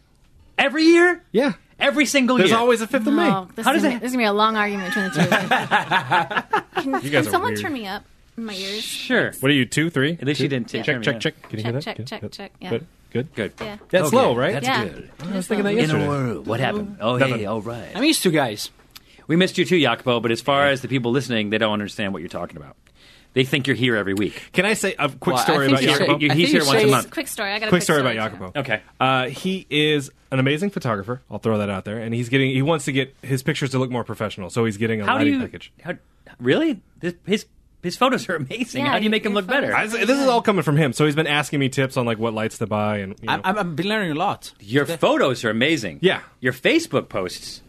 [SPEAKER 2] Every year?
[SPEAKER 8] Yeah.
[SPEAKER 2] Every single
[SPEAKER 3] There's
[SPEAKER 2] year.
[SPEAKER 3] always a 5th of May.
[SPEAKER 7] Oh, this,
[SPEAKER 2] How
[SPEAKER 7] is
[SPEAKER 2] does
[SPEAKER 7] gonna,
[SPEAKER 2] that-
[SPEAKER 7] this is gonna be a long argument between the two of you. Can,
[SPEAKER 3] guys
[SPEAKER 7] can
[SPEAKER 3] are
[SPEAKER 7] someone
[SPEAKER 3] weird.
[SPEAKER 7] turn me up in my ears?
[SPEAKER 2] Sure.
[SPEAKER 3] What are you, two, three?
[SPEAKER 2] At least you didn't
[SPEAKER 7] Yeah.
[SPEAKER 2] take
[SPEAKER 3] Check, check, check. Can you hear that?
[SPEAKER 7] Check, check,
[SPEAKER 3] Good,
[SPEAKER 7] check,
[SPEAKER 3] good,
[SPEAKER 7] check. Yeah.
[SPEAKER 3] Good. Good.
[SPEAKER 2] Good.
[SPEAKER 7] Yeah.
[SPEAKER 3] That's
[SPEAKER 2] Okay,
[SPEAKER 3] low, right?
[SPEAKER 2] That's
[SPEAKER 7] yeah.
[SPEAKER 2] good.
[SPEAKER 7] I was
[SPEAKER 3] thinking that
[SPEAKER 2] In
[SPEAKER 3] yesterday.
[SPEAKER 2] a world. What happened? Oh, hey, all right.
[SPEAKER 8] I'm used to guys.
[SPEAKER 2] We missed you too, Jacopo, but as far as the people listening, they don't understand what you're talking about. They think you're here every week.
[SPEAKER 3] Can I say a quick
[SPEAKER 8] Well, I
[SPEAKER 3] story
[SPEAKER 8] think
[SPEAKER 3] about
[SPEAKER 8] you
[SPEAKER 3] Jacobo?
[SPEAKER 8] should-
[SPEAKER 2] He's
[SPEAKER 8] I think
[SPEAKER 2] here
[SPEAKER 8] you
[SPEAKER 2] once a
[SPEAKER 8] should-
[SPEAKER 2] month.
[SPEAKER 7] Quick story. I got a
[SPEAKER 3] quick story about
[SPEAKER 7] too.
[SPEAKER 3] Jacobo.
[SPEAKER 2] Okay.
[SPEAKER 3] Uh, he is an amazing photographer. I'll throw that out there, and he's getting. He wants to get his pictures to look more professional, so he's getting a
[SPEAKER 2] How do
[SPEAKER 3] lighting
[SPEAKER 2] you?
[SPEAKER 3] package.
[SPEAKER 2] How, really? This, his his photos are amazing.
[SPEAKER 7] Yeah,
[SPEAKER 2] how do you make them
[SPEAKER 7] your
[SPEAKER 2] look
[SPEAKER 7] photos.
[SPEAKER 2] better?
[SPEAKER 3] I, this is all coming from him, so he's been asking me tips on like what lights to buy, and you know.
[SPEAKER 8] I'm, I'm, I've been learning a lot.
[SPEAKER 2] Your photos are amazing.
[SPEAKER 3] Yeah.
[SPEAKER 2] Your Facebook posts.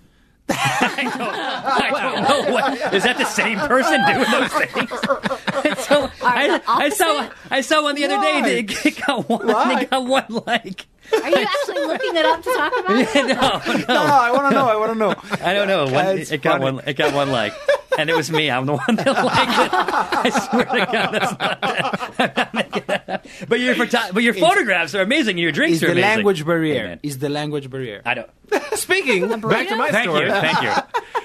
[SPEAKER 2] I don't, I don't know what is that the same person doing those things. so, I,
[SPEAKER 7] the
[SPEAKER 2] I saw
[SPEAKER 7] opposite?
[SPEAKER 2] I saw one the other day. They, it got one. They
[SPEAKER 8] Why?
[SPEAKER 2] got one like.
[SPEAKER 7] Are you actually looking it up to talk about? it?
[SPEAKER 2] no,
[SPEAKER 8] No,
[SPEAKER 3] Ah,
[SPEAKER 8] I want to know. I want to know.
[SPEAKER 2] I don't know. One,
[SPEAKER 8] That's
[SPEAKER 2] it got
[SPEAKER 8] funny.
[SPEAKER 2] one. It got one like, and it was me. I'm the one that liked it. I swear to God, that's not. but your photo- but your photographs are amazing. and Your drinks
[SPEAKER 8] Is
[SPEAKER 2] are
[SPEAKER 8] the
[SPEAKER 2] amazing.
[SPEAKER 8] language
[SPEAKER 2] Hey,
[SPEAKER 8] barrier?
[SPEAKER 2] man.
[SPEAKER 8] Is the language barrier?
[SPEAKER 2] I don't.
[SPEAKER 8] Speaking.
[SPEAKER 3] back to my
[SPEAKER 2] Thank
[SPEAKER 3] story.
[SPEAKER 2] you. Thank you.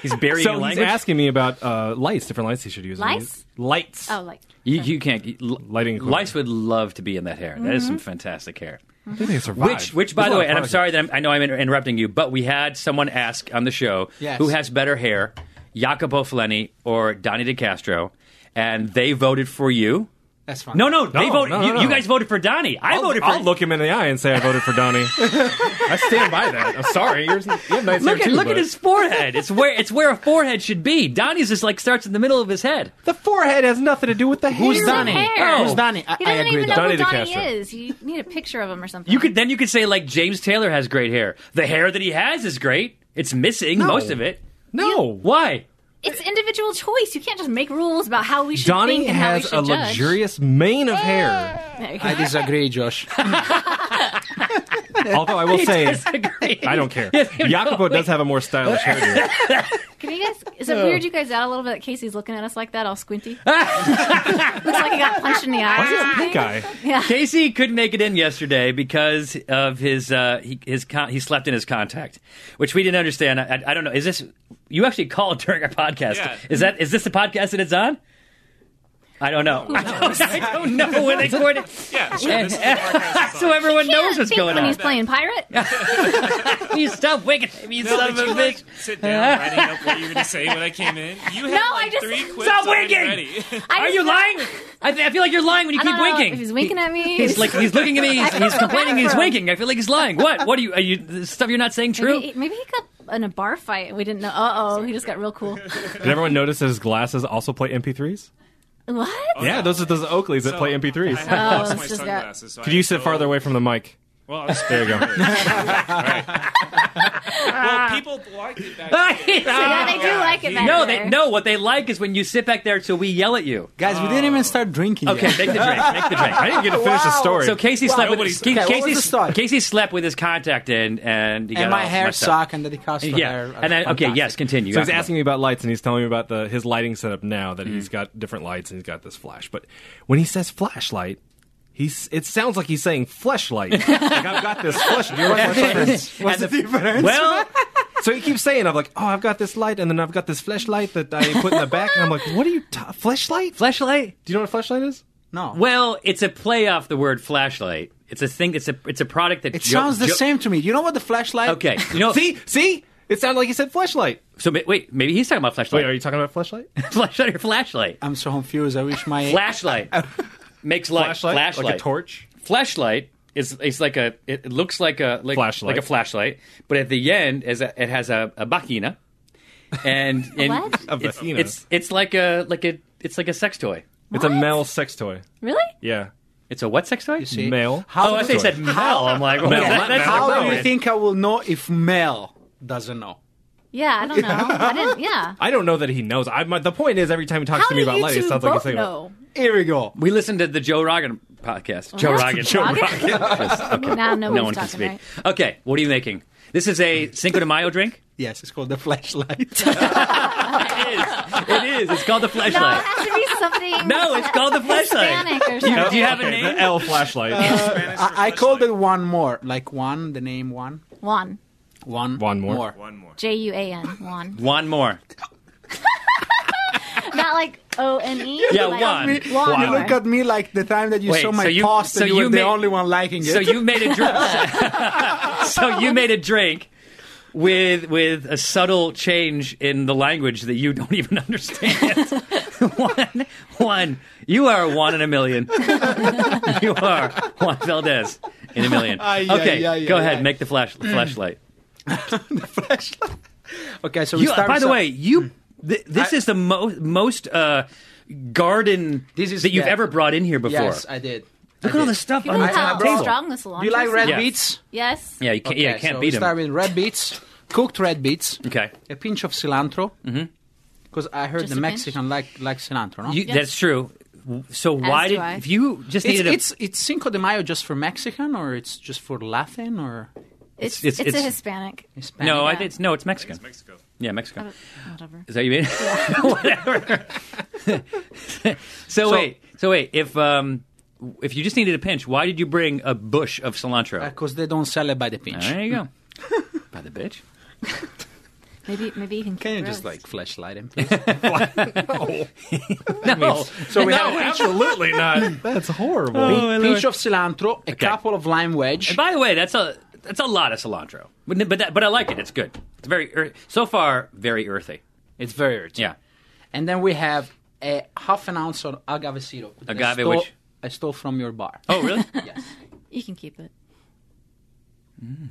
[SPEAKER 2] He's burying
[SPEAKER 3] So
[SPEAKER 2] your
[SPEAKER 3] he's
[SPEAKER 2] language.
[SPEAKER 3] asking me about uh, lights, different lights he should use.
[SPEAKER 7] Lice?
[SPEAKER 3] lights.
[SPEAKER 7] Oh, like
[SPEAKER 2] you, you can't. You,
[SPEAKER 3] Lighting equipment.
[SPEAKER 2] Lice would love to be in that hair. That is
[SPEAKER 3] Mm-hmm.
[SPEAKER 2] some fantastic hair.
[SPEAKER 3] I think they survived.
[SPEAKER 2] Which, which, by
[SPEAKER 3] There's a
[SPEAKER 2] the
[SPEAKER 3] lot
[SPEAKER 2] way,
[SPEAKER 3] of
[SPEAKER 2] and I'm
[SPEAKER 3] products.
[SPEAKER 2] sorry that I'm, I know I'm inter- interrupting you, but we had someone ask on the show
[SPEAKER 8] Yes.
[SPEAKER 2] who has better hair, Jacopo Fellini or Donnie DeCastro, and they voted for you.
[SPEAKER 8] That's fine.
[SPEAKER 2] No, no, they
[SPEAKER 3] No,
[SPEAKER 2] voted.
[SPEAKER 3] no,
[SPEAKER 2] you,
[SPEAKER 3] no,
[SPEAKER 2] you
[SPEAKER 3] no.
[SPEAKER 2] guys voted for Donnie. I
[SPEAKER 3] I'll,
[SPEAKER 2] voted for.
[SPEAKER 3] I'll look him in the eye and say I voted for Donnie. I stand by that. I'm sorry. Yours- you have nice
[SPEAKER 2] Look
[SPEAKER 3] hair
[SPEAKER 2] at
[SPEAKER 3] too,
[SPEAKER 2] look
[SPEAKER 3] but-
[SPEAKER 2] at his forehead. It's where it's where a forehead should be. Donnie's just like starts in the middle of his head.
[SPEAKER 3] The forehead has nothing to do with the hair.
[SPEAKER 8] Who's Donnie?
[SPEAKER 7] hair.
[SPEAKER 8] Who's Donnie? I,
[SPEAKER 7] he
[SPEAKER 8] I
[SPEAKER 7] doesn't
[SPEAKER 8] agree.
[SPEAKER 7] even know
[SPEAKER 8] though.
[SPEAKER 3] Oh. Donnie
[SPEAKER 7] who Donnie
[SPEAKER 3] DeCastro.
[SPEAKER 7] is. You need a picture of him or something.
[SPEAKER 2] You could then you could say like James Taylor has great hair. The hair that he has is great. It's missing most of it.
[SPEAKER 3] No.
[SPEAKER 2] Why?
[SPEAKER 7] It's individual choice. You can't just make rules about how we should
[SPEAKER 3] Donnie
[SPEAKER 7] think and how we
[SPEAKER 3] has
[SPEAKER 7] should
[SPEAKER 3] a
[SPEAKER 7] judge.
[SPEAKER 3] luxurious mane of hair.
[SPEAKER 8] I disagree, Josh.
[SPEAKER 3] Although I will say,
[SPEAKER 2] Disagree.
[SPEAKER 3] I don't care. Jacopo does have a more stylish hairdo.
[SPEAKER 7] Can you guys? Is it
[SPEAKER 3] Oh.
[SPEAKER 7] weird you guys out a little bit? that Casey's looking at us like that, all squinty. Looks like he got punched in the
[SPEAKER 3] Why is he a
[SPEAKER 7] eye.
[SPEAKER 3] pink eye?
[SPEAKER 2] Casey couldn't make it in yesterday because of his uh, he, his con- he slept in his contact, which we didn't understand. I, I, I don't know. Is this you actually called during our podcast?
[SPEAKER 3] Yeah.
[SPEAKER 2] Is that is this the podcast that it's on? I don't know. I don't, I don't know when they recorded.
[SPEAKER 4] Yeah,
[SPEAKER 2] so everyone knows
[SPEAKER 7] Can't
[SPEAKER 2] what's
[SPEAKER 7] think
[SPEAKER 2] going
[SPEAKER 7] when
[SPEAKER 2] on.
[SPEAKER 7] he's playing pirate.
[SPEAKER 2] You stop winking at me, you
[SPEAKER 4] No,
[SPEAKER 2] son of
[SPEAKER 4] but
[SPEAKER 2] a
[SPEAKER 4] you
[SPEAKER 2] bitch.
[SPEAKER 4] like, sit down, writing up what you're gonna say when I came in. You had
[SPEAKER 7] No,
[SPEAKER 4] like,
[SPEAKER 7] I just-
[SPEAKER 4] three quips
[SPEAKER 2] Stop
[SPEAKER 4] already
[SPEAKER 2] winking!
[SPEAKER 4] ready.
[SPEAKER 2] Are you lying? I, th- I feel like you're lying when you
[SPEAKER 7] I
[SPEAKER 2] keep
[SPEAKER 7] don't know
[SPEAKER 2] winking.
[SPEAKER 7] if he's winking at me.
[SPEAKER 2] He's like he's looking at me. He's, he's complaining. He's
[SPEAKER 7] bathroom.
[SPEAKER 2] winking. I feel like he's lying. What? What are you? Are you the stuff you're not saying true?
[SPEAKER 7] Maybe, maybe he got in a bar fight. and We didn't know. Uh oh, he just got real cool.
[SPEAKER 3] Did everyone notice that his glasses also play MP3s?
[SPEAKER 7] What?
[SPEAKER 3] Yeah, those are those Oakleys that play
[SPEAKER 4] I
[SPEAKER 3] MP3s.
[SPEAKER 4] had
[SPEAKER 7] Oh,
[SPEAKER 4] lost
[SPEAKER 7] it's
[SPEAKER 4] my
[SPEAKER 7] just got-
[SPEAKER 4] sunglasses. So
[SPEAKER 3] Could you sit farther away from the mic?
[SPEAKER 4] Well, I'll just there
[SPEAKER 3] you go.
[SPEAKER 4] well, people liked it back.
[SPEAKER 7] Yeah, they do like it. Back
[SPEAKER 2] no,
[SPEAKER 7] there.
[SPEAKER 2] they no. What they like is when you sit back there till we yell at you.
[SPEAKER 8] Guys, we didn't even start drinking.
[SPEAKER 2] Okay,
[SPEAKER 8] Yet.
[SPEAKER 2] make the drink. Make the drink.
[SPEAKER 3] I didn't get to finish the story.
[SPEAKER 2] So Casey slept with
[SPEAKER 4] Nobody's-
[SPEAKER 2] Casey,
[SPEAKER 8] Okay, what was the
[SPEAKER 2] Casey,
[SPEAKER 8] story?
[SPEAKER 2] Casey slept with his contact in, and he got
[SPEAKER 8] And my
[SPEAKER 2] all
[SPEAKER 8] hair
[SPEAKER 2] messed up.
[SPEAKER 8] suck and the DiCastro hair.
[SPEAKER 2] Yeah,
[SPEAKER 8] are
[SPEAKER 2] and then okay,
[SPEAKER 8] fantastic.
[SPEAKER 2] yes, continue.
[SPEAKER 3] So he's asking me about lights, and he's telling me about the his lighting setup now that he's got different lights and he's got this flash. But when he says flashlight, he's it sounds like he's saying fleshlight. like I've got this flesh. Do you like fleshlight?
[SPEAKER 8] What's the difference?
[SPEAKER 2] Well,
[SPEAKER 3] So he keeps saying, "I'm like, oh, I've got this light, and then I've got this flashlight that I put in the back." And I'm like, "What are you ta- flashlight?
[SPEAKER 2] flashlight.
[SPEAKER 3] Do you know what a flashlight is?"
[SPEAKER 8] no.
[SPEAKER 2] Well, it's a play off the word flashlight. It's a thing. It's a it's a product that
[SPEAKER 8] it
[SPEAKER 2] Jo-
[SPEAKER 8] sounds the
[SPEAKER 2] Jo-
[SPEAKER 8] same to me. You know what the flashlight?
[SPEAKER 2] Okay, you know.
[SPEAKER 3] See, see, it sounded like he said flashlight.
[SPEAKER 2] So ma- wait, maybe he's talking about flashlight.
[SPEAKER 3] Wait, are you talking about flashlight?
[SPEAKER 2] flashlight or flashlight?
[SPEAKER 8] I'm so confused. I wish my
[SPEAKER 2] Flashlight makes light.
[SPEAKER 3] Flashlight, like a torch.
[SPEAKER 2] flashlight is is like a it it looks like a like,
[SPEAKER 3] Flashlight.
[SPEAKER 2] like a flashlight, but at the end is a, it has a, a bacchina, and, and
[SPEAKER 7] What?
[SPEAKER 3] A
[SPEAKER 2] It's,
[SPEAKER 3] vagina.
[SPEAKER 2] it's it's like a like a it's like a sex toy.
[SPEAKER 3] It's a male sex toy.
[SPEAKER 7] Really?
[SPEAKER 3] Yeah.
[SPEAKER 2] It's a what sex toy?
[SPEAKER 8] See?
[SPEAKER 3] Male.
[SPEAKER 8] How
[SPEAKER 2] oh, I
[SPEAKER 8] do
[SPEAKER 2] thought you
[SPEAKER 8] you-
[SPEAKER 2] said Mel. I'm like, what?
[SPEAKER 3] not
[SPEAKER 2] that's
[SPEAKER 3] Mel.
[SPEAKER 8] How
[SPEAKER 3] No,
[SPEAKER 8] do you
[SPEAKER 3] it-
[SPEAKER 8] think I will know if Mel doesn't know?
[SPEAKER 7] Yeah, I don't know. I didn't. Yeah.
[SPEAKER 3] I don't know that he knows. I, my, the point is, every time he talks
[SPEAKER 7] How
[SPEAKER 3] to
[SPEAKER 7] do
[SPEAKER 3] me about
[SPEAKER 7] you
[SPEAKER 3] light,
[SPEAKER 7] two
[SPEAKER 3] it sounds like he's
[SPEAKER 7] both
[SPEAKER 3] saying,
[SPEAKER 7] know?
[SPEAKER 8] Here we go.
[SPEAKER 2] We listened to the Joe Rogan podcast. Joe Rogan.
[SPEAKER 7] Joe
[SPEAKER 2] okay.
[SPEAKER 7] Now
[SPEAKER 2] no
[SPEAKER 7] nobody's
[SPEAKER 2] one can
[SPEAKER 7] talking.
[SPEAKER 2] speak.
[SPEAKER 7] right?
[SPEAKER 2] Okay, what are you making? This is a Cinco de Mayo drink.
[SPEAKER 8] Yes, it's called the flashlight.
[SPEAKER 2] It is. It's called the
[SPEAKER 7] No, it
[SPEAKER 2] flashlight.
[SPEAKER 7] has to be something.
[SPEAKER 2] No, it's called the flashlight.
[SPEAKER 7] Hispanic or something.
[SPEAKER 2] Do you have a
[SPEAKER 3] okay,
[SPEAKER 2] name?
[SPEAKER 3] the L flashlight.
[SPEAKER 8] I, I called it one more, like one, the name one,
[SPEAKER 7] Juan.
[SPEAKER 8] one,
[SPEAKER 3] One more.
[SPEAKER 4] One more.
[SPEAKER 7] J U A N. Juan.
[SPEAKER 2] One more.
[SPEAKER 7] Not like O N E.
[SPEAKER 2] Yeah,
[SPEAKER 7] like,
[SPEAKER 2] Juan.
[SPEAKER 7] Juan.
[SPEAKER 8] You
[SPEAKER 7] more.
[SPEAKER 8] look at me like the time that you
[SPEAKER 2] Wait,
[SPEAKER 8] saw my
[SPEAKER 2] so you-
[SPEAKER 8] post
[SPEAKER 2] so
[SPEAKER 8] and you,
[SPEAKER 2] you
[SPEAKER 8] were
[SPEAKER 2] made-
[SPEAKER 8] the only one liking it.
[SPEAKER 2] So you made a drink. so you made a drink with with a subtle change in the language that you don't even understand. one, one. You are one in a million. you are Juan Valdez in a million.
[SPEAKER 8] Ay, ay,
[SPEAKER 2] okay,
[SPEAKER 8] ay,
[SPEAKER 2] go
[SPEAKER 8] ay,
[SPEAKER 2] ahead.
[SPEAKER 8] ay. Mm.
[SPEAKER 2] Make the flash flashlight.
[SPEAKER 8] okay, so we
[SPEAKER 2] You, uh,
[SPEAKER 8] start. Mm.
[SPEAKER 2] by the
[SPEAKER 8] with-
[SPEAKER 2] way, you. Th- this is the most most uh, garden
[SPEAKER 8] This is-
[SPEAKER 2] that you've
[SPEAKER 8] yeah.
[SPEAKER 2] ever brought in here before.
[SPEAKER 8] yes, I did.
[SPEAKER 2] Look at all the stuff
[SPEAKER 7] People
[SPEAKER 2] on the
[SPEAKER 7] know
[SPEAKER 2] top
[SPEAKER 7] how
[SPEAKER 2] table.
[SPEAKER 7] strong the cilantro
[SPEAKER 8] Do you like red
[SPEAKER 7] is.
[SPEAKER 2] Yeah.
[SPEAKER 8] beets?
[SPEAKER 7] Yes.
[SPEAKER 2] Yeah, you can't. yeah, you
[SPEAKER 8] Okay,
[SPEAKER 2] can't
[SPEAKER 8] so
[SPEAKER 2] beat
[SPEAKER 8] we
[SPEAKER 2] him.
[SPEAKER 8] Start with red beets, cooked red beets,
[SPEAKER 2] okay, Mm-hmm.
[SPEAKER 8] a pinch of cilantro. Because I heard
[SPEAKER 7] Just
[SPEAKER 8] the
[SPEAKER 7] a pinch?
[SPEAKER 8] Mexican like like cilantro, no?
[SPEAKER 2] You,
[SPEAKER 7] Yes.
[SPEAKER 2] That's true. So why
[SPEAKER 7] do
[SPEAKER 2] did
[SPEAKER 7] I.
[SPEAKER 2] if you just
[SPEAKER 8] it's,
[SPEAKER 2] needed a
[SPEAKER 8] it's it's Cinco de Mayo just for Mexican, or it's just for Latin, or
[SPEAKER 7] It's,
[SPEAKER 2] it's-
[SPEAKER 7] it's,
[SPEAKER 2] it's-
[SPEAKER 7] a Hispanic.
[SPEAKER 8] Hispanic?
[SPEAKER 2] no? I
[SPEAKER 7] yeah.
[SPEAKER 2] think it's no. It's Mexican.
[SPEAKER 4] Mexico.
[SPEAKER 2] yeah, Mexican.
[SPEAKER 7] Whatever.
[SPEAKER 2] Is that what you mean? Whatever. so, wait. So wait. If um, if you just needed a pinch, why did you bring a bush of cilantro?
[SPEAKER 8] because Uh, they don't sell it by the pinch.
[SPEAKER 2] there you go. By the bitch.
[SPEAKER 7] Maybe maybe you can.
[SPEAKER 8] Can you
[SPEAKER 7] cook
[SPEAKER 8] just
[SPEAKER 7] roast.
[SPEAKER 8] like flashlight him, please?
[SPEAKER 2] No.
[SPEAKER 3] So we have absolutely not. That's horrible.
[SPEAKER 8] pinch of cilantro, a couple of lime wedge.
[SPEAKER 2] By the way, that's a that's a lot of cilantro. But but, that, but I like it. It's good. It's very ear- so far very earthy.
[SPEAKER 8] It's very rich.
[SPEAKER 2] Yeah.
[SPEAKER 8] And then we have a half an ounce of agave syrup. that I
[SPEAKER 2] Agave
[SPEAKER 8] stole-
[SPEAKER 2] which?
[SPEAKER 8] I stole from your bar.
[SPEAKER 2] Oh really?
[SPEAKER 8] Yes.
[SPEAKER 7] You can keep it. Mm.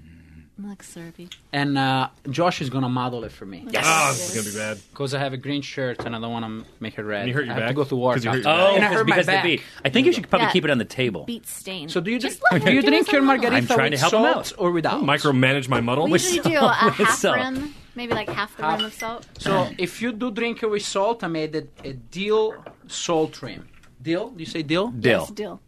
[SPEAKER 7] Like syrupy.
[SPEAKER 8] And uh, Josh is gonna model it for me
[SPEAKER 2] yes.
[SPEAKER 4] Ah,
[SPEAKER 3] Oh, this is gonna be bad.
[SPEAKER 8] because I have a green shirt and I don't want to make it red.
[SPEAKER 3] you hurt your
[SPEAKER 8] I have
[SPEAKER 3] back?
[SPEAKER 8] to go to work.
[SPEAKER 3] 'Cause you hurt
[SPEAKER 8] after.
[SPEAKER 3] your
[SPEAKER 2] Oh,
[SPEAKER 8] and I
[SPEAKER 2] because-
[SPEAKER 8] hurt my
[SPEAKER 2] because
[SPEAKER 8] back.
[SPEAKER 2] the beat. I think you should probably
[SPEAKER 7] Yeah.
[SPEAKER 2] keep it on the table.
[SPEAKER 7] Beet stain.
[SPEAKER 8] So do you
[SPEAKER 7] just
[SPEAKER 8] drink,
[SPEAKER 7] let
[SPEAKER 8] do
[SPEAKER 7] her
[SPEAKER 8] you
[SPEAKER 7] do
[SPEAKER 8] drink
[SPEAKER 7] this
[SPEAKER 8] your
[SPEAKER 7] alone.
[SPEAKER 8] margarita
[SPEAKER 2] I'm trying
[SPEAKER 8] with
[SPEAKER 2] to help him out.
[SPEAKER 8] salt or without?
[SPEAKER 3] Micromanage my muddle.
[SPEAKER 7] We usually do a
[SPEAKER 2] salt, with
[SPEAKER 7] half
[SPEAKER 2] salt.
[SPEAKER 7] rim, maybe like half the
[SPEAKER 8] Half.
[SPEAKER 7] rim of salt.
[SPEAKER 8] So if you do drink it with salt, I made it a dill salt rim. Dill? Do you say dill?
[SPEAKER 2] Dill.
[SPEAKER 7] Yes, dill.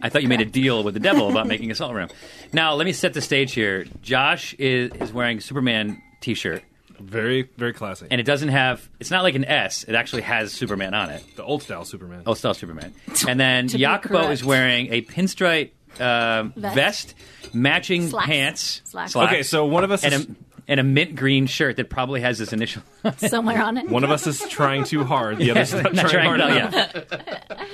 [SPEAKER 2] I thought you made a deal with the devil about making a salt room. Now let me set the stage here. Josh is, is wearing a Superman T-shirt,
[SPEAKER 3] Very, very classy.
[SPEAKER 2] and it doesn't have. It's not like an S. It actually has Superman on it.
[SPEAKER 3] the old style Superman.
[SPEAKER 2] Oh, still Superman. And then
[SPEAKER 7] To be
[SPEAKER 2] Jacopo is
[SPEAKER 7] correct.
[SPEAKER 2] wearing a pinstripe um, vest.
[SPEAKER 7] Vest.
[SPEAKER 2] matching
[SPEAKER 7] Slacks.
[SPEAKER 2] pants,
[SPEAKER 7] Slacks.
[SPEAKER 3] Okay, so one of us
[SPEAKER 2] and
[SPEAKER 3] is,
[SPEAKER 2] a, and a mint green shirt that probably has his initial.
[SPEAKER 7] Somewhere on it.
[SPEAKER 3] one of us is trying too hard. The other's not trying, hard
[SPEAKER 2] no,
[SPEAKER 3] enough.
[SPEAKER 2] yeah.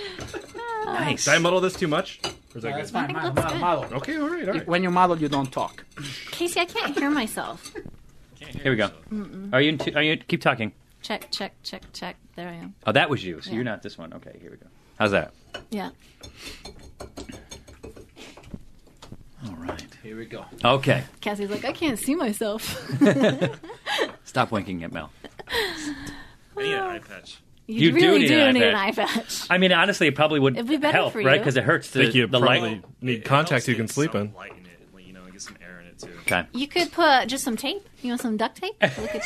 [SPEAKER 2] nice.
[SPEAKER 3] Did I muddle this too much? Or is that good?
[SPEAKER 8] That's fine.
[SPEAKER 7] think
[SPEAKER 8] Model,
[SPEAKER 7] that's
[SPEAKER 8] model,
[SPEAKER 7] good.
[SPEAKER 8] model.
[SPEAKER 3] Okay, all right, all right.
[SPEAKER 8] When you model, you don't talk.
[SPEAKER 7] Casey, I can't hear myself.
[SPEAKER 2] Here we go. Are you? in T- are you? Keep talking.
[SPEAKER 7] Check, check, check, check. There I am.
[SPEAKER 2] Oh, that was you. So
[SPEAKER 7] Yeah.
[SPEAKER 2] you're not this one. Okay, here we go. How's that?
[SPEAKER 7] Yeah.
[SPEAKER 2] All right.
[SPEAKER 8] Here we go.
[SPEAKER 2] Okay.
[SPEAKER 7] Cassie's like, I can't see myself.
[SPEAKER 2] Stop winking at Mel.
[SPEAKER 4] I need an eye patch.
[SPEAKER 7] You,
[SPEAKER 2] You do
[SPEAKER 7] really
[SPEAKER 2] need
[SPEAKER 7] do
[SPEAKER 2] an eye
[SPEAKER 7] need an eye
[SPEAKER 2] patch.
[SPEAKER 7] patch.
[SPEAKER 2] I mean, honestly, it probably would
[SPEAKER 7] It'd be better
[SPEAKER 2] help,
[SPEAKER 7] for
[SPEAKER 2] right?
[SPEAKER 7] you.
[SPEAKER 2] Because it hurts
[SPEAKER 3] I
[SPEAKER 2] the,
[SPEAKER 3] think you
[SPEAKER 2] the
[SPEAKER 3] probably
[SPEAKER 2] light.
[SPEAKER 3] need
[SPEAKER 4] helps
[SPEAKER 3] contact you
[SPEAKER 4] get
[SPEAKER 3] can sleep
[SPEAKER 4] some
[SPEAKER 3] in.
[SPEAKER 4] Light in it, like, you know, and get some air in it too.
[SPEAKER 2] Okay.
[SPEAKER 7] You could put just some tape. You want some duct tape? Look at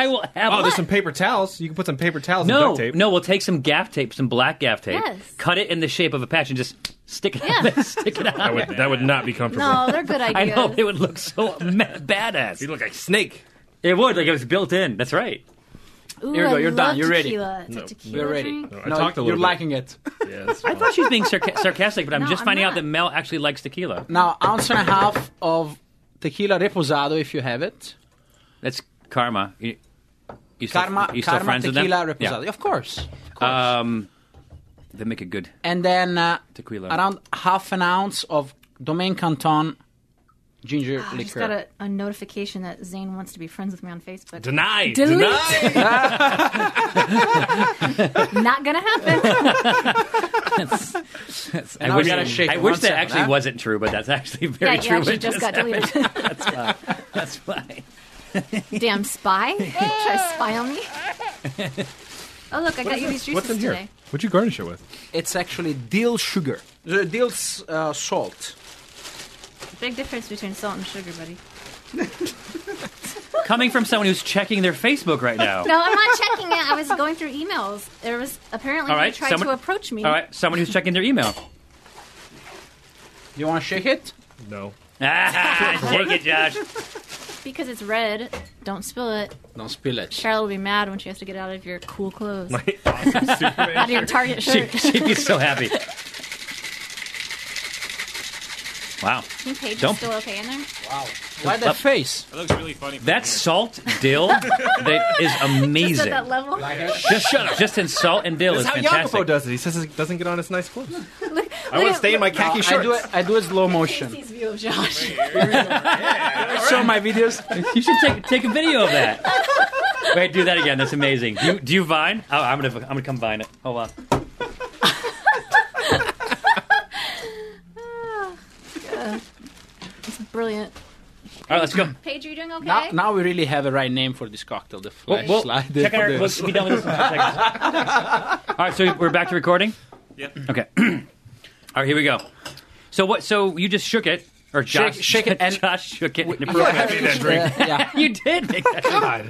[SPEAKER 2] I will have.
[SPEAKER 3] Oh, there's some paper towels. You can put some paper towels and
[SPEAKER 2] no,
[SPEAKER 3] duct tape.
[SPEAKER 2] no. We'll take some gaff tape, some black gaff tape.
[SPEAKER 7] Yes.
[SPEAKER 2] Cut it in the shape of a patch and just stick it on
[SPEAKER 7] Yeah.
[SPEAKER 2] there. Stick it on.
[SPEAKER 3] That would, that would not be comfortable.
[SPEAKER 7] No, they're good
[SPEAKER 2] I
[SPEAKER 7] ideas.
[SPEAKER 2] know it would look so ma- badass.
[SPEAKER 3] You look like a snake.
[SPEAKER 2] It would, like it was built in. That's right.
[SPEAKER 7] Ooh,
[SPEAKER 8] Here we go,
[SPEAKER 7] I
[SPEAKER 8] you're done,
[SPEAKER 7] love
[SPEAKER 8] you're ready.
[SPEAKER 7] tequila. It's a tequila
[SPEAKER 8] You're ready.
[SPEAKER 7] drink.
[SPEAKER 3] I talked a little
[SPEAKER 8] you're
[SPEAKER 3] bit.
[SPEAKER 8] liking it.
[SPEAKER 3] Yeah, that's
[SPEAKER 2] I thought she was being sarca- sarcastic, but I'm
[SPEAKER 7] No,
[SPEAKER 2] just
[SPEAKER 7] I'm
[SPEAKER 2] finding out
[SPEAKER 7] not.
[SPEAKER 2] that Mel actually likes tequila.
[SPEAKER 8] Now, ounce and a half of tequila reposado if you have it.
[SPEAKER 2] That's karma. You, you still,
[SPEAKER 8] Karma,
[SPEAKER 2] you still
[SPEAKER 8] karma
[SPEAKER 2] friends with
[SPEAKER 8] tequila
[SPEAKER 2] them?
[SPEAKER 8] reposado. Of course. Of course.
[SPEAKER 3] Uh,
[SPEAKER 2] Yeah. Um, they make a good
[SPEAKER 8] and then uh,
[SPEAKER 2] tequila.
[SPEAKER 8] around half an ounce of Domaine Canton ginger
[SPEAKER 7] Ah, I just
[SPEAKER 8] liqueur.
[SPEAKER 7] got a, a notification that Zane wants to be friends with me on Facebook.
[SPEAKER 3] Deny.
[SPEAKER 7] Delete.
[SPEAKER 3] Deny.
[SPEAKER 7] Not gonna happen.
[SPEAKER 2] I
[SPEAKER 8] I
[SPEAKER 2] wish,
[SPEAKER 8] gotta shake
[SPEAKER 2] I
[SPEAKER 8] one
[SPEAKER 2] wish that
[SPEAKER 8] second,
[SPEAKER 2] actually
[SPEAKER 8] huh?
[SPEAKER 2] wasn't true, but that's actually
[SPEAKER 7] yeah,
[SPEAKER 2] very
[SPEAKER 7] you
[SPEAKER 2] true.
[SPEAKER 7] actually
[SPEAKER 2] It
[SPEAKER 7] just got
[SPEAKER 2] happened.
[SPEAKER 7] deleted.
[SPEAKER 2] That's fine.
[SPEAKER 7] Damn spy! Try to spy on me. Oh look, I got you these juices
[SPEAKER 3] What's in here?
[SPEAKER 7] today.
[SPEAKER 3] What'd you garnish it with?
[SPEAKER 8] It's actually dill sugar, the dill s- uh, salt.
[SPEAKER 7] Big difference between salt and sugar, buddy.
[SPEAKER 2] Coming from someone who's checking their Facebook right now.
[SPEAKER 7] No, I'm not checking it. I was going through emails. There was apparently
[SPEAKER 2] All
[SPEAKER 7] they
[SPEAKER 2] right,
[SPEAKER 7] tried
[SPEAKER 2] someone-
[SPEAKER 7] to approach me.
[SPEAKER 2] All right, someone who's checking their email.
[SPEAKER 8] You want to shake it?
[SPEAKER 3] No.
[SPEAKER 2] Ah, take it, Josh.
[SPEAKER 7] Because it's red, don't spill it.
[SPEAKER 8] Don't spill it.
[SPEAKER 7] Charlotte will be mad when she has to get out of your cool clothes. out
[SPEAKER 3] Superman.
[SPEAKER 7] of your Target
[SPEAKER 2] She,
[SPEAKER 7] shirt.
[SPEAKER 2] she'd be so happy. Wow.
[SPEAKER 7] Pink page is
[SPEAKER 2] Don't-
[SPEAKER 7] still okay in there?
[SPEAKER 8] Why that face?
[SPEAKER 4] It looks really funny. from
[SPEAKER 2] That
[SPEAKER 4] here.
[SPEAKER 2] salt dill that is
[SPEAKER 7] Just
[SPEAKER 2] amazing.
[SPEAKER 7] at that level.
[SPEAKER 2] Just shut up. Just in salt and dill
[SPEAKER 3] That's
[SPEAKER 2] is
[SPEAKER 3] how
[SPEAKER 2] fantastic.
[SPEAKER 3] Jacopo does it. He says it doesn't get on his nice clothes. I
[SPEAKER 7] look
[SPEAKER 3] want
[SPEAKER 7] at-
[SPEAKER 3] to stay in my khaki
[SPEAKER 8] I
[SPEAKER 3] shorts.
[SPEAKER 8] do it. I do it slow motion.
[SPEAKER 7] Casey's view of Josh.
[SPEAKER 8] Show my videos.
[SPEAKER 2] You should take take a video of that. Wait, do that again. That's amazing. Do you, do you vine? Oh, I'm gonna I'm gonna come vine it. Oh, Hold on.
[SPEAKER 7] Brilliant.
[SPEAKER 2] All right, let's go.
[SPEAKER 7] Paige, are you doing okay?
[SPEAKER 8] Now, now we really have a right name for this cocktail. The
[SPEAKER 2] We'll, we'll
[SPEAKER 8] flashlight. the-
[SPEAKER 2] check our,
[SPEAKER 8] the-
[SPEAKER 2] we'll be done with this in five seconds. All right, so we're back to recording.
[SPEAKER 4] Yep.
[SPEAKER 2] Okay. All right, here we go. So what? So you just shook it, or Josh
[SPEAKER 8] Shake- shake it and-
[SPEAKER 2] Josh shook it. inappropriately.
[SPEAKER 8] Uh, yeah.
[SPEAKER 2] You did. Make that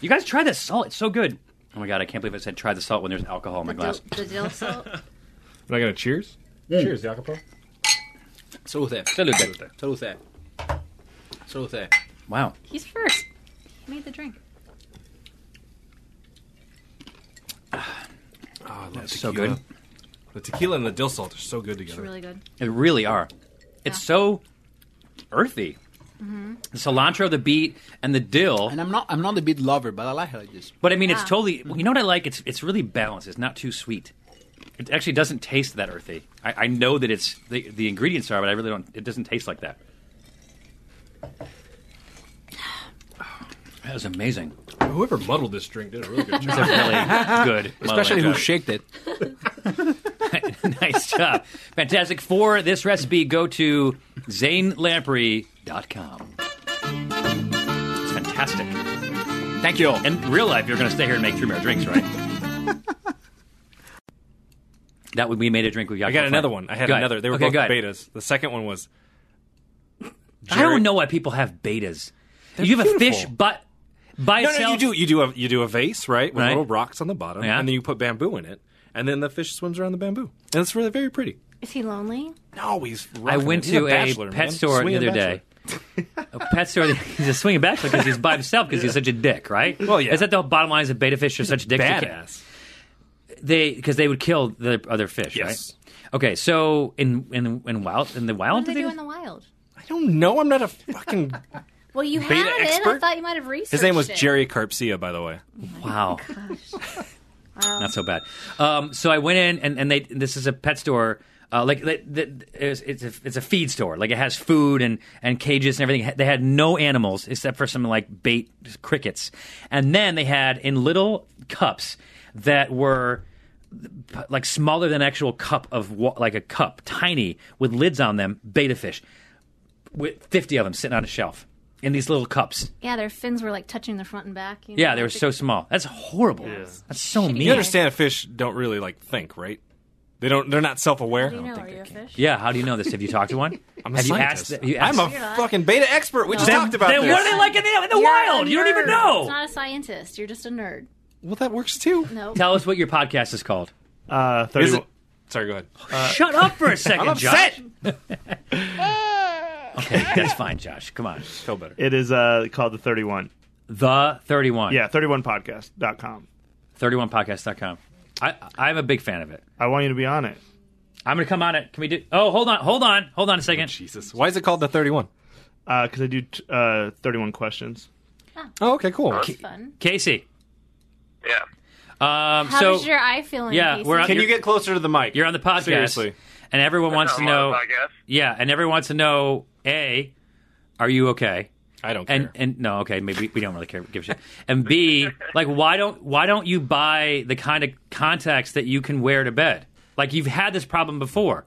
[SPEAKER 2] You guys try this salt. It's so good. Oh my god, I can't believe I said try the salt when there's alcohol in my
[SPEAKER 7] the, dill,
[SPEAKER 2] glass.
[SPEAKER 7] the dill salt.
[SPEAKER 3] Am I gonna cheers? Cheers, Jacopo.
[SPEAKER 8] Salute.
[SPEAKER 2] Salute.
[SPEAKER 8] Salute. Salute.
[SPEAKER 2] Wow.
[SPEAKER 7] He's first. He made the drink.
[SPEAKER 3] Oh, that's
[SPEAKER 2] So good.
[SPEAKER 3] The tequila and the dill salt are so good
[SPEAKER 7] It's
[SPEAKER 3] together.
[SPEAKER 7] really good.
[SPEAKER 2] They really are. It's so earthy. The cilantro, the beet, and the dill.
[SPEAKER 8] And I'm not. I'm not a big lover, but I like it like this.
[SPEAKER 2] But I mean, it's
[SPEAKER 7] Yeah.
[SPEAKER 2] totally. You know what I like? It's it's really balanced. It's not too sweet. It actually doesn't taste that earthy. I, I know that it's the, the ingredients are, but I really don't. It doesn't taste like that. That was amazing.
[SPEAKER 3] Whoever muddled this drink did a really good job.
[SPEAKER 2] It's a really good,
[SPEAKER 8] Especially who
[SPEAKER 2] muddling.
[SPEAKER 8] shaked it.
[SPEAKER 2] nice job. Fantastic. For this recipe, go to zanelamprey.com. It's fantastic. Thank you. In real life, you're going to stay here and make three more drinks, right? that would we made a drink. We got.
[SPEAKER 3] I got another one. I had
[SPEAKER 2] Go ahead.
[SPEAKER 3] another. They were
[SPEAKER 2] Okay,
[SPEAKER 3] both
[SPEAKER 2] go ahead.
[SPEAKER 3] betas. The second one was.
[SPEAKER 2] I don't know why people have betas. you have a fish
[SPEAKER 3] beautiful.
[SPEAKER 2] butt by
[SPEAKER 3] No,
[SPEAKER 2] itself.
[SPEAKER 3] no, you do. You do a you do a vase, right, with
[SPEAKER 2] Right.
[SPEAKER 3] little rocks on the bottom,
[SPEAKER 2] Yeah.
[SPEAKER 3] and then you put bamboo in it, and then the fish swims around the bamboo, and it's really very pretty.
[SPEAKER 7] Is he lonely?
[SPEAKER 3] No, he's.
[SPEAKER 2] I
[SPEAKER 3] rocking
[SPEAKER 2] went
[SPEAKER 3] it. He's
[SPEAKER 2] to a,
[SPEAKER 3] bachelor,
[SPEAKER 2] pet
[SPEAKER 3] man.
[SPEAKER 2] store the
[SPEAKER 3] Swinging
[SPEAKER 2] other
[SPEAKER 3] bachelor.
[SPEAKER 2] day. a pet store. He's a swinging bachelor because he's by himself because he's such a dick, right?
[SPEAKER 3] Well, yeah.
[SPEAKER 2] Is that the bottom line? Is that beta fish are such dicks? You can't-
[SPEAKER 3] Badass.
[SPEAKER 2] They because they would kill the other fish,
[SPEAKER 3] Yes.
[SPEAKER 2] right? Okay, so in in in wild in the
[SPEAKER 7] What
[SPEAKER 2] wild,
[SPEAKER 7] do
[SPEAKER 2] do
[SPEAKER 7] they do
[SPEAKER 2] they-
[SPEAKER 7] in the wild?
[SPEAKER 3] I don't know. I'm not a fucking.
[SPEAKER 7] Well, you
[SPEAKER 3] Beta
[SPEAKER 7] had it. I
[SPEAKER 3] expert?
[SPEAKER 7] thought you might have researched
[SPEAKER 3] His name was
[SPEAKER 7] it.
[SPEAKER 3] Jerry Carpsia, by the way.
[SPEAKER 2] wow. Not so bad. Um, so I went in, and, and they this is a pet store, uh, like the, the, it's, it's a it's a feed store. Like it has food and, and cages and everything. They had no animals except for some like bait crickets, and then they had in little cups that were like smaller than actual cup of wa- like a cup, tiny with lids on them, beta fish, with fifty of them sitting on a shelf in these little cups.
[SPEAKER 7] Yeah, their fins were like touching the front and back. You know,
[SPEAKER 2] Yeah, they were
[SPEAKER 7] like the-
[SPEAKER 2] so small. That's horrible. That's so mean.
[SPEAKER 3] You understand fish don't really like think, right? They don't. They're not self-aware.
[SPEAKER 7] Do you know, are you a fish?
[SPEAKER 2] Yeah, how do you know this? Have you talked to one?
[SPEAKER 3] I'm a
[SPEAKER 2] Have
[SPEAKER 3] scientist.
[SPEAKER 2] You asked, you asked,
[SPEAKER 3] I'm a
[SPEAKER 7] You're not.
[SPEAKER 3] fucking beta expert. We just
[SPEAKER 2] Then-
[SPEAKER 3] talked about
[SPEAKER 2] then
[SPEAKER 3] this.
[SPEAKER 2] what are they like in the, in the wild? You don't even
[SPEAKER 7] It's
[SPEAKER 2] know.
[SPEAKER 7] not a scientist. You're just a nerd.
[SPEAKER 3] Well, that works too.
[SPEAKER 7] No.
[SPEAKER 2] Tell us what your podcast is called.
[SPEAKER 6] Uh,
[SPEAKER 3] Is
[SPEAKER 6] 31
[SPEAKER 3] it- Sorry, go ahead.
[SPEAKER 2] Shut up for a second,
[SPEAKER 3] Uh, upset.
[SPEAKER 2] Josh. okay, that's fine, Josh. Come on.
[SPEAKER 3] Feel better.
[SPEAKER 6] it is uh, called the 31.
[SPEAKER 2] The 31.
[SPEAKER 6] Yeah, 31podcast.com.
[SPEAKER 2] 31podcast.com. I, I'm a big fan of it.
[SPEAKER 6] I want you to be on it.
[SPEAKER 2] I'm going to come on it. Can we do. Oh, hold on. Hold on. Hold on a
[SPEAKER 3] Oh,
[SPEAKER 2] second.
[SPEAKER 3] Jesus, why is it called the 31?
[SPEAKER 6] Because I do t- uh, 31 questions.
[SPEAKER 3] Oh, okay, cool.
[SPEAKER 7] Fun.
[SPEAKER 2] Casey.
[SPEAKER 5] Yeah.
[SPEAKER 2] Um,
[SPEAKER 7] How's
[SPEAKER 2] so
[SPEAKER 7] your eye feeling?
[SPEAKER 2] yeah,
[SPEAKER 7] Casey?
[SPEAKER 2] we're on-
[SPEAKER 3] Can you get closer to the mic?
[SPEAKER 2] you're on the podcast.
[SPEAKER 3] Seriously.
[SPEAKER 2] And everyone wants to know.
[SPEAKER 5] I guess.
[SPEAKER 2] Yeah, and everyone wants to know A, are you okay?
[SPEAKER 3] I don't care.
[SPEAKER 2] and and no, okay, maybe we don't really care, give a shit. And B, like, why don't why don't you buy the kind of contacts that you can wear to bed? Like you've had this problem before,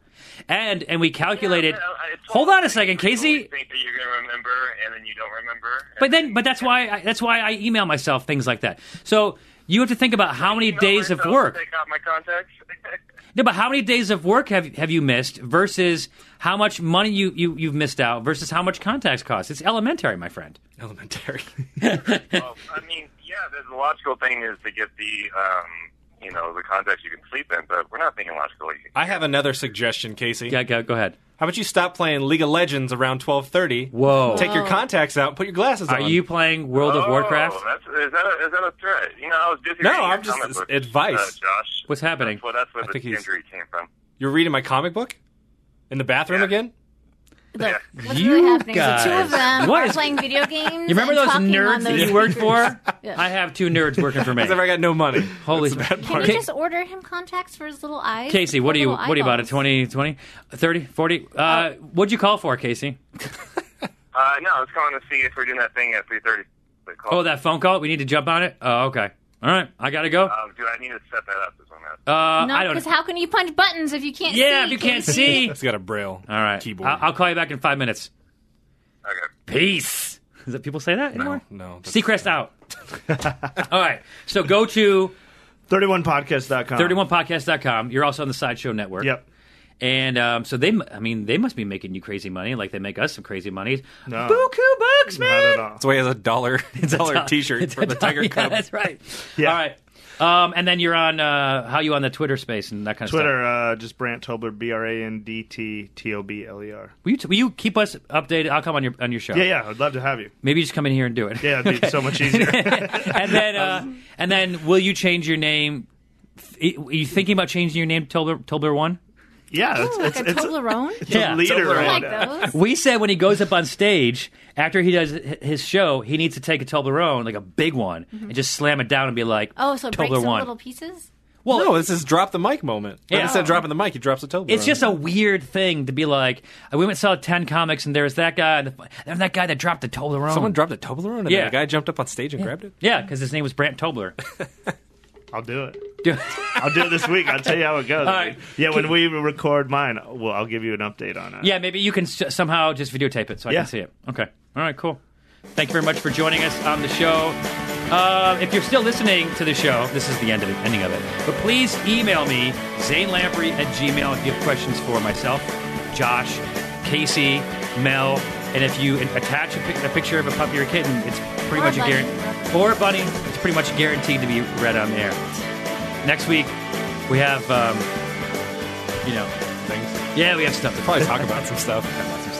[SPEAKER 2] and and we calculated.
[SPEAKER 5] Yeah, but, uh, it's
[SPEAKER 2] hold
[SPEAKER 5] one
[SPEAKER 2] on a
[SPEAKER 5] of those
[SPEAKER 2] second,
[SPEAKER 5] things where you
[SPEAKER 2] Casey.
[SPEAKER 5] Think that you're gonna remember, and then you don't remember.
[SPEAKER 2] But then, but that's why I, that's why I email myself things like that. So you have to think about how many
[SPEAKER 5] You know
[SPEAKER 2] days of
[SPEAKER 5] myself,
[SPEAKER 2] work.
[SPEAKER 5] They got my contacts.
[SPEAKER 2] No, but how many days of work have have you missed versus how much money you, you you've missed out versus how much contacts cost? It's elementary, my friend.
[SPEAKER 3] Elementary.
[SPEAKER 5] well, I mean, yeah, the- the logical thing is to get the, um, you know, the contacts you can sleep in, but we're not thinking logically.
[SPEAKER 3] I have another suggestion, Casey.
[SPEAKER 2] Yeah, go, go ahead.
[SPEAKER 3] How about you stop playing League of Legends around twelve thirty?
[SPEAKER 2] Whoa.
[SPEAKER 3] Take your contacts out. and Put your glasses
[SPEAKER 2] Are
[SPEAKER 3] on.
[SPEAKER 2] you playing World of
[SPEAKER 5] Oh,
[SPEAKER 2] Warcraft?
[SPEAKER 5] That's, is, that a, is that a threat? You know, I was disagreeing.
[SPEAKER 3] No, I'm
[SPEAKER 5] with
[SPEAKER 3] just-
[SPEAKER 5] comic book,
[SPEAKER 3] advice.
[SPEAKER 5] Uh, Josh,
[SPEAKER 2] What's happening?
[SPEAKER 5] Well, that's where
[SPEAKER 3] I
[SPEAKER 5] the
[SPEAKER 3] think he's-
[SPEAKER 5] injury came from.
[SPEAKER 3] You're reading my comic book in the bathroom
[SPEAKER 5] Yeah.
[SPEAKER 3] again?
[SPEAKER 7] Look, what's
[SPEAKER 2] You
[SPEAKER 7] really happening is the two
[SPEAKER 2] guys.
[SPEAKER 7] of them
[SPEAKER 2] What
[SPEAKER 7] are
[SPEAKER 2] is-
[SPEAKER 7] playing video games.
[SPEAKER 2] You remember
[SPEAKER 7] and
[SPEAKER 2] those
[SPEAKER 7] talking
[SPEAKER 2] nerds
[SPEAKER 7] on
[SPEAKER 2] that
[SPEAKER 7] those
[SPEAKER 2] you worked
[SPEAKER 7] speakers.
[SPEAKER 2] for?
[SPEAKER 7] Yeah.
[SPEAKER 2] I have two nerds working for me.
[SPEAKER 3] Because I got no money.
[SPEAKER 2] Holy
[SPEAKER 3] That's the bad
[SPEAKER 7] Can
[SPEAKER 3] part.
[SPEAKER 7] you just order him contacts for his little eyes?
[SPEAKER 2] Casey, what
[SPEAKER 7] Poor
[SPEAKER 2] do you
[SPEAKER 7] little
[SPEAKER 2] what do you about it? 20,
[SPEAKER 7] eyeballs.
[SPEAKER 2] 20, 30, 40? Uh, what'd you call for, Casey?
[SPEAKER 5] Uh, no, I was calling to see if we're doing that thing at 3.30. The call.
[SPEAKER 2] Oh, that phone call. We need to jump on it. Oh, okay. All right, I gotta go. Uh,
[SPEAKER 5] Um, dude, I need to set that up. This one up.
[SPEAKER 7] No,
[SPEAKER 2] I
[SPEAKER 7] because
[SPEAKER 2] don't.
[SPEAKER 7] how can you punch buttons if you can't see?
[SPEAKER 2] Yeah, if you can't
[SPEAKER 7] Casey?
[SPEAKER 2] see.
[SPEAKER 3] It's got a braille
[SPEAKER 2] All right,
[SPEAKER 3] keyboard.
[SPEAKER 2] I- I'll call you back in five minutes.
[SPEAKER 5] okay.
[SPEAKER 2] Peace. Is that people say that anymore?
[SPEAKER 3] no, that's-
[SPEAKER 2] Seacrest out. All right. So go to
[SPEAKER 6] 31podcast.com.
[SPEAKER 2] 31podcast.com. You're also on the Sideshow Network.
[SPEAKER 6] Yep.
[SPEAKER 2] And um, so they, m- I mean, they must be making you crazy money, like they make us some crazy money.
[SPEAKER 6] No.
[SPEAKER 2] Buku bucks, man.
[SPEAKER 6] Not at all.
[SPEAKER 3] That's why he has a dollar, dollar T-shirt
[SPEAKER 2] It's
[SPEAKER 3] for
[SPEAKER 2] a
[SPEAKER 3] the
[SPEAKER 2] dol-
[SPEAKER 3] Tiger
[SPEAKER 2] yeah,
[SPEAKER 3] Cub.
[SPEAKER 2] That's right.
[SPEAKER 6] Yeah.
[SPEAKER 2] All right. Um, and then you're on uh, how you on the Twitter space and that kind of stuff.
[SPEAKER 6] Twitter, uh, just Brant Tobler, B R A N D T T O B L E R.
[SPEAKER 2] Will you, t- will you keep us updated? I'll come on your on your show.
[SPEAKER 6] Yeah, yeah, I'd love to have you.
[SPEAKER 2] Maybe just come in here and do it.
[SPEAKER 6] Yeah, it'd be so much easier.
[SPEAKER 2] and then uh, and then will you change your name? Th- Are you thinking about changing your name, Tobler Tobler One?
[SPEAKER 6] Yeah,
[SPEAKER 7] Ooh,
[SPEAKER 6] it's,
[SPEAKER 7] like
[SPEAKER 6] it's,
[SPEAKER 7] a
[SPEAKER 6] it's a
[SPEAKER 7] Toblerone.
[SPEAKER 2] Yeah.
[SPEAKER 6] leader
[SPEAKER 7] I
[SPEAKER 6] right
[SPEAKER 7] like
[SPEAKER 6] now.
[SPEAKER 7] those.
[SPEAKER 2] We said when he goes up on stage after he does hi- his show, he needs to take a Toblerone, like a big one, and just slam it down and be like,
[SPEAKER 7] Mm-hmm. Oh, so it breaks
[SPEAKER 2] Toblerone."
[SPEAKER 7] into little pieces.
[SPEAKER 2] Well,
[SPEAKER 3] no, this is drop the mic moment. But
[SPEAKER 2] Yeah.
[SPEAKER 3] Instead of dropping the mic, he drops a Toblerone.
[SPEAKER 2] It's just a weird thing to be like. We went and saw ten comics, and there was that guy, and the- and that guy that dropped the Toblerone.
[SPEAKER 3] someone dropped a Toblerone, and
[SPEAKER 2] Um, Yeah.
[SPEAKER 3] then a guy jumped up on stage and grabbed it.
[SPEAKER 2] yeah, because his name was Brant Tobler.
[SPEAKER 6] I'll do it.
[SPEAKER 2] Dude,
[SPEAKER 6] I'll do it this week. I'll tell you how it goes.
[SPEAKER 2] right.
[SPEAKER 6] Yeah, when we record mine, well, I'll give you an update on it.
[SPEAKER 2] yeah, maybe you can s- somehow just videotape it so I
[SPEAKER 6] Yeah.
[SPEAKER 2] can see it. Okay, all right, cool. Thank you very much for joining us on the show. Uh, if you're still listening to the show, this is the end of it, ending of it. But please email me, Zane Lamprey at Gmail, if you have questions for myself, Josh, Casey, Mel, and if you attach a, pic- a picture of a puppy or a kitten, it's pretty
[SPEAKER 7] Or a
[SPEAKER 2] much a
[SPEAKER 7] bunny.
[SPEAKER 2] guarantee. or a bunny. It's pretty much guaranteed to be read on air. Next week, we have, um, you know, things. Yeah, we have stuff to
[SPEAKER 3] Probably talk about some stuff.
[SPEAKER 2] lots of stuff.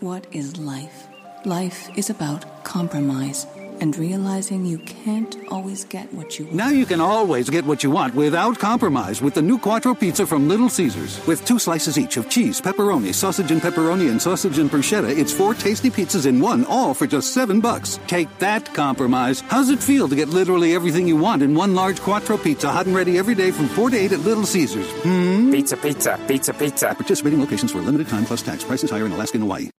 [SPEAKER 9] What is life? Life is about compromise and realizing you can't always get what you want.
[SPEAKER 10] Now you can always get what you want without compromise with the new Quattro Pizza from Little Caesars. With two slices each of cheese, pepperoni, sausage and pepperoni, and sausage and bruschetta, it's four tasty pizzas in one, all for just seven bucks. Take that compromise. How's it feel to get literally everything you want in one large Quattro Pizza, hot and ready every day from 4 to 8 at Little Caesars? Hmm? Pizza, pizza, pizza, pizza. Participating locations for a limited time plus tax. Prices higher in Alaska and Hawaii.